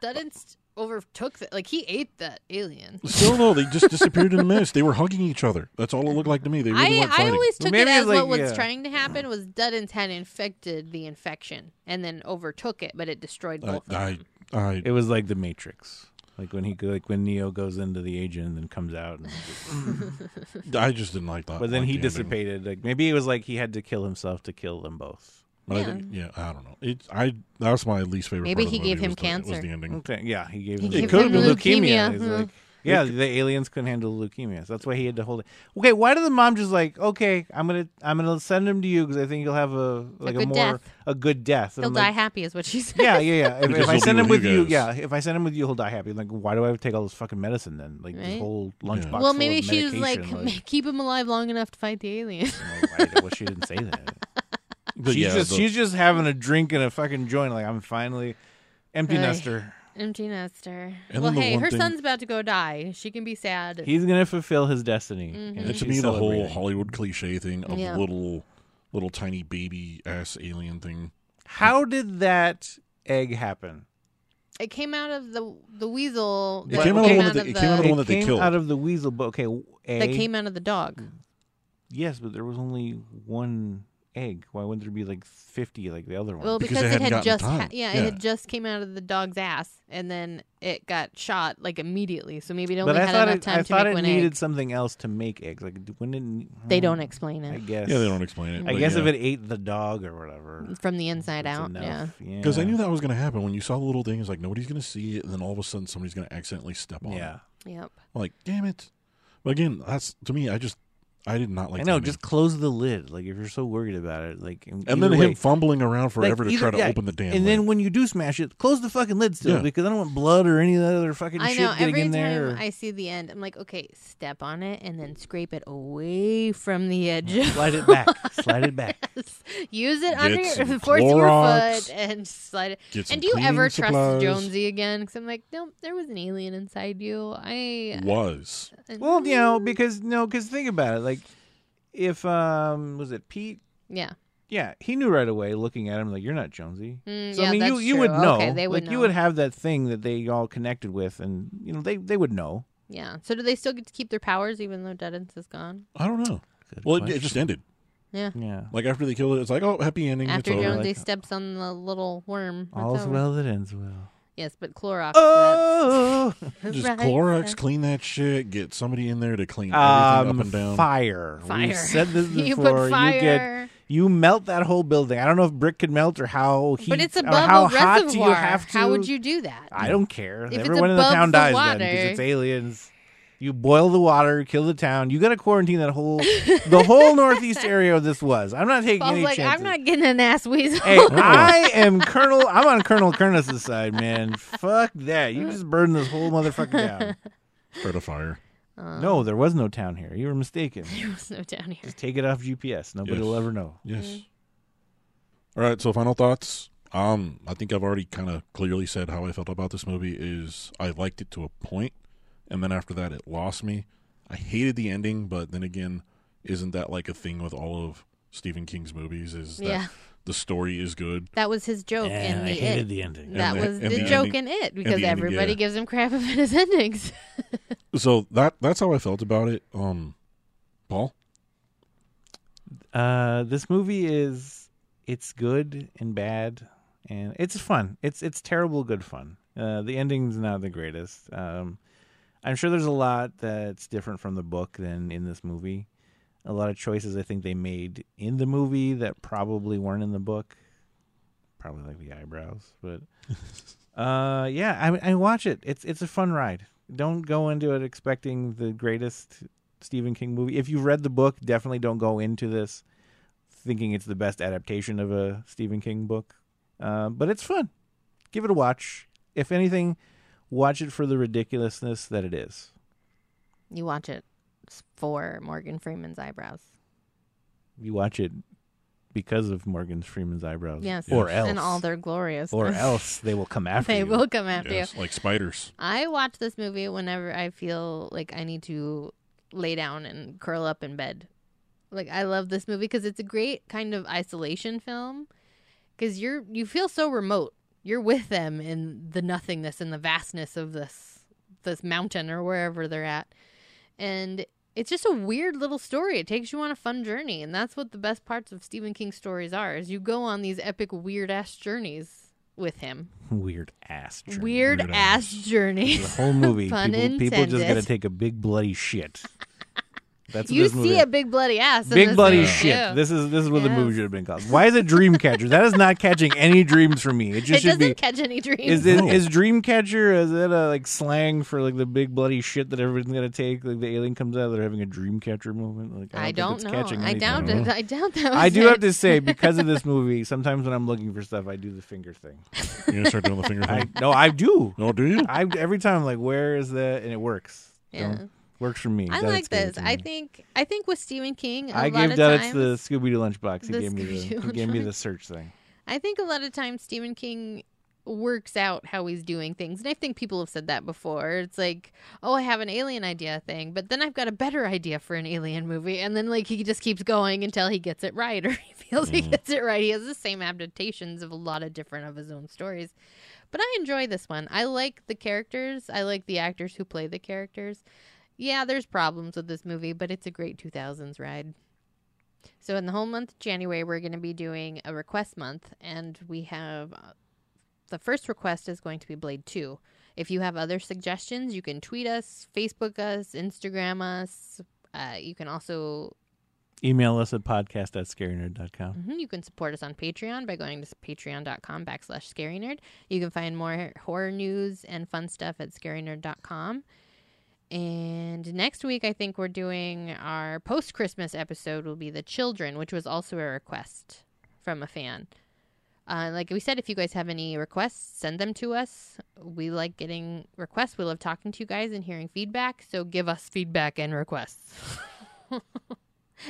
[SPEAKER 3] that inst- overtook that. Like he ate that alien.
[SPEAKER 2] Still though, they just disappeared in the mist. They were hugging each other. That's all it looked like to me. They really
[SPEAKER 3] I,
[SPEAKER 2] weren't
[SPEAKER 3] I
[SPEAKER 2] fighting.
[SPEAKER 3] always
[SPEAKER 1] Well,
[SPEAKER 3] took it
[SPEAKER 1] maybe
[SPEAKER 3] as
[SPEAKER 1] it's
[SPEAKER 3] what
[SPEAKER 1] like,
[SPEAKER 3] was
[SPEAKER 1] yeah.
[SPEAKER 3] trying to happen was Duddins had infected the infection and then overtook it, but it destroyed both of
[SPEAKER 2] I,
[SPEAKER 3] them.
[SPEAKER 2] I, I-
[SPEAKER 1] It was like the Matrix. Like when he like when Neo goes into the agent and then comes out, and
[SPEAKER 2] I just didn't like that.
[SPEAKER 1] but then
[SPEAKER 2] like
[SPEAKER 1] he
[SPEAKER 2] the ending.
[SPEAKER 1] dissipated. Like maybe it was like he had to kill himself to kill them both.
[SPEAKER 2] But I didn't- yeah, I don't know. It, I that was my least favorite.
[SPEAKER 3] Maybe
[SPEAKER 2] part of the
[SPEAKER 3] he gave
[SPEAKER 2] movie
[SPEAKER 3] him
[SPEAKER 2] was the-
[SPEAKER 3] cancer.
[SPEAKER 2] Was the ending?
[SPEAKER 1] Okay, yeah, he gave
[SPEAKER 3] He
[SPEAKER 1] him.
[SPEAKER 3] gave
[SPEAKER 1] It
[SPEAKER 2] him
[SPEAKER 3] leukemia.
[SPEAKER 1] He's
[SPEAKER 3] Mhm.
[SPEAKER 1] like, yeah, the aliens couldn't handle the leukemia, so that's why he had to hold it. Okay, why did the mom just like, okay, I'm gonna, I'm gonna send him to you because I think you'll have a like a,
[SPEAKER 3] good
[SPEAKER 1] more
[SPEAKER 3] death.
[SPEAKER 1] a good death. And
[SPEAKER 3] He'll
[SPEAKER 1] I'm
[SPEAKER 3] die
[SPEAKER 1] like,
[SPEAKER 3] happy, is what she said.
[SPEAKER 1] Yeah, yeah, yeah. If,
[SPEAKER 2] Because
[SPEAKER 1] if I
[SPEAKER 2] he'll be
[SPEAKER 1] send him
[SPEAKER 2] with
[SPEAKER 1] with
[SPEAKER 2] you
[SPEAKER 1] you,
[SPEAKER 2] guys.
[SPEAKER 1] yeah. If I send him with you, he'll die happy. Like, why do I take all this fucking medicine then? Like
[SPEAKER 3] Right.
[SPEAKER 1] this whole lunchbox.
[SPEAKER 3] well,
[SPEAKER 1] full
[SPEAKER 3] maybe
[SPEAKER 1] of
[SPEAKER 3] she was like,
[SPEAKER 1] medication,
[SPEAKER 3] keep him alive long enough to fight the alien.
[SPEAKER 1] No, I- well, she didn't say that.
[SPEAKER 2] But
[SPEAKER 1] she's
[SPEAKER 2] yeah,
[SPEAKER 1] just
[SPEAKER 2] the-
[SPEAKER 1] she's just having a drink and a fucking joint. Like I'm finally empty
[SPEAKER 3] Ay.
[SPEAKER 1] nester.
[SPEAKER 3] Empty nester.
[SPEAKER 2] And
[SPEAKER 3] well,
[SPEAKER 2] then the
[SPEAKER 3] hey,
[SPEAKER 2] one
[SPEAKER 3] her
[SPEAKER 2] thing-
[SPEAKER 3] son's about to go die. She can be sad.
[SPEAKER 1] He's gonna fulfill his destiny.
[SPEAKER 3] Mm-hmm.
[SPEAKER 2] and to
[SPEAKER 1] she's
[SPEAKER 2] me, the whole
[SPEAKER 1] celebrating.
[SPEAKER 2] Hollywood cliche thing of
[SPEAKER 3] Yeah.
[SPEAKER 2] little, little tiny baby ass alien thing.
[SPEAKER 1] how did that egg happen?
[SPEAKER 3] it came out of the the weasel.
[SPEAKER 2] It
[SPEAKER 3] that
[SPEAKER 2] came out of the one that they- it came out of
[SPEAKER 1] it
[SPEAKER 2] the one that they
[SPEAKER 1] came
[SPEAKER 2] killed.
[SPEAKER 1] out of the weasel. But okay, a,
[SPEAKER 3] that came out of the dog.
[SPEAKER 1] yes, but there was only one egg. Why wouldn't there be like fifty like the other one?
[SPEAKER 3] Well,
[SPEAKER 2] Because
[SPEAKER 3] because,
[SPEAKER 2] they
[SPEAKER 3] it
[SPEAKER 2] hadn't
[SPEAKER 3] had
[SPEAKER 2] gotten
[SPEAKER 3] just
[SPEAKER 2] time.
[SPEAKER 3] ha- yeah,
[SPEAKER 2] Yeah.
[SPEAKER 3] it had just came out of the dog's ass, and then it got shot like immediately. So maybe it only
[SPEAKER 1] but I
[SPEAKER 3] had
[SPEAKER 1] thought
[SPEAKER 3] enough
[SPEAKER 1] it,
[SPEAKER 3] time
[SPEAKER 1] I
[SPEAKER 3] to
[SPEAKER 1] thought
[SPEAKER 3] make
[SPEAKER 1] it
[SPEAKER 3] one
[SPEAKER 1] needed
[SPEAKER 3] egg.
[SPEAKER 1] something else to make eggs. Like when did
[SPEAKER 3] They don't explain
[SPEAKER 1] hmm, Mm. I
[SPEAKER 3] it
[SPEAKER 1] guess.
[SPEAKER 2] Yeah, they don't explain it.
[SPEAKER 1] I
[SPEAKER 2] but
[SPEAKER 1] guess
[SPEAKER 2] yeah.
[SPEAKER 1] if it ate the dog or whatever,
[SPEAKER 3] from the inside
[SPEAKER 1] that's
[SPEAKER 3] out. Yeah,
[SPEAKER 1] enough. Yeah,
[SPEAKER 2] Because I knew that was going to happen. When you saw the little thing, it's like nobody's going to see it, and then all of a sudden somebody's going to accidentally step on
[SPEAKER 1] Yeah,
[SPEAKER 2] it.
[SPEAKER 3] yep.
[SPEAKER 2] I'm like, damn it! But again, that's to me. I just I did not like.
[SPEAKER 1] I
[SPEAKER 2] the
[SPEAKER 1] know.
[SPEAKER 2] ending.
[SPEAKER 1] Just close the lid. Like if you're so worried about it, like
[SPEAKER 2] and then
[SPEAKER 1] way,
[SPEAKER 2] him fumbling around
[SPEAKER 1] like,
[SPEAKER 2] forever to
[SPEAKER 1] either-
[SPEAKER 2] try to
[SPEAKER 1] yeah,
[SPEAKER 2] open the damn.
[SPEAKER 1] And
[SPEAKER 2] lid.
[SPEAKER 1] then when you do smash it, close the fucking lid still
[SPEAKER 2] Yeah.
[SPEAKER 1] because I don't want blood or any of that other fucking
[SPEAKER 3] I
[SPEAKER 1] shit
[SPEAKER 3] know.
[SPEAKER 1] getting
[SPEAKER 3] Every
[SPEAKER 1] in
[SPEAKER 3] time
[SPEAKER 1] there. or-
[SPEAKER 3] I see the end, I'm like, okay, step on it and then scrape it away from the edge.
[SPEAKER 1] Slide it back. Slide it back.
[SPEAKER 3] Use it under
[SPEAKER 2] Get
[SPEAKER 3] your,
[SPEAKER 2] some
[SPEAKER 3] force your
[SPEAKER 2] Clorox.
[SPEAKER 3] foot and slide it.
[SPEAKER 2] Get some
[SPEAKER 3] And do you ever
[SPEAKER 2] cleaning
[SPEAKER 3] trust
[SPEAKER 2] supplies.
[SPEAKER 3] Jonesy again? Because I'm like, nope, there was an alien inside you. I
[SPEAKER 2] was
[SPEAKER 1] Well, you know, because no, because think about it. Like, if um, was it Pete?
[SPEAKER 3] yeah.
[SPEAKER 1] Yeah, he knew right away. Looking at him, like you're not Jonesy.
[SPEAKER 3] Mm,
[SPEAKER 1] so
[SPEAKER 3] yeah,
[SPEAKER 1] I mean, you
[SPEAKER 3] that's
[SPEAKER 1] you
[SPEAKER 3] true.
[SPEAKER 1] would know.
[SPEAKER 3] Okay, they would
[SPEAKER 1] like
[SPEAKER 3] know.
[SPEAKER 1] you would have that thing that they all connected with, and you know they they would know.
[SPEAKER 3] Yeah. So do they still get to keep their powers even though Duddins is gone?
[SPEAKER 2] I don't know.
[SPEAKER 1] Good
[SPEAKER 2] Well, it,
[SPEAKER 1] question.
[SPEAKER 2] it just ended.
[SPEAKER 3] Yeah.
[SPEAKER 1] yeah.
[SPEAKER 2] Like after they killed it, it's like oh, happy ending.
[SPEAKER 3] After
[SPEAKER 2] it's over.
[SPEAKER 3] Jonesy steps on the little worm. it's
[SPEAKER 1] All's
[SPEAKER 3] over.
[SPEAKER 1] well that ends well.
[SPEAKER 3] Yes, but Clorox.
[SPEAKER 1] Oh,
[SPEAKER 3] that's-
[SPEAKER 2] just
[SPEAKER 3] right.
[SPEAKER 2] Clorox, clean that shit. Get somebody in there to clean everything
[SPEAKER 1] um,
[SPEAKER 2] up and down.
[SPEAKER 1] fire!
[SPEAKER 3] Fire.
[SPEAKER 1] We've said this before.
[SPEAKER 3] you put fire.
[SPEAKER 1] get you melt that whole building. I don't know if brick can melt or how heat
[SPEAKER 3] but it's
[SPEAKER 1] or how
[SPEAKER 3] above a
[SPEAKER 1] hot do you
[SPEAKER 3] reservoir.
[SPEAKER 1] have to.
[SPEAKER 3] How would you do that?
[SPEAKER 1] I don't care.
[SPEAKER 3] it's
[SPEAKER 1] Everyone in the
[SPEAKER 3] above
[SPEAKER 1] town
[SPEAKER 3] the
[SPEAKER 1] dies then
[SPEAKER 3] water-
[SPEAKER 1] because it's aliens. You boil the water, kill the town. You got to quarantine that whole the whole northeast area. This was. I'm not taking
[SPEAKER 3] Paul's
[SPEAKER 1] any
[SPEAKER 3] like,
[SPEAKER 1] chances.
[SPEAKER 3] I'm not getting an ass weasel.
[SPEAKER 1] Hey, I am Colonel. I'm on Colonel Curnis's side, man. Fuck that. You just burned this whole motherfucker down.
[SPEAKER 3] Uh-huh.
[SPEAKER 2] Start a fire.
[SPEAKER 1] No, there was no town here. You were mistaken.
[SPEAKER 3] there was no down here.
[SPEAKER 1] Take it off GPS. Nobody
[SPEAKER 2] Yes.
[SPEAKER 1] will ever know.
[SPEAKER 3] Mm-hmm.
[SPEAKER 2] Yes. All right. So final thoughts. Um, I think I've already kind of clearly said how I felt about this movie is I liked it to a point, and then after that it lost me. I hated the ending, but then again, isn't that like a thing with all of Stephen King's movies? Is that
[SPEAKER 3] Yeah.
[SPEAKER 2] the story is good?
[SPEAKER 3] That was his joke
[SPEAKER 1] And
[SPEAKER 3] in
[SPEAKER 1] I
[SPEAKER 3] Oh, the
[SPEAKER 1] hated
[SPEAKER 3] it.
[SPEAKER 1] the ending.
[SPEAKER 3] that
[SPEAKER 2] the-
[SPEAKER 3] was
[SPEAKER 2] and
[SPEAKER 3] the,
[SPEAKER 2] the
[SPEAKER 3] joke
[SPEAKER 2] ending-
[SPEAKER 3] in it
[SPEAKER 2] the
[SPEAKER 3] because
[SPEAKER 2] ending,
[SPEAKER 3] everybody
[SPEAKER 2] yeah.
[SPEAKER 3] gives him crap about his endings.
[SPEAKER 2] So that that's how I felt about it. Um, Paul,
[SPEAKER 1] Uh, this movie is it's good and bad, and it's fun. It's it's terrible good fun. Uh, the ending's not the greatest. Um, I'm sure there's a lot that's different from the book than in this movie. A lot of choices I think they made in the movie that probably weren't in the book. Probably like the eyebrows, but uh, yeah, I mean, I watch it. It's it's a fun ride. Don't go into it expecting the greatest Stephen King movie. If you've read the book, definitely don't go into this thinking it's the best adaptation of a Stephen King book. Uh, but it's fun. Give it a watch. If anything, watch it for the ridiculousness that it is.
[SPEAKER 3] you watch it for Morgan Freeman's eyebrows.
[SPEAKER 1] You watch it because of Morgan Freeman's eyebrows.
[SPEAKER 3] Yes.
[SPEAKER 1] Or else.
[SPEAKER 3] And all their glorious.
[SPEAKER 1] or else they will come after
[SPEAKER 3] they
[SPEAKER 1] you.
[SPEAKER 3] will come after you.
[SPEAKER 2] yes, like spiders.
[SPEAKER 3] I watch this movie whenever I feel like I need to lay down and curl up in bed. Like I love this movie because it's a great kind of isolation film because you're you feel so remote. You're with them in the nothingness and the vastness of this this mountain or wherever they're at. And it's just a weird little story. It takes you on a fun journey, and that's what the best parts of Stephen King stories are. Is you go on these epic weird ass journeys with him.
[SPEAKER 1] Weird ass. journey.
[SPEAKER 3] Weird,
[SPEAKER 2] Weird
[SPEAKER 3] ass,
[SPEAKER 2] ass.
[SPEAKER 1] The
[SPEAKER 3] journeys.
[SPEAKER 1] whole movie.
[SPEAKER 3] Pun
[SPEAKER 1] people, people just
[SPEAKER 3] intended.
[SPEAKER 1] got to take a big bloody shit. That's what
[SPEAKER 3] you
[SPEAKER 1] this movie
[SPEAKER 3] see
[SPEAKER 1] is.
[SPEAKER 3] a big bloody ass. in
[SPEAKER 1] Big
[SPEAKER 3] this
[SPEAKER 1] bloody
[SPEAKER 3] movie,
[SPEAKER 1] shit.
[SPEAKER 3] too.
[SPEAKER 1] This is this is what the movie
[SPEAKER 3] Yes.
[SPEAKER 1] should have been called. Why is it Dreamcatcher? that is not catching any dreams for me. It
[SPEAKER 3] it
[SPEAKER 1] just should
[SPEAKER 3] doesn't
[SPEAKER 1] be.
[SPEAKER 3] catch any dreams.
[SPEAKER 1] Is it is Dreamcatcher? Is that a like slang for like the big bloody shit that everybody's gonna take? Like the alien comes out, they're having a Dreamcatcher moment. Like
[SPEAKER 3] I don't
[SPEAKER 1] think
[SPEAKER 3] know.
[SPEAKER 1] it's Catching
[SPEAKER 3] I
[SPEAKER 1] anything. Mm.
[SPEAKER 3] doubt it. I doubt that. Was
[SPEAKER 1] I do have
[SPEAKER 3] it.
[SPEAKER 1] to say because of this movie, sometimes when I'm looking for stuff, I do the finger thing.
[SPEAKER 2] You're gonna start doing the finger
[SPEAKER 1] I
[SPEAKER 2] thing.
[SPEAKER 1] no, I do.
[SPEAKER 2] Oh, do you?
[SPEAKER 1] I every time I'm like, where is that? And it works.
[SPEAKER 3] Yeah.
[SPEAKER 1] Don't- works for me.
[SPEAKER 3] I
[SPEAKER 1] That's
[SPEAKER 3] like
[SPEAKER 1] good
[SPEAKER 3] this.
[SPEAKER 1] to
[SPEAKER 3] I
[SPEAKER 1] me.
[SPEAKER 3] think. I think with Stephen King, a
[SPEAKER 1] I
[SPEAKER 3] lot
[SPEAKER 1] gave
[SPEAKER 3] of
[SPEAKER 1] Duddits
[SPEAKER 3] times,
[SPEAKER 1] the Scooby Doo lunchbox. He
[SPEAKER 3] The
[SPEAKER 1] gave me the
[SPEAKER 3] Scooby-Doo
[SPEAKER 1] he gave me
[SPEAKER 3] lunchbox.
[SPEAKER 1] the search thing.
[SPEAKER 3] I think a lot of times Stephen King works out how he's doing things, and I think people have said that before. It's like, oh, I have an alien idea thing, but then I've got a better idea for an alien movie, and then like he just keeps going until he gets it right, or he feels he gets it right. He has the same adaptations of a lot of different of his own stories. But I enjoy this one. I like the characters. I like the actors who play the characters. Yeah, there's problems with this movie, but it's a great 2000s ride. So in the whole month of January, we're going to be doing a request month, and we have uh, the first request is going to be Blade Two. If you have other suggestions, you can tweet us, Facebook us, Instagram us. Uh, you can also
[SPEAKER 1] Email us at podcast at scarynerd.com.
[SPEAKER 3] Mhm. You can support us on Patreon by going to patreon.com backslash scary nerd. You can find more horror news and fun stuff at scarynerd.com. And next week, I think we're doing our post Christmas episode, will be The Children, which was also a request from a fan. Uh, like we said, if you guys have any requests, send them to us. We like getting requests. We love talking to you guys and hearing feedback. So give us feedback and requests.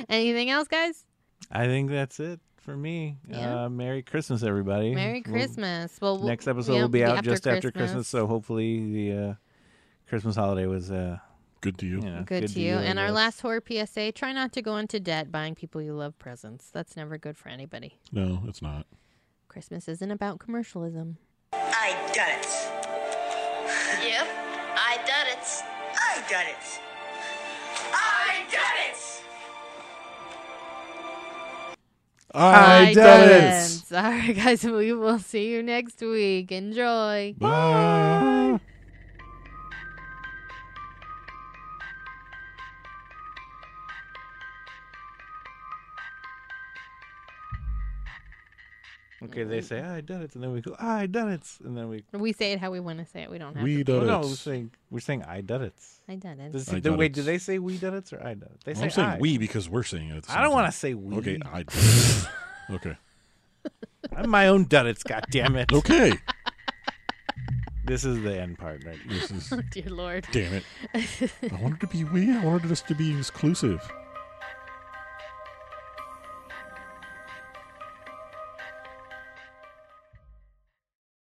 [SPEAKER 3] Anything else, guys?
[SPEAKER 1] I think that's it for me.
[SPEAKER 3] Yeah.
[SPEAKER 1] Uh, Merry Christmas, everybody.
[SPEAKER 3] Merry
[SPEAKER 1] We'll-
[SPEAKER 3] Christmas. Well, we'll-
[SPEAKER 1] next episode
[SPEAKER 3] yeah,
[SPEAKER 1] will be out just after Christmas, so hopefully the uh, Christmas holiday was uh,
[SPEAKER 2] Good to you.
[SPEAKER 1] you know,
[SPEAKER 3] good, to you.
[SPEAKER 1] I
[SPEAKER 3] And our
[SPEAKER 1] guess.
[SPEAKER 3] last horror PSA: try not to go into debt buying people you love presents. That's never good for anybody.
[SPEAKER 2] No, it's not.
[SPEAKER 3] Christmas isn't about commercialism.
[SPEAKER 6] I done it. Yep, I done it. I done it.
[SPEAKER 3] I
[SPEAKER 6] I done it.
[SPEAKER 1] done it.
[SPEAKER 3] All right, guys. We will see you next week. Enjoy.
[SPEAKER 2] Bye.
[SPEAKER 1] Okay, they say I done it, and then we go I done it, and then we
[SPEAKER 3] We say it how we want to say it. We don't have.
[SPEAKER 2] We
[SPEAKER 3] to.
[SPEAKER 1] oh,
[SPEAKER 2] done
[SPEAKER 1] no, we're
[SPEAKER 2] it.
[SPEAKER 1] saying we're saying I done it.
[SPEAKER 3] I did it.
[SPEAKER 1] Does,
[SPEAKER 2] I
[SPEAKER 1] the-
[SPEAKER 2] done
[SPEAKER 1] wait,
[SPEAKER 2] it.
[SPEAKER 1] do they say we done it or I done it? They say
[SPEAKER 2] I'm saying
[SPEAKER 1] I.
[SPEAKER 2] we because we're saying it.
[SPEAKER 1] I don't want
[SPEAKER 2] want
[SPEAKER 1] to say we.
[SPEAKER 2] Okay, I. did it. okay.
[SPEAKER 1] I'm my own done it. God damn it!
[SPEAKER 2] Okay.
[SPEAKER 1] This is the end part, right? This is.
[SPEAKER 3] Dear Lord.
[SPEAKER 2] Damn it. I wanted to be we. I wanted us to be exclusive.